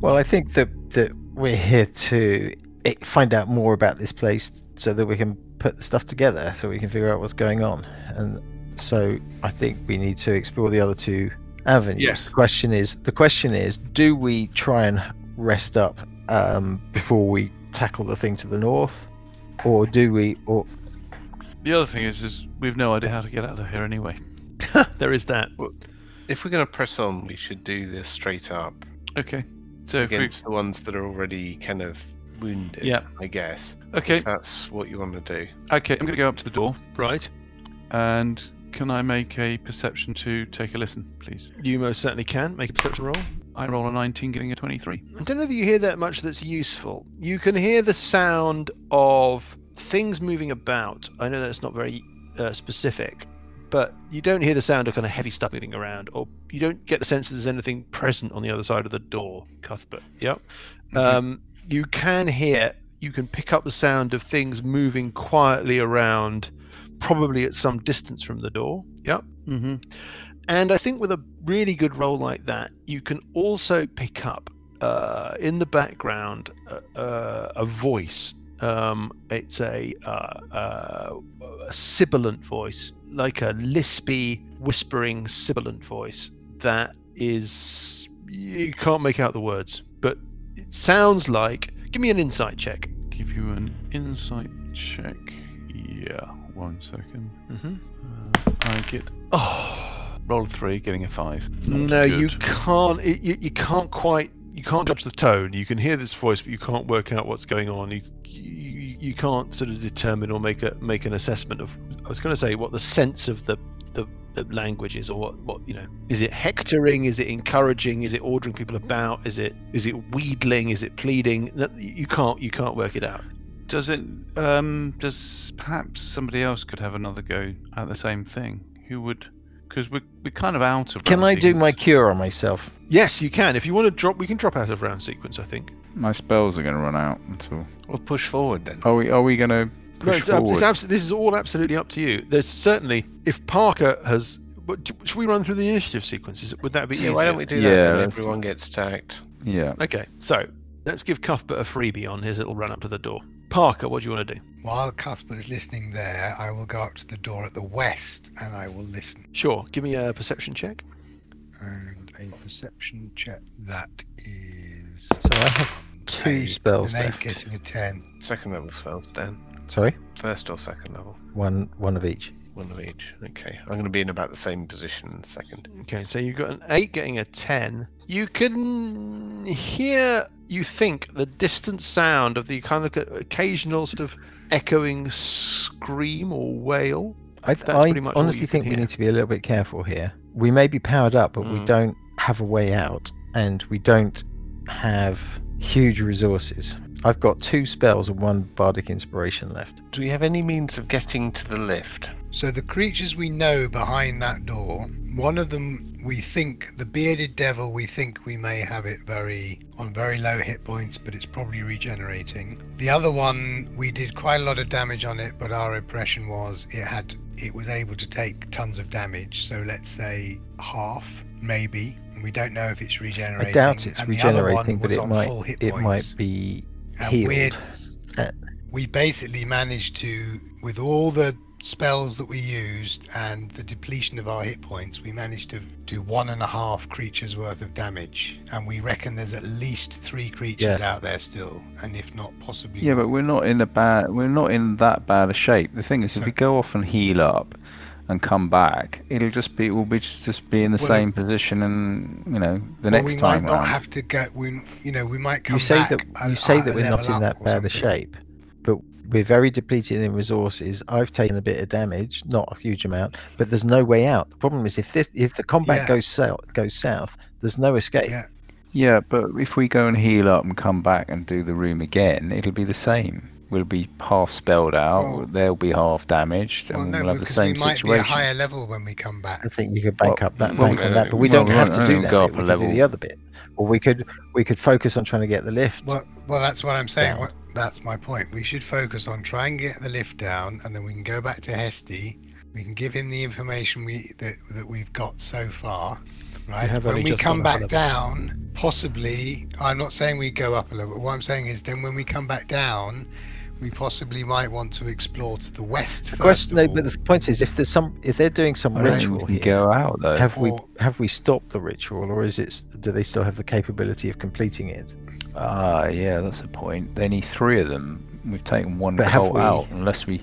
Speaker 3: Well, I think that that we're here to eh, find out more about this place so that we can put the stuff together, so we can figure out what's going on. And so I think we need to explore the other two avenues.
Speaker 11: Yes.
Speaker 3: The question is, the question is, do we try and rest up um, before we tackle the thing to the north, or do we, or
Speaker 7: The other thing is, is we've no idea how to get out of here anyway.
Speaker 1: There is that.
Speaker 8: If we're going to press on, we should do this straight up
Speaker 7: Okay. So if we,
Speaker 8: against the ones that are already kind of wounded.
Speaker 7: Yeah.
Speaker 8: I guess
Speaker 7: okay,
Speaker 8: if that's what you want to do.
Speaker 7: okay, I'm gonna go up to the door,
Speaker 1: Right.
Speaker 7: and can I make a perception to take a listen, please?
Speaker 1: You most certainly can. Make a perception roll.
Speaker 7: I roll a 19, getting a 23.
Speaker 1: I don't know if you hear that much that's useful. You can hear the sound of things moving about. I know that's not very uh, specific, but you don't hear the sound of kind of heavy stuff moving around, or you don't get the sense that there's anything present on the other side of the door, Cuthbert. Yep. Um, you can hear, you can pick up the sound of things moving quietly around, probably at some distance from the door. Yep.
Speaker 7: Mm-hmm.
Speaker 1: And I think with a really good roll like that, you can also pick up uh, in the background uh, uh, a voice. Um, it's a, uh, uh, a sibilant voice, like a lispy, whispering, sibilant voice that is. You can't make out the words, but it sounds like. Give me an insight check.
Speaker 7: Give you an insight check. Yeah, one second.
Speaker 1: Mm-hmm.
Speaker 7: Uh, I get oh, roll a three, getting a five. Not
Speaker 1: No, you
Speaker 7: good.
Speaker 1: can't. It, you, you can't quite. You can't judge the tone. You can hear this voice, but you can't work out what's going on. You you, you can't sort of determine or make a make an assessment of. I was going to say what the sense of the, the the language is, or what what you know. Is it hectoring? Is it encouraging? Is it ordering people about? Is it is it wheedling? Is it pleading? No, You can't you can't work it out.
Speaker 7: Does it? Um, does perhaps somebody else could have another go at the same thing? Who would? Because we're we're kind of out of.
Speaker 3: can
Speaker 7: round
Speaker 3: I do my
Speaker 7: sequence.
Speaker 3: cure on myself?
Speaker 1: Yes, you can. If you want to drop, we can drop out of round sequence. I think.
Speaker 5: My spells are going to run out until.
Speaker 8: Well, push forward then.
Speaker 7: Oh,
Speaker 5: Are we? Are we going to
Speaker 1: No,
Speaker 5: push
Speaker 1: it's, ab-
Speaker 5: forward?
Speaker 1: it's abs- this is all absolutely up to you. There's certainly if Parker has. but do- Should we run through the initiative sequences? Would that be
Speaker 8: Yeah,
Speaker 1: easier?
Speaker 8: why don't we do
Speaker 5: Yeah,
Speaker 8: that when
Speaker 5: let's-
Speaker 8: everyone gets attacked?
Speaker 5: yeah.
Speaker 1: Okay, so let's give Cuthbert a freebie on his little run up to the door. Parker, what do you want to do?
Speaker 6: While Cuthbert is listening there, I will go up to the door at the west and I will listen.
Speaker 1: Sure, give me a perception check.
Speaker 6: And a perception check that is
Speaker 3: So I have two
Speaker 6: a-
Speaker 3: spells
Speaker 6: an eight
Speaker 3: left.
Speaker 6: getting a ten.
Speaker 8: Second level spells, Dan.
Speaker 3: Sorry,
Speaker 8: First or second level,
Speaker 3: one one of each.
Speaker 8: one of each. Okay, I'm going to be in about the same position in a second.
Speaker 1: Okay, so you've got an 8 getting a 10. You can hear, you think, the distant sound of the kind of occasional sort of echoing scream or wail.
Speaker 3: I, th-
Speaker 1: That's
Speaker 3: I
Speaker 1: pretty much all
Speaker 3: honestly
Speaker 1: you
Speaker 3: think
Speaker 1: can
Speaker 3: we
Speaker 1: hear.
Speaker 3: need to be a little bit careful here. We may be powered up, but we
Speaker 1: Mm.
Speaker 3: don't have a way out, and we don't have huge resources. I've got two spells and one bardic inspiration left.
Speaker 8: Do we have any means of getting to the lift?
Speaker 6: So the creatures we know behind that door, one of them we think the bearded devil we think we may have it very on very low hit points, but it's probably regenerating. The other one we did quite a lot of damage on it, but our impression was it had it was able to take tons of damage, so let's say half, maybe. And we don't know if it's regenerating.
Speaker 3: I doubt it's
Speaker 6: and the other one
Speaker 3: regenerating, but
Speaker 6: was
Speaker 3: it
Speaker 6: on full
Speaker 3: might
Speaker 6: hit
Speaker 3: it might
Speaker 6: points.
Speaker 3: be
Speaker 6: And
Speaker 3: healed.
Speaker 6: weird-
Speaker 3: Uh,
Speaker 6: we basically managed to, with all the spells that we used and the depletion of our hit points, we managed to do one and a half creatures worth of damage. And we reckon there's at least three creatures
Speaker 3: Yeah.
Speaker 6: out there still, and if not, possibly.
Speaker 5: Yeah, but we're not in a bad. We're not in that bad a shape. The thing is, if
Speaker 6: So-
Speaker 5: we go off and heal up, and come back, it'll just be. We'll be just, just be in the
Speaker 6: Well,
Speaker 5: same position, and you know, the
Speaker 6: Well,
Speaker 5: next
Speaker 6: we
Speaker 5: time
Speaker 6: might not
Speaker 5: round.
Speaker 6: have to go. We, you know, we might come
Speaker 3: you say
Speaker 6: back.
Speaker 3: that
Speaker 6: a-
Speaker 3: you say
Speaker 6: a
Speaker 3: that we're not
Speaker 6: level
Speaker 3: in
Speaker 6: up
Speaker 3: that
Speaker 6: or
Speaker 3: bad a
Speaker 6: something.
Speaker 3: shape, but
Speaker 2: We're very depleted in resources. I've taken a bit of damage, not a huge amount, but there's no way out. The problem is if this if the combat
Speaker 6: Yeah.
Speaker 2: goes south goes south, there's no escape.
Speaker 6: Yeah.
Speaker 5: Yeah, but if we go and heal up and come back and do the room again, it'll be the same. We'll be half spelled out.
Speaker 6: Well-
Speaker 5: they'll be half damaged, and
Speaker 6: Well,
Speaker 5: we'll
Speaker 6: no,
Speaker 5: have the
Speaker 6: because
Speaker 5: same
Speaker 6: we might be a
Speaker 5: situation.
Speaker 6: higher level when we come back.
Speaker 2: I think you could bank
Speaker 5: Well,
Speaker 2: up that
Speaker 5: well,
Speaker 2: bank on
Speaker 12: uh,
Speaker 2: that, but we
Speaker 5: well,
Speaker 2: don't have to
Speaker 5: right,
Speaker 2: do
Speaker 5: uh,
Speaker 2: that.
Speaker 5: go up
Speaker 2: Bit. We
Speaker 5: a
Speaker 2: could do
Speaker 5: level.
Speaker 2: the other bit, or we could we could focus on trying to get the lift.
Speaker 6: Well, well, that's what I'm saying.
Speaker 2: Down.
Speaker 6: What, that's my point. We should focus on try and get the lift down, and then we can go back to Hesty. We can give him the information we that, that we've got so far, right?
Speaker 13: have
Speaker 6: when
Speaker 13: only
Speaker 6: we
Speaker 13: just
Speaker 6: come
Speaker 13: gone up a
Speaker 6: back down, possibly. I'm not saying we go up a level. What I'm saying is, then when we come back down, we possibly might want to explore to the west.
Speaker 2: the
Speaker 6: first
Speaker 2: question,
Speaker 6: of
Speaker 2: no, but
Speaker 6: all.
Speaker 2: the point is, if there's some, if they're doing some
Speaker 5: I don't think
Speaker 2: ritual
Speaker 5: we
Speaker 2: here,
Speaker 5: can go out though.
Speaker 2: have we
Speaker 6: Or-
Speaker 2: have we stopped the ritual, or is it? s- Do they still have the capability of completing it?
Speaker 5: Ah, yeah, that's a point. They need three of them. We've taken one
Speaker 2: But have
Speaker 5: cult
Speaker 2: we-
Speaker 5: out, unless we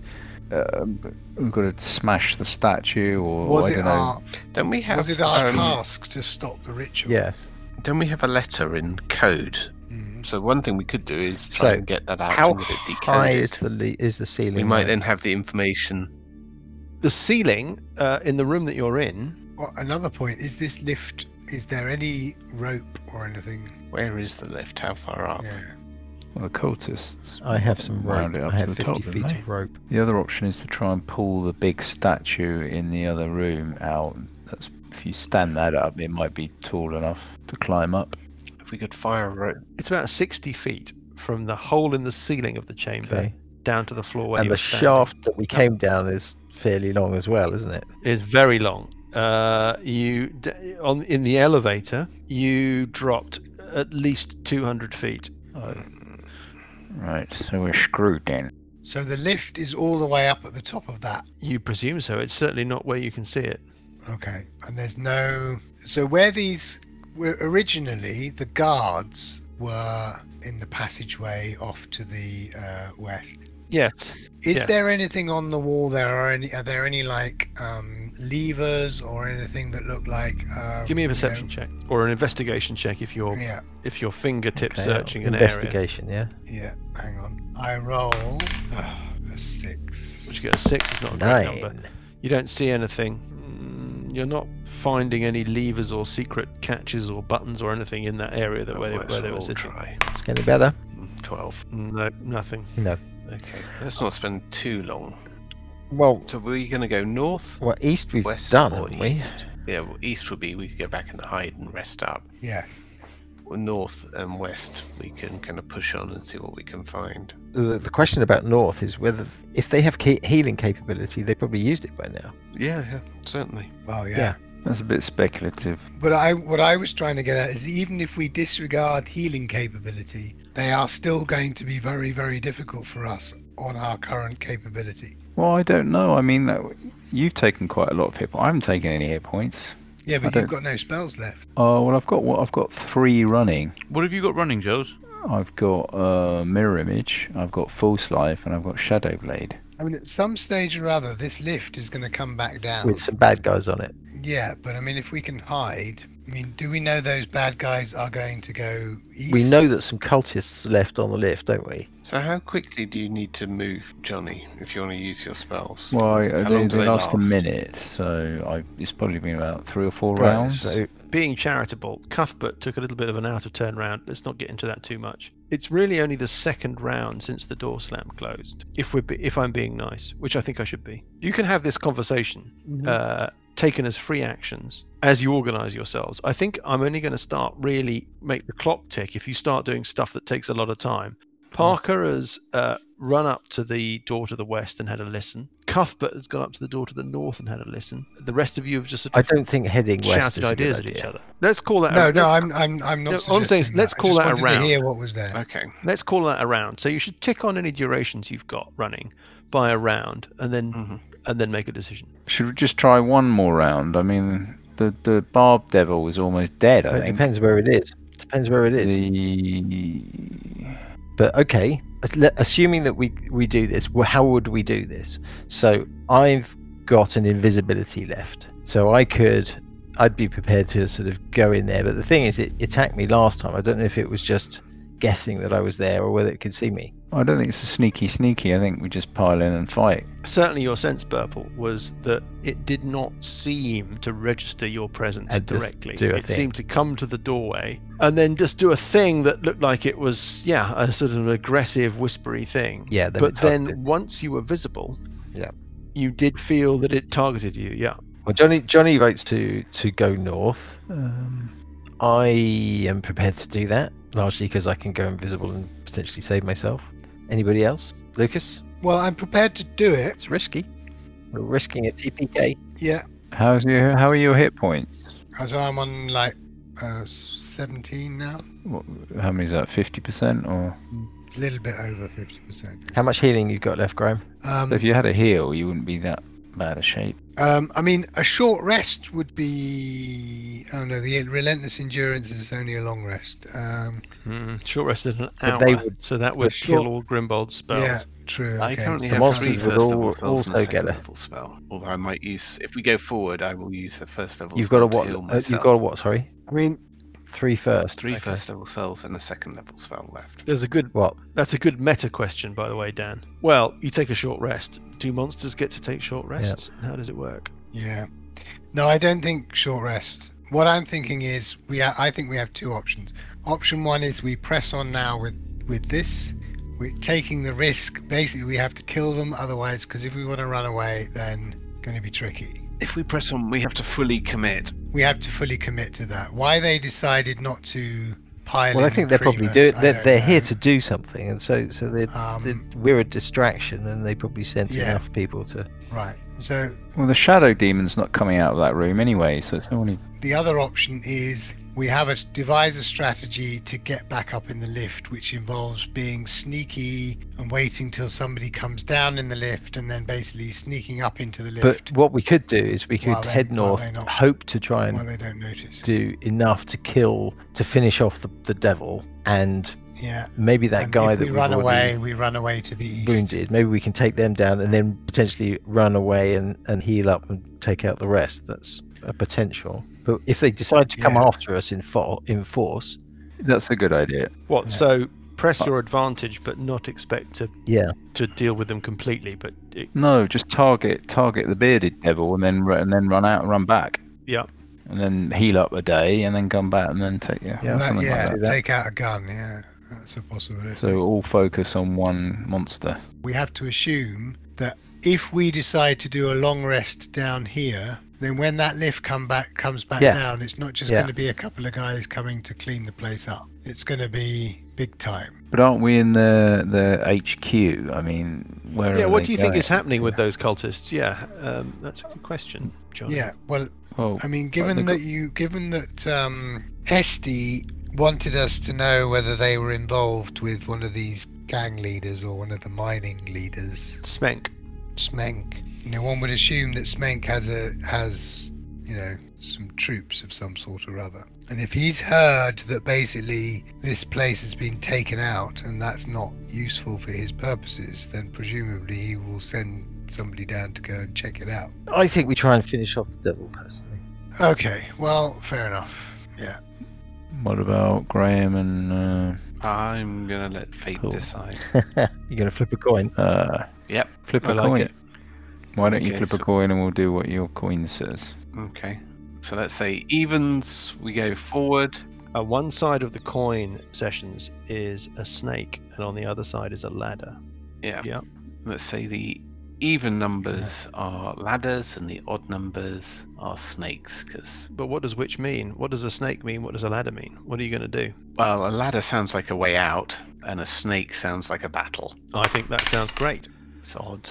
Speaker 5: um, we've got to smash the statue or
Speaker 6: was
Speaker 5: I
Speaker 6: it
Speaker 5: don't know.
Speaker 6: our
Speaker 8: Don't we have
Speaker 6: was it our
Speaker 8: um,
Speaker 6: task to stop the ritual?
Speaker 2: Yes.
Speaker 8: Don't we have a letter in code?
Speaker 6: Mm.
Speaker 8: So one thing we could do is try
Speaker 2: So,
Speaker 8: and get that out
Speaker 2: How
Speaker 8: and get it
Speaker 2: high
Speaker 8: decoded.
Speaker 2: is the le- is the ceiling?
Speaker 8: we might
Speaker 2: then.
Speaker 8: then have the information.
Speaker 1: The ceiling uh, in the room that you're in,
Speaker 6: Well, another point is this lift. Is there any rope or anything?
Speaker 8: Where is the lift? How far
Speaker 1: Oh.
Speaker 8: up?
Speaker 6: Yeah.
Speaker 5: Well, the cultists.
Speaker 2: I have some rope.
Speaker 5: round it up to
Speaker 2: I have
Speaker 5: the
Speaker 2: 50
Speaker 5: top, didn't
Speaker 2: feet
Speaker 5: they?
Speaker 2: of rope.
Speaker 5: The other option is to try and pull the big statue in the other room out. That's if you stand that up, it might be tall enough to climb up.
Speaker 8: If we could fire a rope.
Speaker 1: it's about 60 feet from the hole in the ceiling of the chamber
Speaker 2: Okay.
Speaker 1: down to the floor where
Speaker 2: And
Speaker 1: you
Speaker 2: the
Speaker 1: were standing.
Speaker 2: shaft that we came down is fairly long as well, isn't it?
Speaker 1: is very long. Uh, you d- on in the elevator, you dropped at least 200 feet.
Speaker 5: Oh. Right, so we're screwed then.
Speaker 6: So the lift is all the way up at the top of that.
Speaker 1: You presume so. It's certainly not where you can see it.
Speaker 6: Okay. And there's no. So where these were originally, the guards were in the passageway off to the uh, west.
Speaker 1: Yes.
Speaker 6: Is
Speaker 1: Yes.
Speaker 6: there anything on the wall there? Are any? Are there any like um, levers or anything that look like? Uh,
Speaker 1: Give me a
Speaker 6: you know-
Speaker 1: perception check or an investigation check if you're
Speaker 6: Yeah.
Speaker 1: if you're fingertip
Speaker 2: Okay,
Speaker 1: searching an area.
Speaker 2: Investigation,
Speaker 6: Yeah. Hang on. I roll uh, a six.
Speaker 1: Which you get a six is not a
Speaker 2: yeah.
Speaker 1: great
Speaker 2: Nine.
Speaker 1: number. You don't see anything. Mm, You're not finding any levers or secret catches or buttons or anything in that area that where, they- where they were sitting.
Speaker 8: try.
Speaker 2: It's getting better.
Speaker 8: Twelve.
Speaker 1: No, nothing.
Speaker 2: No.
Speaker 8: Okay. Let's not spend too long.
Speaker 2: Well,
Speaker 8: So we're going to go north,
Speaker 2: well, east we've
Speaker 8: west,
Speaker 2: done,
Speaker 8: or
Speaker 2: haven't we?
Speaker 8: east. Yeah, well, east would be we could go back and hide and rest up.
Speaker 6: Yes.
Speaker 8: Well, north and west we can kind of push on and see what we can find.
Speaker 2: The, the question about north is whether if they have ca- healing capability, they probably used it by now.
Speaker 8: Yeah, yeah, certainly.
Speaker 6: Well, Oh, yeah.
Speaker 2: Yeah.
Speaker 5: That's a bit speculative.
Speaker 6: But I, what I was trying to get at is even if we disregard healing capability, they are still going to be very, very difficult for us on our current capability.
Speaker 5: Well, I don't know. I mean, that- you've taken quite a lot of hit. po- I haven't taken any hit points.
Speaker 6: Yeah, but
Speaker 5: I
Speaker 6: you've
Speaker 5: don't-
Speaker 6: got no spells left.
Speaker 5: Oh well, I've got what I've got three running.
Speaker 7: What have you got running, Jules?
Speaker 5: I've got uh, mirror image. I've got false life, and I've got shadow blade.
Speaker 6: I mean, at some stage or other, this lift is going to come back down.
Speaker 1: Oh.
Speaker 2: with some bad guys on it.
Speaker 6: Yeah, but I mean, if we can hide, I mean, do we know those bad guys are going to go east?
Speaker 2: We know that some cultists left on the lift, don't we?
Speaker 8: So how quickly do you need to move, Johnny, if you want to use your spells?
Speaker 5: Well, I,
Speaker 8: How
Speaker 5: they,
Speaker 8: long do
Speaker 5: they
Speaker 8: they
Speaker 5: last, a
Speaker 8: last?
Speaker 5: minute, so I, it's probably been about three or four rounds.
Speaker 2: So
Speaker 1: being charitable, Cuthbert took a little bit of an out of turn round. Let's not get into that too much. It's really only the second round since the door slam closed. If we're be, if I'm being nice, which I think I should be, you can have this conversation uh, taken as free actions as you organise yourselves. I think I'm only going to start really make the clock tick if you start doing stuff that takes a lot of time. Parker has uh, run up to the door to the west and had a listen. Cuthbert has gone up to the door to the north and had a listen. The rest of you have just sort
Speaker 2: I
Speaker 1: of
Speaker 2: don't think heading west
Speaker 1: shouted
Speaker 2: is a good
Speaker 1: ideas at
Speaker 2: idea.
Speaker 1: each other. Let's call that.
Speaker 6: No,
Speaker 1: a,
Speaker 6: no, I'm, I'm, I'm not.
Speaker 1: No, all I'm saying is
Speaker 6: suggesting
Speaker 1: let's
Speaker 6: that. I
Speaker 1: call
Speaker 6: just
Speaker 1: that a
Speaker 6: wanted
Speaker 1: round.
Speaker 6: To hear what was there.
Speaker 8: Okay.
Speaker 1: Let's call that a round. So you should tick on any durations you've got running by a round, and then
Speaker 3: Mm-hmm.
Speaker 8: Mhm.
Speaker 1: and then make a decision.
Speaker 5: Should we just try one more round? I mean, the the barb devil was almost dead.
Speaker 2: But
Speaker 5: I
Speaker 2: it
Speaker 5: think.
Speaker 2: depends where it is. Depends where it is.
Speaker 5: The
Speaker 2: But okay, as- le- assuming that we we do this, well, how would we do this? So I've got an invisibility left, so I could. I'd be prepared to sort of go in there, but the thing is, it attacked me last time. I don't know if it was just guessing that I was there or whether it could see me.
Speaker 5: I don't think it's a sneaky sneaky. I think we just pile in and fight.
Speaker 1: Certainly, your sense, Burple, was that it did not seem to register your presence
Speaker 3: And just
Speaker 1: directly.
Speaker 3: do a
Speaker 1: It
Speaker 3: thing.
Speaker 1: seemed to come to the doorway and then just do a thing that looked like it was, yeah, a sort of an aggressive, whispery thing.
Speaker 3: Yeah, then
Speaker 1: but
Speaker 3: it
Speaker 1: then
Speaker 3: targeted.
Speaker 1: once you were visible,
Speaker 3: Yeah.
Speaker 1: you did feel that it targeted you. Yeah.
Speaker 3: Well, Johnny Johnny votes to to go north. I am prepared to do that largely because I can go invisible and potentially save myself. Anybody else? Lucas?
Speaker 6: Well, I'm prepared to do it.
Speaker 3: It's risky. We're risking a TPK.
Speaker 6: Yeah,
Speaker 5: How's your How are your hit points?
Speaker 6: as I'm on like uh, 17 now,
Speaker 5: What, how many is that? Fifty percent or?
Speaker 6: a little bit over 50%.
Speaker 3: How much healing you got left, Graham?
Speaker 5: So
Speaker 6: Um,
Speaker 5: if you had a heal, you wouldn't be that bad a shape.
Speaker 6: um, I mean, a short rest would be. Oh no, the relentless endurance is only a long rest. Um,
Speaker 1: Mm, Short rest is an
Speaker 3: But
Speaker 1: hour,
Speaker 3: they would-
Speaker 1: so that would
Speaker 6: the
Speaker 1: kill
Speaker 6: short-
Speaker 1: all Grimbold's spells.
Speaker 6: yeah, true.
Speaker 8: I
Speaker 6: okay.
Speaker 8: currently
Speaker 3: The
Speaker 8: have
Speaker 3: monsters
Speaker 8: three
Speaker 3: would
Speaker 8: first level
Speaker 3: al-
Speaker 8: spells and
Speaker 3: also
Speaker 8: a second
Speaker 3: get a-
Speaker 8: level spell. Although I might use, if we go forward, I will use the first level.
Speaker 3: You've got a
Speaker 8: spell
Speaker 3: what?
Speaker 8: To heal
Speaker 3: uh,
Speaker 8: myself.
Speaker 3: you've got a what? Sorry,
Speaker 2: I mean,
Speaker 3: three first.
Speaker 8: three
Speaker 3: Okay.
Speaker 8: first level spells and a second level spell left.
Speaker 1: There's a good
Speaker 3: What?
Speaker 1: That's a good meta question, by the way, Dan. Well, you take a short rest. Do monsters get to take short rests? How does it work?
Speaker 6: Yeah. No, I don't think short rest. What I'm thinking is we ha- I think we have two options. Option one is we press on now with with this. We're taking the risk. Basically, we have to kill them otherwise because if we want to run away, then it's going to be tricky.
Speaker 8: If we press on, we have to fully commit.
Speaker 6: We have to fully commit to that. Why they decided not to pile
Speaker 3: Well, I
Speaker 6: in
Speaker 3: think they're probably
Speaker 6: Primus,
Speaker 3: do
Speaker 6: I
Speaker 3: They're,
Speaker 6: don't
Speaker 3: they're here
Speaker 6: know.
Speaker 3: to do something, and so so they're, they're,
Speaker 6: Um,
Speaker 3: we're a distraction, and they probably sent
Speaker 6: Yeah.
Speaker 3: enough people to.
Speaker 6: right. So
Speaker 5: Well, the shadow demon's not coming out of that room anyway, so it's only.
Speaker 6: The other option is we have a devise a strategy to get back up in the lift, which involves being sneaky and waiting till somebody comes down in the lift, and then basically sneaking up into the
Speaker 3: But
Speaker 6: lift
Speaker 3: what we could do is we could
Speaker 6: While they-
Speaker 3: head
Speaker 6: while
Speaker 3: north,
Speaker 6: they're not-
Speaker 3: hope to try and
Speaker 6: while they don't notice.
Speaker 3: do enough to kill to finish off the, the devil, and
Speaker 6: Yeah.
Speaker 3: maybe that
Speaker 6: and
Speaker 3: guy
Speaker 6: if
Speaker 3: that
Speaker 6: we
Speaker 3: we've
Speaker 6: run
Speaker 3: already
Speaker 6: away, we run away to the east.
Speaker 3: wounded. Maybe we can take them down, and then potentially run away and and heal up and take out the rest. That's a potential. But if they decide to come
Speaker 6: Yeah.
Speaker 3: after us in, fo- in force,
Speaker 5: That's a good idea.
Speaker 1: What?
Speaker 3: Yeah.
Speaker 1: So press your advantage, but not expect to,
Speaker 3: yeah,
Speaker 1: to deal with them completely. But it,
Speaker 5: No, just target target the bearded devil and then ru- and then run out and run back
Speaker 1: yeah,
Speaker 5: and then heal up a day and then come back and then take yeah,
Speaker 6: Well, that-
Speaker 5: something
Speaker 6: yeah,
Speaker 5: like that.
Speaker 6: take out a gun. Yeah, that's a possibility.
Speaker 5: So all focus on one monster.
Speaker 6: we have to assume that if we decide to do a long rest down here, then when that lift come back comes back
Speaker 3: Yeah.
Speaker 6: down, it's not just
Speaker 3: Yeah.
Speaker 6: going to be a couple of guys coming to clean the place up. It's going to be big time.
Speaker 5: But aren't we in the the HQ? I mean, where?
Speaker 1: yeah.
Speaker 5: are
Speaker 1: What
Speaker 5: they
Speaker 1: do you think
Speaker 5: going?
Speaker 1: is happening with those cultists? Yeah, um, that's a good question, John.
Speaker 6: Yeah. Well,
Speaker 5: Well,
Speaker 6: I mean, given
Speaker 5: they've got-
Speaker 6: that you, given that um, Hesty wanted us to know whether they were involved with one of these gang leaders or one of the mining leaders,
Speaker 1: Smenk.
Speaker 6: Smenk. You know, one would assume that Smenk has a has, you know, some troops of some sort or other. And if he's heard that basically this place has been taken out and that's not useful for his purposes, then presumably he will send somebody down to go and check it out.
Speaker 3: I think we try and finish off the devil personally.
Speaker 6: Okay, well, fair enough. Yeah.
Speaker 5: what about Graham and
Speaker 8: I'm gonna let fate
Speaker 5: Cool.
Speaker 8: decide.
Speaker 3: You're gonna flip a
Speaker 2: [LAUGHS]
Speaker 3: coin.
Speaker 5: uh, uh,
Speaker 8: Yep.
Speaker 5: flip a
Speaker 1: I like
Speaker 5: coin?
Speaker 1: it.
Speaker 5: Why don't you
Speaker 8: Okay,
Speaker 5: flip a
Speaker 8: so-
Speaker 5: coin and we'll do what your coin says?
Speaker 8: Okay. So let's say evens. We go forward.
Speaker 1: Uh, one side of the coin sessions is a snake, and on the other side is a ladder.
Speaker 8: Yeah.
Speaker 1: Yeah.
Speaker 8: Let's say the even numbers are ladders and the odd numbers are snakes. Because
Speaker 1: But what does which mean? What does a snake mean? What does a ladder mean? What are you going to do?
Speaker 8: well, a ladder sounds like a way out, and a snake sounds like a battle.
Speaker 1: I think that sounds great.
Speaker 8: It's odd.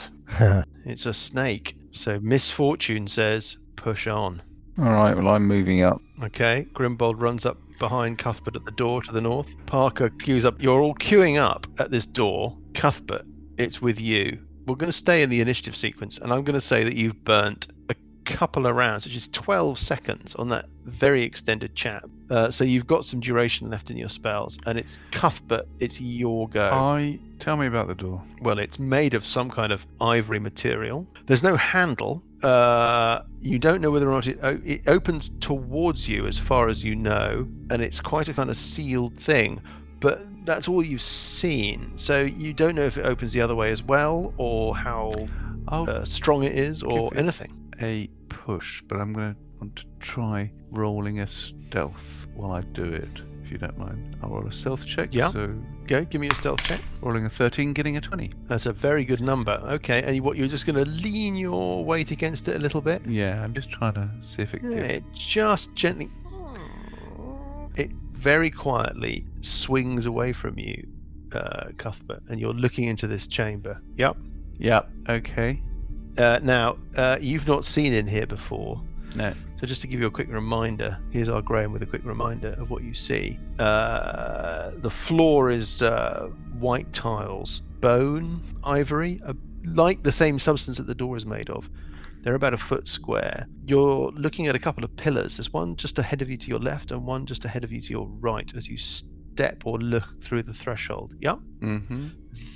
Speaker 1: It's a snake. So misfortune says push on.
Speaker 5: All right. Well, I'm moving up.
Speaker 1: Okay. Grimbold runs up behind Cuthbert at the door to the north. Parker queues up. You're all queuing up at this door. Cuthbert, it's with you. We're going to stay in the initiative sequence, and I'm going to say that you've burnt a couple of rounds, which is 12 seconds on that very extended chat. Uh, so you've got some duration left in your spells, and it's Cuthbert, it's your
Speaker 8: Uh,
Speaker 1: go.
Speaker 7: I tell me about the door.
Speaker 1: Well, it's made of some kind of ivory material. There's no handle. Uh, you don't know whether or not it, o- it opens towards you, as far as you know, and it's quite a kind of sealed thing. but that's all you've seen. So you don't know if it opens the other way as well, or how
Speaker 7: I'll
Speaker 1: uh, strong it is, or
Speaker 7: Oh. Give it-
Speaker 1: anything.
Speaker 7: a push, but I'm going to want to try rolling a stealth while I do it, if you don't mind. I'll roll a stealth check.
Speaker 1: Yeah.
Speaker 7: So
Speaker 1: Go, give me a stealth check.
Speaker 7: rolling a 13, getting a 20.
Speaker 1: That's a very good number. Okay, and you- what you're just going to lean your weight against it a little bit.
Speaker 7: Yeah, I'm just trying to see if it
Speaker 1: Yeah,
Speaker 7: gives.
Speaker 1: it just gently, it very quietly swings away from you, uh, Cuthbert, and you're looking into this chamber. Yep.
Speaker 7: Yep. Okay.
Speaker 1: Uh, now, uh, you've not seen in here before.
Speaker 7: No.
Speaker 1: So, just to give you a quick reminder, here's our Graham with a quick reminder of what you see. Uh, the floor is uh, white tiles, bone, ivory, uh, like the same substance that the door is made of. They're about a foot square. You're looking at a couple of pillars. There's one just ahead of you to your left and one just ahead of you to your right as you step or look through the threshold. Yep
Speaker 7: Mm-hmm.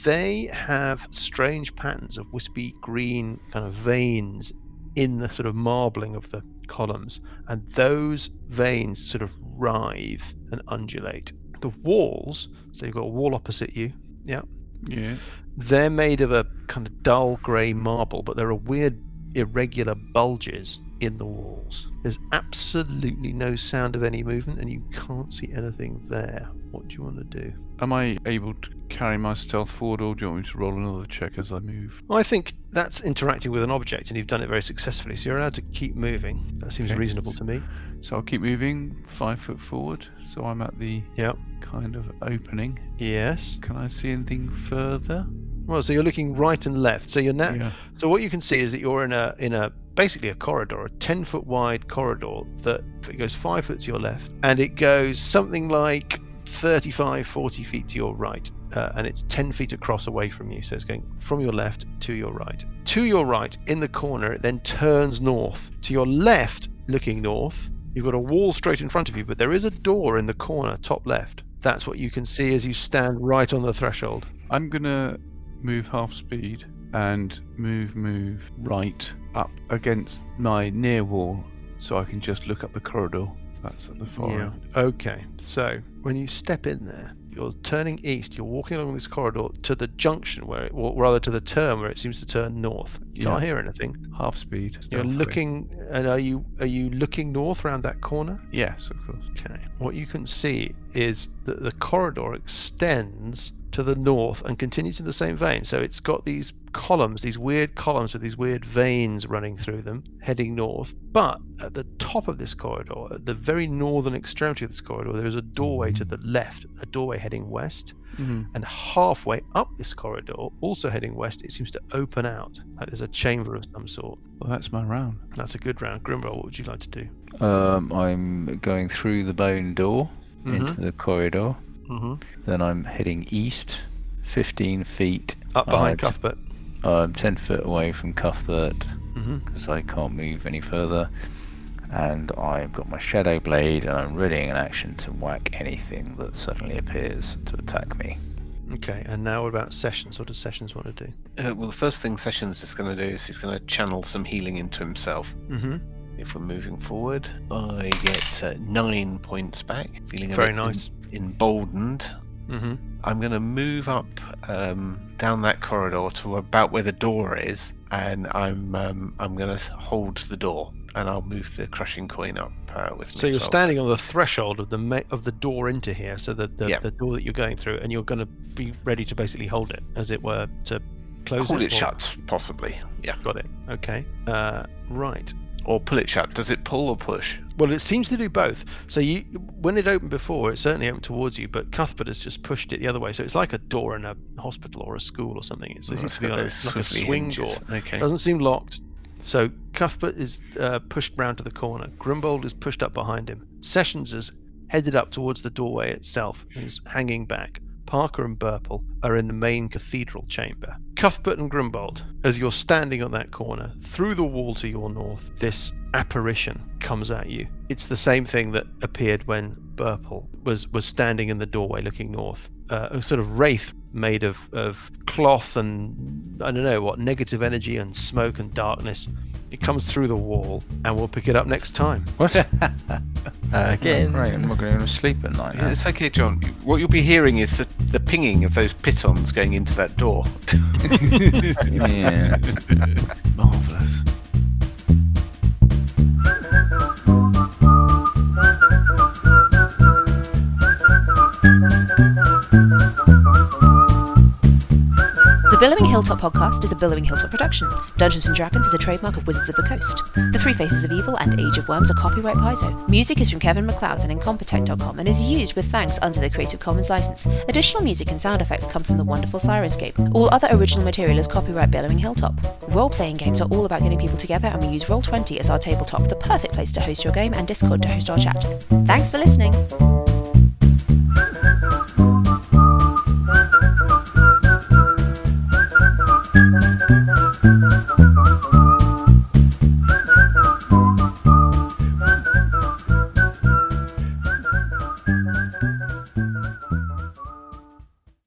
Speaker 1: they have strange patterns of wispy green kind of veins in the sort of marbling of the columns and those veins sort of writhe and undulate the walls so you've got a wall opposite you
Speaker 7: Yeah.
Speaker 1: they're made of a kind of dull grey marble, but there are weird, irregular bulges in the walls. There's absolutely no sound of any movement, and you can't see anything there. What do you want to do?
Speaker 7: Am I able to carry my stealth forward, or do you want me to roll another check as I move?
Speaker 1: Well, I think that's interacting with an object, and you've done it very successfully, so you're allowed to keep moving. That seems
Speaker 7: Okay.
Speaker 1: reasonable to me.
Speaker 7: So I'll keep moving five foot forward. So I'm at the
Speaker 1: Yep.
Speaker 7: kind of opening.
Speaker 1: Yes.
Speaker 7: Can I see anything further?
Speaker 1: Well, so you're looking right and left. So you're now.
Speaker 7: Yeah.
Speaker 1: So what you can see is that you're in a in a basically a corridor, a ten foot wide corridor that it goes five foot to your left and it goes something like 35, 40 feet to your right, uh, and it's ten feet across away from you. So it's going from your left to your right. To your right, in the corner, it then turns north. To your left, looking north, you've got a wall straight in front of you, but there is a door in the corner, top left. That's what you can see as you stand right on the threshold.
Speaker 7: I'm gonna move half speed and move, move right up against my near wall, so I can just look up the corridor. That's at the far
Speaker 1: Yeah.
Speaker 7: end.
Speaker 1: Okay. So when you step in there, you're turning east. You're walking along this corridor to the junction where it, or rather to the turn where it seems to turn north. You can't
Speaker 7: Yeah.
Speaker 1: hear anything.
Speaker 7: Half speed.
Speaker 1: You're
Speaker 7: stealthily.
Speaker 1: looking, and are you are you looking north around that corner?
Speaker 7: Yes, of course.
Speaker 1: Okay. What you can see is that the corridor extends to the north and continues in the same vein. So it's got these columns, these weird columns with these weird veins running through them, heading north. But at the top of this corridor, at the very northern extremity of this corridor, there is a doorway to the left, a doorway heading west. And halfway up this corridor, also heading west, it seems to open out. Like there's a chamber of some sort.
Speaker 7: Well, that's my round.
Speaker 1: That's a good round. Grimroll, what would you like to do?
Speaker 5: Um, I'm going through the bone door into the corridor.
Speaker 1: hmm
Speaker 5: Then I'm heading east, 15 feet.
Speaker 1: Up behind
Speaker 5: Alright.
Speaker 1: Cuthbert.
Speaker 5: I'm 10 foot away from Cuthbert
Speaker 1: hmm
Speaker 5: because I can't move any further. And I've got my shadow blade, and I'm readying an action to whack anything that suddenly appears to attack me.
Speaker 1: Okay, and now what about sessions? What does sessions want to do?
Speaker 2: Uh, well, the first thing Sessions is going to do is he's going to channel some healing into himself.
Speaker 1: Mm-hmm.
Speaker 2: If we're moving forward, I get uh, nine points back. Feeling a
Speaker 1: Very
Speaker 2: bit em-
Speaker 1: nice.
Speaker 2: emboldened.
Speaker 1: Mm-hmm.
Speaker 2: I'm going to move up um, down that corridor to about where the door is, and I'm um, I'm going to hold the door, and I'll move the crushing coin up uh, with.
Speaker 1: So
Speaker 2: me
Speaker 1: you're
Speaker 2: as well.
Speaker 1: standing on the threshold of the ma- of the door into here, so the the,
Speaker 2: Yeah.
Speaker 1: the door that you're going through, and you're going to be ready to basically hold it, as it were, to close
Speaker 2: Hold
Speaker 1: it.
Speaker 2: it
Speaker 1: or-
Speaker 2: shut, possibly. Yeah,
Speaker 1: Got it. Okay. Uh, right.
Speaker 2: or pull it shut. Does it pull or push?
Speaker 1: Well, it seems to do both. So you, when it opened before, it certainly opened towards you, but Cuthbert has just pushed it the other way. So it's like a door in a hospital or a school or something. It's- It
Speaker 2: Oh,
Speaker 1: seems
Speaker 2: it's
Speaker 1: to be
Speaker 2: got [LAUGHS]
Speaker 1: on a,
Speaker 2: those
Speaker 1: like a
Speaker 2: swivelly
Speaker 1: swing
Speaker 2: hinges.
Speaker 1: door.
Speaker 2: Okay.
Speaker 1: Doesn't seem locked. So Cuthbert is uh, pushed round to the corner. Grimbold is pushed up behind him. Sessions is headed up towards the doorway itself and is hanging back. Parker and Burple are in the main cathedral chamber. Cuthbert and Grimbold, as you're standing on that corner, through the wall to your north, this apparition comes at you. It's the same thing that appeared when Burple was, was standing in the doorway looking north. Uh, a sort of wraith made of, of cloth and I don't know what, negative energy and smoke and darkness. It comes through the wall, and we'll pick it up next time.
Speaker 5: What?
Speaker 3: Again.
Speaker 5: Right, I'm not going to sleep at night.
Speaker 8: Yeah,
Speaker 5: now.
Speaker 8: it's okay, John. What you'll be hearing is the, the pinging of those pitons going into that door.
Speaker 5: Yeah.
Speaker 8: Marvelous.
Speaker 14: The Billowing Hilltop podcast is a Billowing Hilltop production. Dungeons and Dragons is a trademark of Wizards of the Coast. The Three Faces of Evil and Age of Worms are copyright Paizo. Music is from Kevin McLeod and Incompetech.com and is used with thanks under the Creative Commons license. Additional music and sound effects come from the wonderful Sirenscape. All other original material is copyright Billowing Hilltop. Role playing games are all about getting people together, and we use Roll20 as our tabletop, the perfect place to host your game, and Discord to host our chat. Thanks for listening!